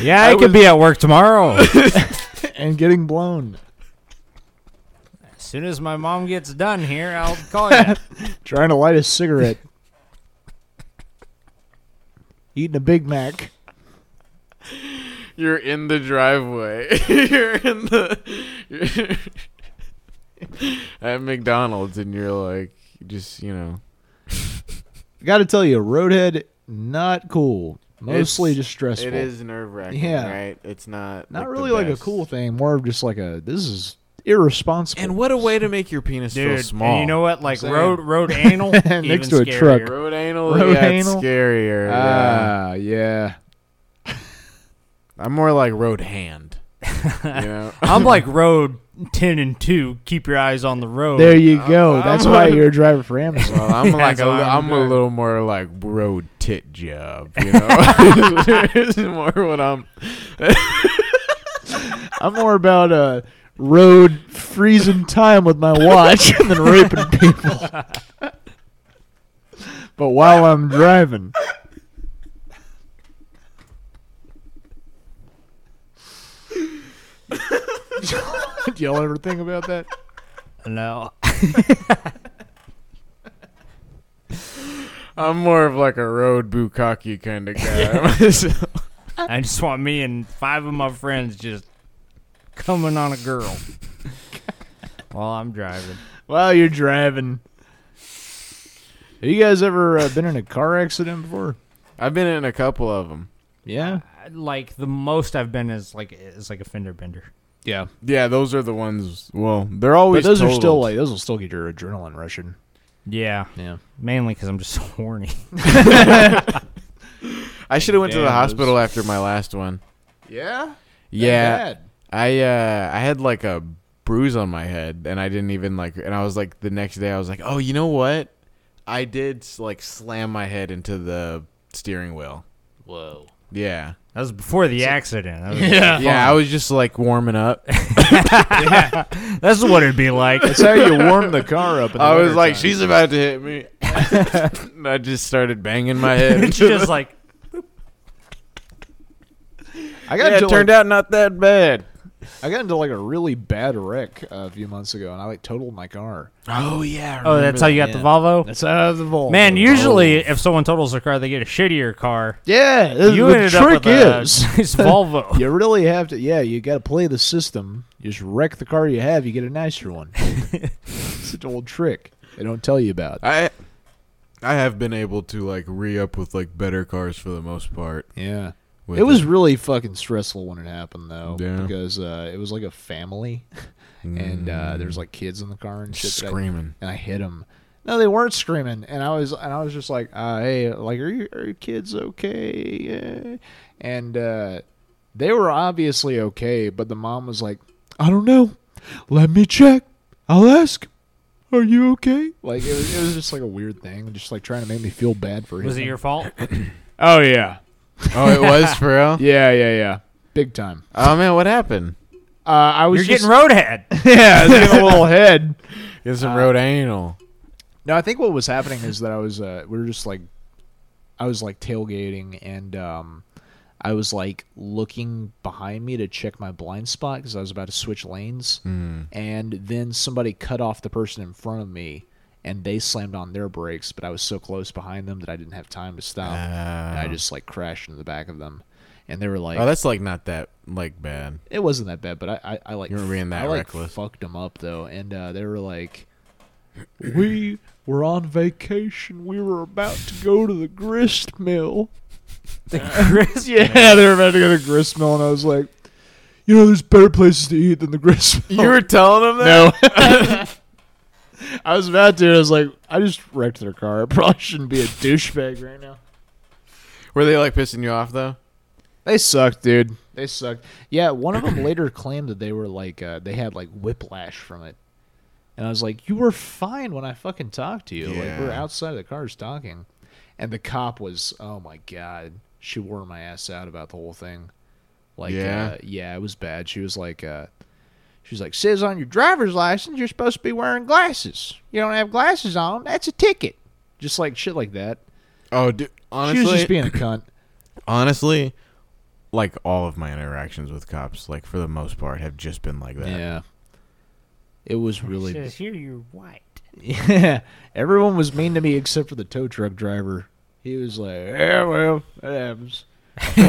[SPEAKER 8] Yeah, I, could be at work tomorrow.
[SPEAKER 7] and getting blown.
[SPEAKER 8] As soon as my mom gets done here, I'll call you.
[SPEAKER 7] Trying to light a cigarette. Eating a Big Mac.
[SPEAKER 1] You're in the driveway. [laughs] you're in the [laughs] you're at McDonald's, and you're like, just you know,
[SPEAKER 7] Got to tell you, Roadhead, not cool. Mostly
[SPEAKER 1] it's-
[SPEAKER 7] just stressful.
[SPEAKER 1] It is nerve wracking.
[SPEAKER 7] Yeah.
[SPEAKER 1] right. It's not
[SPEAKER 7] Not
[SPEAKER 1] like, the
[SPEAKER 7] really like a
[SPEAKER 1] best.
[SPEAKER 7] cool thing, more of just like a this is irresponsible.
[SPEAKER 1] And what a way to make your penis feel
[SPEAKER 8] Dude,
[SPEAKER 1] small.
[SPEAKER 8] and you know what? Like
[SPEAKER 1] Saying.
[SPEAKER 8] road road anal even
[SPEAKER 7] Next to a
[SPEAKER 8] scarier.
[SPEAKER 7] truck.
[SPEAKER 1] road anal,
[SPEAKER 7] Road
[SPEAKER 1] yeah, it's
[SPEAKER 7] anal?
[SPEAKER 1] scarier. yeah.
[SPEAKER 7] Ah, yeah.
[SPEAKER 1] I'm more like road
[SPEAKER 7] [laughs]
[SPEAKER 1] hand. you know?
[SPEAKER 8] I'm like road ten and two. Keep your eyes on the
[SPEAKER 1] Oh,
[SPEAKER 8] road.
[SPEAKER 7] There
[SPEAKER 1] uh,
[SPEAKER 7] you go. That's
[SPEAKER 1] [laughs]
[SPEAKER 7] why you're a driver for Amazon.
[SPEAKER 1] Well, I'm like a,
[SPEAKER 8] That's what
[SPEAKER 1] I'm
[SPEAKER 8] I'm
[SPEAKER 1] a
[SPEAKER 8] doing.
[SPEAKER 1] little more like road tit job,
[SPEAKER 7] [laughs]
[SPEAKER 1] you know. [laughs] This is more what I'm.
[SPEAKER 7] I'm more about uh, road freezing time with my watch [laughs] than raping people. but while I'm driving, [laughs] did y'all ever think about that?
[SPEAKER 8] No.
[SPEAKER 1] I'm more of like a road bukkake kind of guy.
[SPEAKER 8] I just want me and five of my friends just coming on a girl while I'm driving.
[SPEAKER 7] While you're driving. Have you guys ever uh, been in a car accident before?
[SPEAKER 1] [laughs] I've been in a couple of them.
[SPEAKER 7] Yeah.
[SPEAKER 8] Like the most I've been is like is like a fender bender.
[SPEAKER 7] Yeah.
[SPEAKER 1] Yeah, those are the ones. Well, they're
[SPEAKER 7] But
[SPEAKER 1] always.
[SPEAKER 7] those are still
[SPEAKER 1] totaled.
[SPEAKER 7] like those will still get your adrenaline rushing.
[SPEAKER 8] Yeah,
[SPEAKER 7] Yeah.
[SPEAKER 8] mainly because I'm just [laughs] so horny.
[SPEAKER 1] I should have went to the
[SPEAKER 7] Damn,
[SPEAKER 1] hospital after my last one.
[SPEAKER 7] Yeah.
[SPEAKER 1] Yeah, I uh, I had like a bruise on my head, and I didn't even like. And I was like, the next day, I was like, oh, you know what? I did like slam my head into the steering wheel.
[SPEAKER 7] Whoa.
[SPEAKER 1] Yeah.
[SPEAKER 8] That was before the accident. [laughs] That was-
[SPEAKER 1] Yeah, I was just like warming
[SPEAKER 7] [laughs]
[SPEAKER 1] up.
[SPEAKER 8] that's what it'd be like.
[SPEAKER 7] That's how you warm the car up. In the
[SPEAKER 1] [laughs] I was like,
[SPEAKER 7] wintertime.
[SPEAKER 1] she's about to hit
[SPEAKER 7] [laughs]
[SPEAKER 1] me. and I just started banging my head.
[SPEAKER 8] [laughs] it's just like
[SPEAKER 7] I got
[SPEAKER 1] yeah,
[SPEAKER 7] into
[SPEAKER 1] it turned
[SPEAKER 7] like,
[SPEAKER 1] out not that bad.
[SPEAKER 7] I got into like a really bad wreck uh, a few months ago, and I like totaled my car.
[SPEAKER 1] Oh yeah.
[SPEAKER 8] oh, that's how you got the Volvo.
[SPEAKER 7] That's out of the vault.
[SPEAKER 8] Man, usually if someone totals their car, they get a shittier car.
[SPEAKER 7] yeah. this-
[SPEAKER 8] You
[SPEAKER 7] the
[SPEAKER 8] ended
[SPEAKER 7] trick
[SPEAKER 8] up with a- [laughs]
[SPEAKER 7] is
[SPEAKER 8] it's
[SPEAKER 7] [laughs]
[SPEAKER 8] Volvo.
[SPEAKER 7] you really have to. Yeah, you got to play the system. You just wreck the car you have, you get a nicer one. it's an old trick. They don't tell you about.
[SPEAKER 1] I I have been able to like re up with like better cars for the most part.
[SPEAKER 7] Yeah.
[SPEAKER 1] with
[SPEAKER 7] It was really fucking stressful when it happened though,
[SPEAKER 1] Yeah.
[SPEAKER 7] because uh, it was like a family, and uh, there's like kids in the car and shit. that I- [laughs]
[SPEAKER 1] Screaming.
[SPEAKER 7] and I hit them. No, they weren't screaming, and I was and I was just like, uh, "Hey, like, are you are your kids okay?" Yeah. And uh, they were obviously okay, but the mom was like,
[SPEAKER 13] I don't know. Let me check. I'll ask. Are you okay?
[SPEAKER 7] "Like it was, it was just like a weird thing, just like trying to make me feel bad for him."
[SPEAKER 8] Was it your fault?
[SPEAKER 7] Oh yeah,
[SPEAKER 1] Oh, it was for real.
[SPEAKER 7] [laughs] yeah, yeah, yeah, big time.
[SPEAKER 1] Oh man, what happened?
[SPEAKER 7] Uh, I was
[SPEAKER 8] You're
[SPEAKER 7] just,
[SPEAKER 8] getting
[SPEAKER 7] [laughs]
[SPEAKER 8] roadhead.
[SPEAKER 7] yeah, I was getting a little head.
[SPEAKER 1] It's some road anal.
[SPEAKER 7] No, I think what was happening is that I was uh, we were just like I was like tailgating and um, I was like looking behind me to check my blind spot because I was about to switch lanes, and then somebody cut off the person in front of me. And they slammed on their brakes, but I was so close behind them that I didn't have time to stop,
[SPEAKER 1] Ah.
[SPEAKER 7] and I just like crashed into the back of them. And they were like,
[SPEAKER 1] Oh, that's like not that like [laughs] bad.
[SPEAKER 7] it wasn't that bad, but I I, I like
[SPEAKER 1] You weren't being that
[SPEAKER 7] I, like,
[SPEAKER 1] reckless.
[SPEAKER 7] Fucked them up though, and uh, they were like,
[SPEAKER 13] we were on vacation. We were about to go to the grist mill.
[SPEAKER 7] [laughs] The
[SPEAKER 13] [laughs]
[SPEAKER 7] grist
[SPEAKER 13] yeah,
[SPEAKER 7] mill.
[SPEAKER 13] they were about to go to grist mill, and I was like, you know, there's better places to eat than the grist mill.
[SPEAKER 7] You were
[SPEAKER 13] telling them that? No. [laughs] I was about to. I was like, I just wrecked their car. I probably shouldn't be a douchebag right now.
[SPEAKER 3] Were they like pissing you off though?
[SPEAKER 7] They suck, dude. They sucked. Yeah, one of them later [clears throat] claimed that they were like uh, they had like whiplash from it, and I was like, "You were fine when I fucking talked to you. Like we're
[SPEAKER 3] Yeah.
[SPEAKER 7] outside of the cars talking," and the cop was, "Oh my god, she wore my ass out about the whole thing." Like,
[SPEAKER 3] Yeah.
[SPEAKER 7] yeah, uh, yeah, it was bad. She was like, uh, she was like, "Says on your driver's license you're supposed to be wearing glasses. You don't have glasses on. That's a ticket." Just like shit like that.
[SPEAKER 1] Oh, dude. Honestly,
[SPEAKER 7] she was just being [clears throat] a cunt.
[SPEAKER 1] honestly, like all of my interactions with cops, like for the most part, have just been like that.
[SPEAKER 7] Yeah. It was really
[SPEAKER 4] Says here you're white.
[SPEAKER 7] Yeah, everyone was mean to me except for the tow truck driver. He was like, "Yeah, well, that happens."
[SPEAKER 1] he,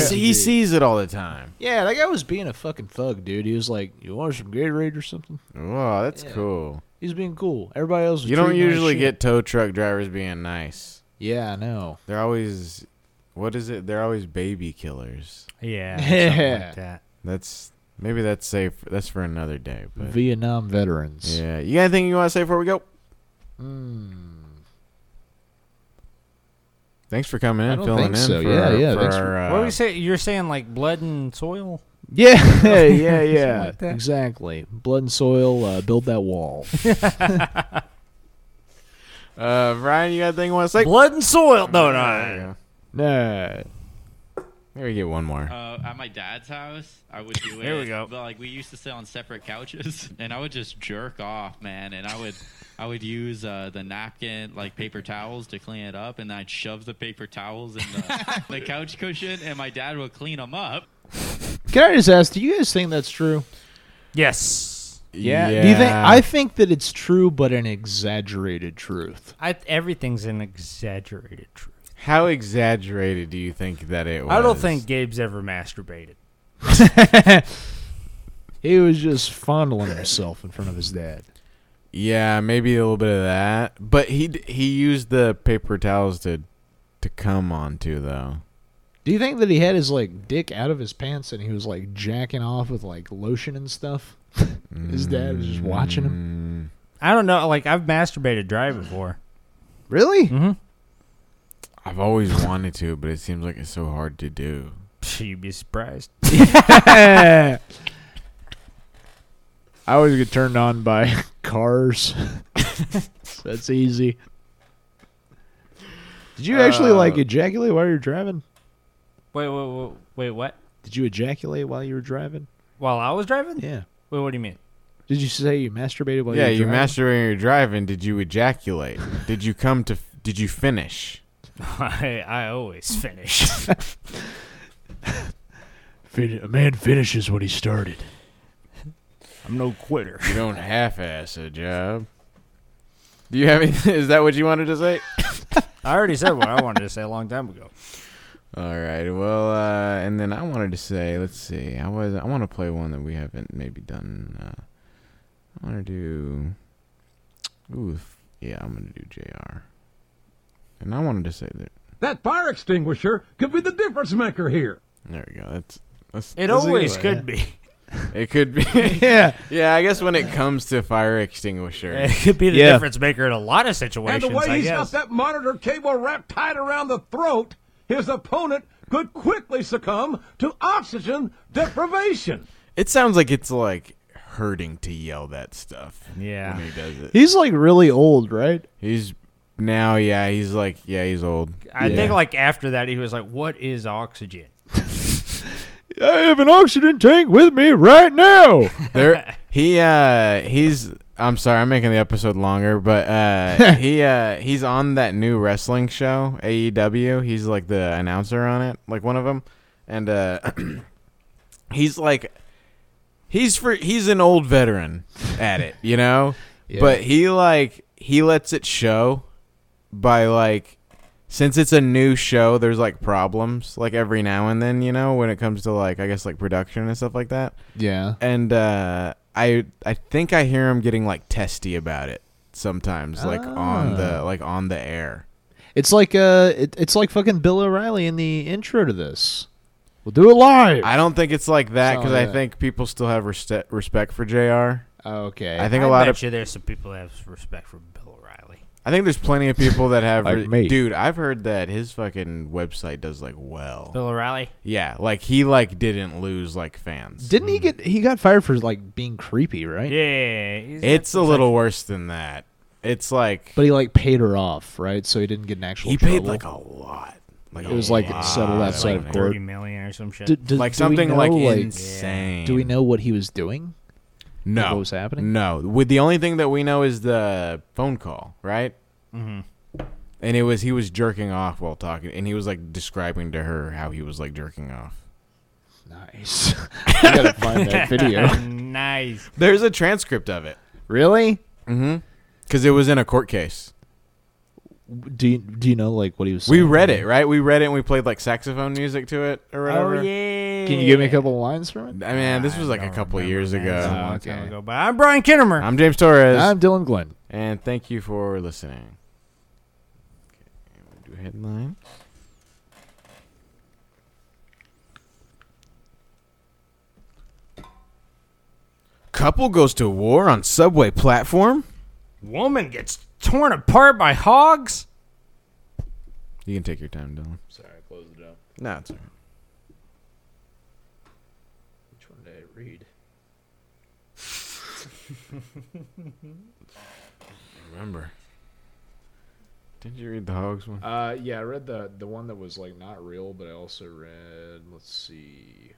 [SPEAKER 1] se- he sees it all the time.
[SPEAKER 7] Yeah, that guy was being a fucking thug, dude. He was like, "You want some Gatorade or something?"
[SPEAKER 1] Wow, that's
[SPEAKER 7] Yeah.
[SPEAKER 1] cool.
[SPEAKER 7] He's being cool. Everybody else, was
[SPEAKER 1] You don't
[SPEAKER 7] treating him like
[SPEAKER 1] usually
[SPEAKER 7] shit.
[SPEAKER 1] get tow truck drivers being nice.
[SPEAKER 7] Yeah, I know.
[SPEAKER 1] They're always, what is it? They're always baby killers.
[SPEAKER 7] [laughs]
[SPEAKER 8] Yeah, something like that.
[SPEAKER 1] That's maybe that's safe. That's for another day. But
[SPEAKER 7] Vietnam veterans.
[SPEAKER 1] yeah, you got anything you want to say before we go?
[SPEAKER 7] Hmm.
[SPEAKER 1] Thanks for coming in,
[SPEAKER 7] I don't
[SPEAKER 1] filling
[SPEAKER 7] think
[SPEAKER 1] in
[SPEAKER 7] so.
[SPEAKER 1] for
[SPEAKER 7] Yeah,
[SPEAKER 1] our,
[SPEAKER 7] yeah,
[SPEAKER 1] for
[SPEAKER 7] thanks
[SPEAKER 1] our,
[SPEAKER 8] what
[SPEAKER 1] uh,
[SPEAKER 8] were we say? You're saying like blood and soil.
[SPEAKER 7] [laughs] Yeah, yeah,
[SPEAKER 8] Something
[SPEAKER 7] yeah.
[SPEAKER 8] like that.
[SPEAKER 7] exactly. Blood and soil. Uh, build that wall.
[SPEAKER 1] Uh, Ryan, you got anything you want to say?
[SPEAKER 8] Blood and soil. No,
[SPEAKER 1] no.
[SPEAKER 7] nah.
[SPEAKER 1] Maybe get one more.
[SPEAKER 15] Uh, at my dad's house, I would do it.
[SPEAKER 8] There we go.
[SPEAKER 15] But like we used to sit on separate couches, [laughs] and I would just jerk off, man. And I would, I would use uh, the napkin, like paper towels, to clean it up, and I'd shove the paper towels in the, the couch cushion, and my dad would clean them up.
[SPEAKER 7] Can I just ask? Do you guys think that's true?
[SPEAKER 8] Yes.
[SPEAKER 7] Yeah. Do you think? I think that it's true, but an exaggerated truth.
[SPEAKER 8] I, everything's an exaggerated truth.
[SPEAKER 1] How exaggerated do you think that it was?
[SPEAKER 8] I don't think Gabe's ever masturbated.
[SPEAKER 7] He was just fondling himself in front of his dad.
[SPEAKER 1] Yeah, maybe a little bit of that, but he d- he used the paper towels to to come onto though.
[SPEAKER 7] Do you think that he had his like dick out of his pants and he was like jacking off with like lotion and stuff? [laughs] his dad was just watching
[SPEAKER 13] Mm.
[SPEAKER 7] him.
[SPEAKER 8] I don't know. Like I've masturbated dry before.
[SPEAKER 7] Really?
[SPEAKER 1] I've always wanted to, but it seems like it's so hard to do.
[SPEAKER 8] You'd be surprised.
[SPEAKER 7] [laughs] I Mm-hmm. always get turned on by [laughs] cars. That's easy. Did you actually like
[SPEAKER 8] Uh,
[SPEAKER 7] ejaculate while you were driving?
[SPEAKER 8] Wait, wait, wait, wait. What?
[SPEAKER 7] Did you ejaculate while you were driving?
[SPEAKER 8] While I was driving?
[SPEAKER 7] Yeah.
[SPEAKER 8] Wait, what do you mean? [laughs]
[SPEAKER 7] Did you say you masturbated while
[SPEAKER 1] yeah,
[SPEAKER 7] you
[SPEAKER 1] you
[SPEAKER 7] were driving?
[SPEAKER 1] masturbating when you're driving. Did you ejaculate? did you come to? f- Did you finish?
[SPEAKER 8] I I always finish.
[SPEAKER 13] Fin- a man finishes what he started.
[SPEAKER 8] I'm no quitter.
[SPEAKER 1] [laughs] You don't half-ass a job. Do you have any? [laughs] Is that what you wanted to say?
[SPEAKER 8] I already said what I wanted to say a long time ago.
[SPEAKER 1] All right. Well, uh, and then I wanted to say, let's see. I was I want to play one that we haven't maybe done. Uh, I want to do. Ooh, f- yeah, I'm gonna do Jr. And I wanted to say that.
[SPEAKER 12] That fire extinguisher could be the difference maker here.
[SPEAKER 1] There we go. That's. that's
[SPEAKER 12] It
[SPEAKER 1] that's a good
[SPEAKER 12] always
[SPEAKER 1] one.
[SPEAKER 12] could
[SPEAKER 8] be.
[SPEAKER 1] It could be. [laughs] yeah. Yeah. I guess when it comes to fire extinguisher,
[SPEAKER 8] [laughs] It could be the difference maker in a lot of
[SPEAKER 12] And
[SPEAKER 8] situations.
[SPEAKER 12] the way
[SPEAKER 8] I
[SPEAKER 12] he's
[SPEAKER 8] guess.
[SPEAKER 12] got that monitor cable wrapped tight around the throat, his opponent could quickly succumb to oxygen deprivation.
[SPEAKER 1] It sounds like it's like hurting to yell that stuff.
[SPEAKER 8] Yeah.
[SPEAKER 1] When he does it.
[SPEAKER 7] He's like really old, right?
[SPEAKER 1] He's now. Yeah. He's like. Yeah. He's old.
[SPEAKER 8] I
[SPEAKER 1] Yeah.
[SPEAKER 8] think like after that he was like, "What is oxygen?"
[SPEAKER 13] I have an oxygen tank with me right now.
[SPEAKER 1] there he uh he's I'm sorry, I'm making the episode longer, but uh he uh he's on that new wrestling show, AEW. He's like the announcer on it, like one of them. And uh [clears throat] he's like he's for he's an old veteran at it, you know?
[SPEAKER 7] Yeah.
[SPEAKER 1] But he like he lets it show by like since it's a new show, there's like problems like every now and then, you know, when it comes to like I guess like production and stuff like that.
[SPEAKER 7] [laughs] Yeah.
[SPEAKER 1] And uh I I think I hear him getting like testy about it sometimes, like on
[SPEAKER 7] Ah.
[SPEAKER 1] the like on the air.
[SPEAKER 7] It's like uh, it, it's like fucking Bill O'Reilly in the intro to this. We'll do it live.
[SPEAKER 1] I don't think it's like that
[SPEAKER 7] Something
[SPEAKER 1] because
[SPEAKER 7] like
[SPEAKER 1] I
[SPEAKER 7] that.
[SPEAKER 1] think people still have reste- respect for Jr.
[SPEAKER 7] Oh, Okay,
[SPEAKER 1] I think a lot
[SPEAKER 4] bet
[SPEAKER 1] of
[SPEAKER 4] you there's some people that have respect for Bill O'Reilly.
[SPEAKER 1] I think there's plenty of people that have.
[SPEAKER 7] [laughs] Like me.
[SPEAKER 1] Dude, I've heard that his fucking website does like well.
[SPEAKER 7] Oh.
[SPEAKER 4] Bill O'Reilly.
[SPEAKER 1] Yeah, like he like didn't lose like fans.
[SPEAKER 7] Didn't he get? He got fired for like being creepy, right?
[SPEAKER 4] Yeah,
[SPEAKER 1] It's a little worse than that. It's like
[SPEAKER 7] But he like paid her off, right? So he didn't get an actual.
[SPEAKER 1] he paid
[SPEAKER 7] trouble.
[SPEAKER 1] like a lot. Like
[SPEAKER 7] it
[SPEAKER 1] a
[SPEAKER 7] was like
[SPEAKER 1] lot
[SPEAKER 7] settled
[SPEAKER 1] of
[SPEAKER 7] outside of
[SPEAKER 1] money.
[SPEAKER 7] court.
[SPEAKER 4] Thirty million or some shit.
[SPEAKER 7] Do- do-
[SPEAKER 1] like
[SPEAKER 7] do we
[SPEAKER 1] something
[SPEAKER 7] know,
[SPEAKER 1] like,
[SPEAKER 7] like-
[SPEAKER 1] insane.
[SPEAKER 7] Do we know what he was doing?
[SPEAKER 1] No.
[SPEAKER 7] Like, what was happening?
[SPEAKER 1] No. With the only thing that we know is the phone call, right?
[SPEAKER 4] Mm-hmm.
[SPEAKER 1] And it was he was jerking off while talking, and he was like describing to her how he was like jerking off.
[SPEAKER 7] Nice. [laughs] I
[SPEAKER 1] [laughs]
[SPEAKER 7] gotta find that video.
[SPEAKER 4] nice.
[SPEAKER 1] There's a transcript of it.
[SPEAKER 7] Really?
[SPEAKER 1] Mm-hmm. Because it was in a court case.
[SPEAKER 7] Do you, do you know like what he was?
[SPEAKER 1] We
[SPEAKER 7] saying?
[SPEAKER 1] read it, right? We read it and we played like saxophone music to it or whatever.
[SPEAKER 4] Oh, yeah.
[SPEAKER 7] Can you give me a couple lines from it?
[SPEAKER 1] I mean, this was like a couple years ago.
[SPEAKER 7] okay.
[SPEAKER 4] Go by. I'm Brian Kinnemer.
[SPEAKER 1] I'm James Torres.
[SPEAKER 7] I'm Dylan Glenn.
[SPEAKER 1] and thank you for listening. Okay, we'll do headline. Couple goes to war on subway platform.
[SPEAKER 4] Woman gets torn apart by hogs.
[SPEAKER 1] You can take your time, Dylan.
[SPEAKER 7] Sorry, I closed it up.
[SPEAKER 1] No, it's all right.
[SPEAKER 7] Which one did I read?
[SPEAKER 1] Remember. Didn't you read the hogs one?
[SPEAKER 7] Uh, yeah, I read the the one that was like not real, but I also read. Let's see,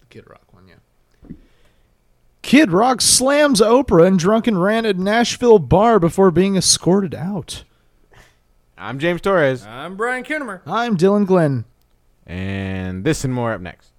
[SPEAKER 7] the Kid Rock one. Yeah. Kid Rock slams Oprah in drunken rant at Nashville bar before being escorted out.
[SPEAKER 1] I'm James Torres,
[SPEAKER 4] I'm Brian Kinnemer.
[SPEAKER 7] I'm Dylan Glenn.
[SPEAKER 1] and this and more up next.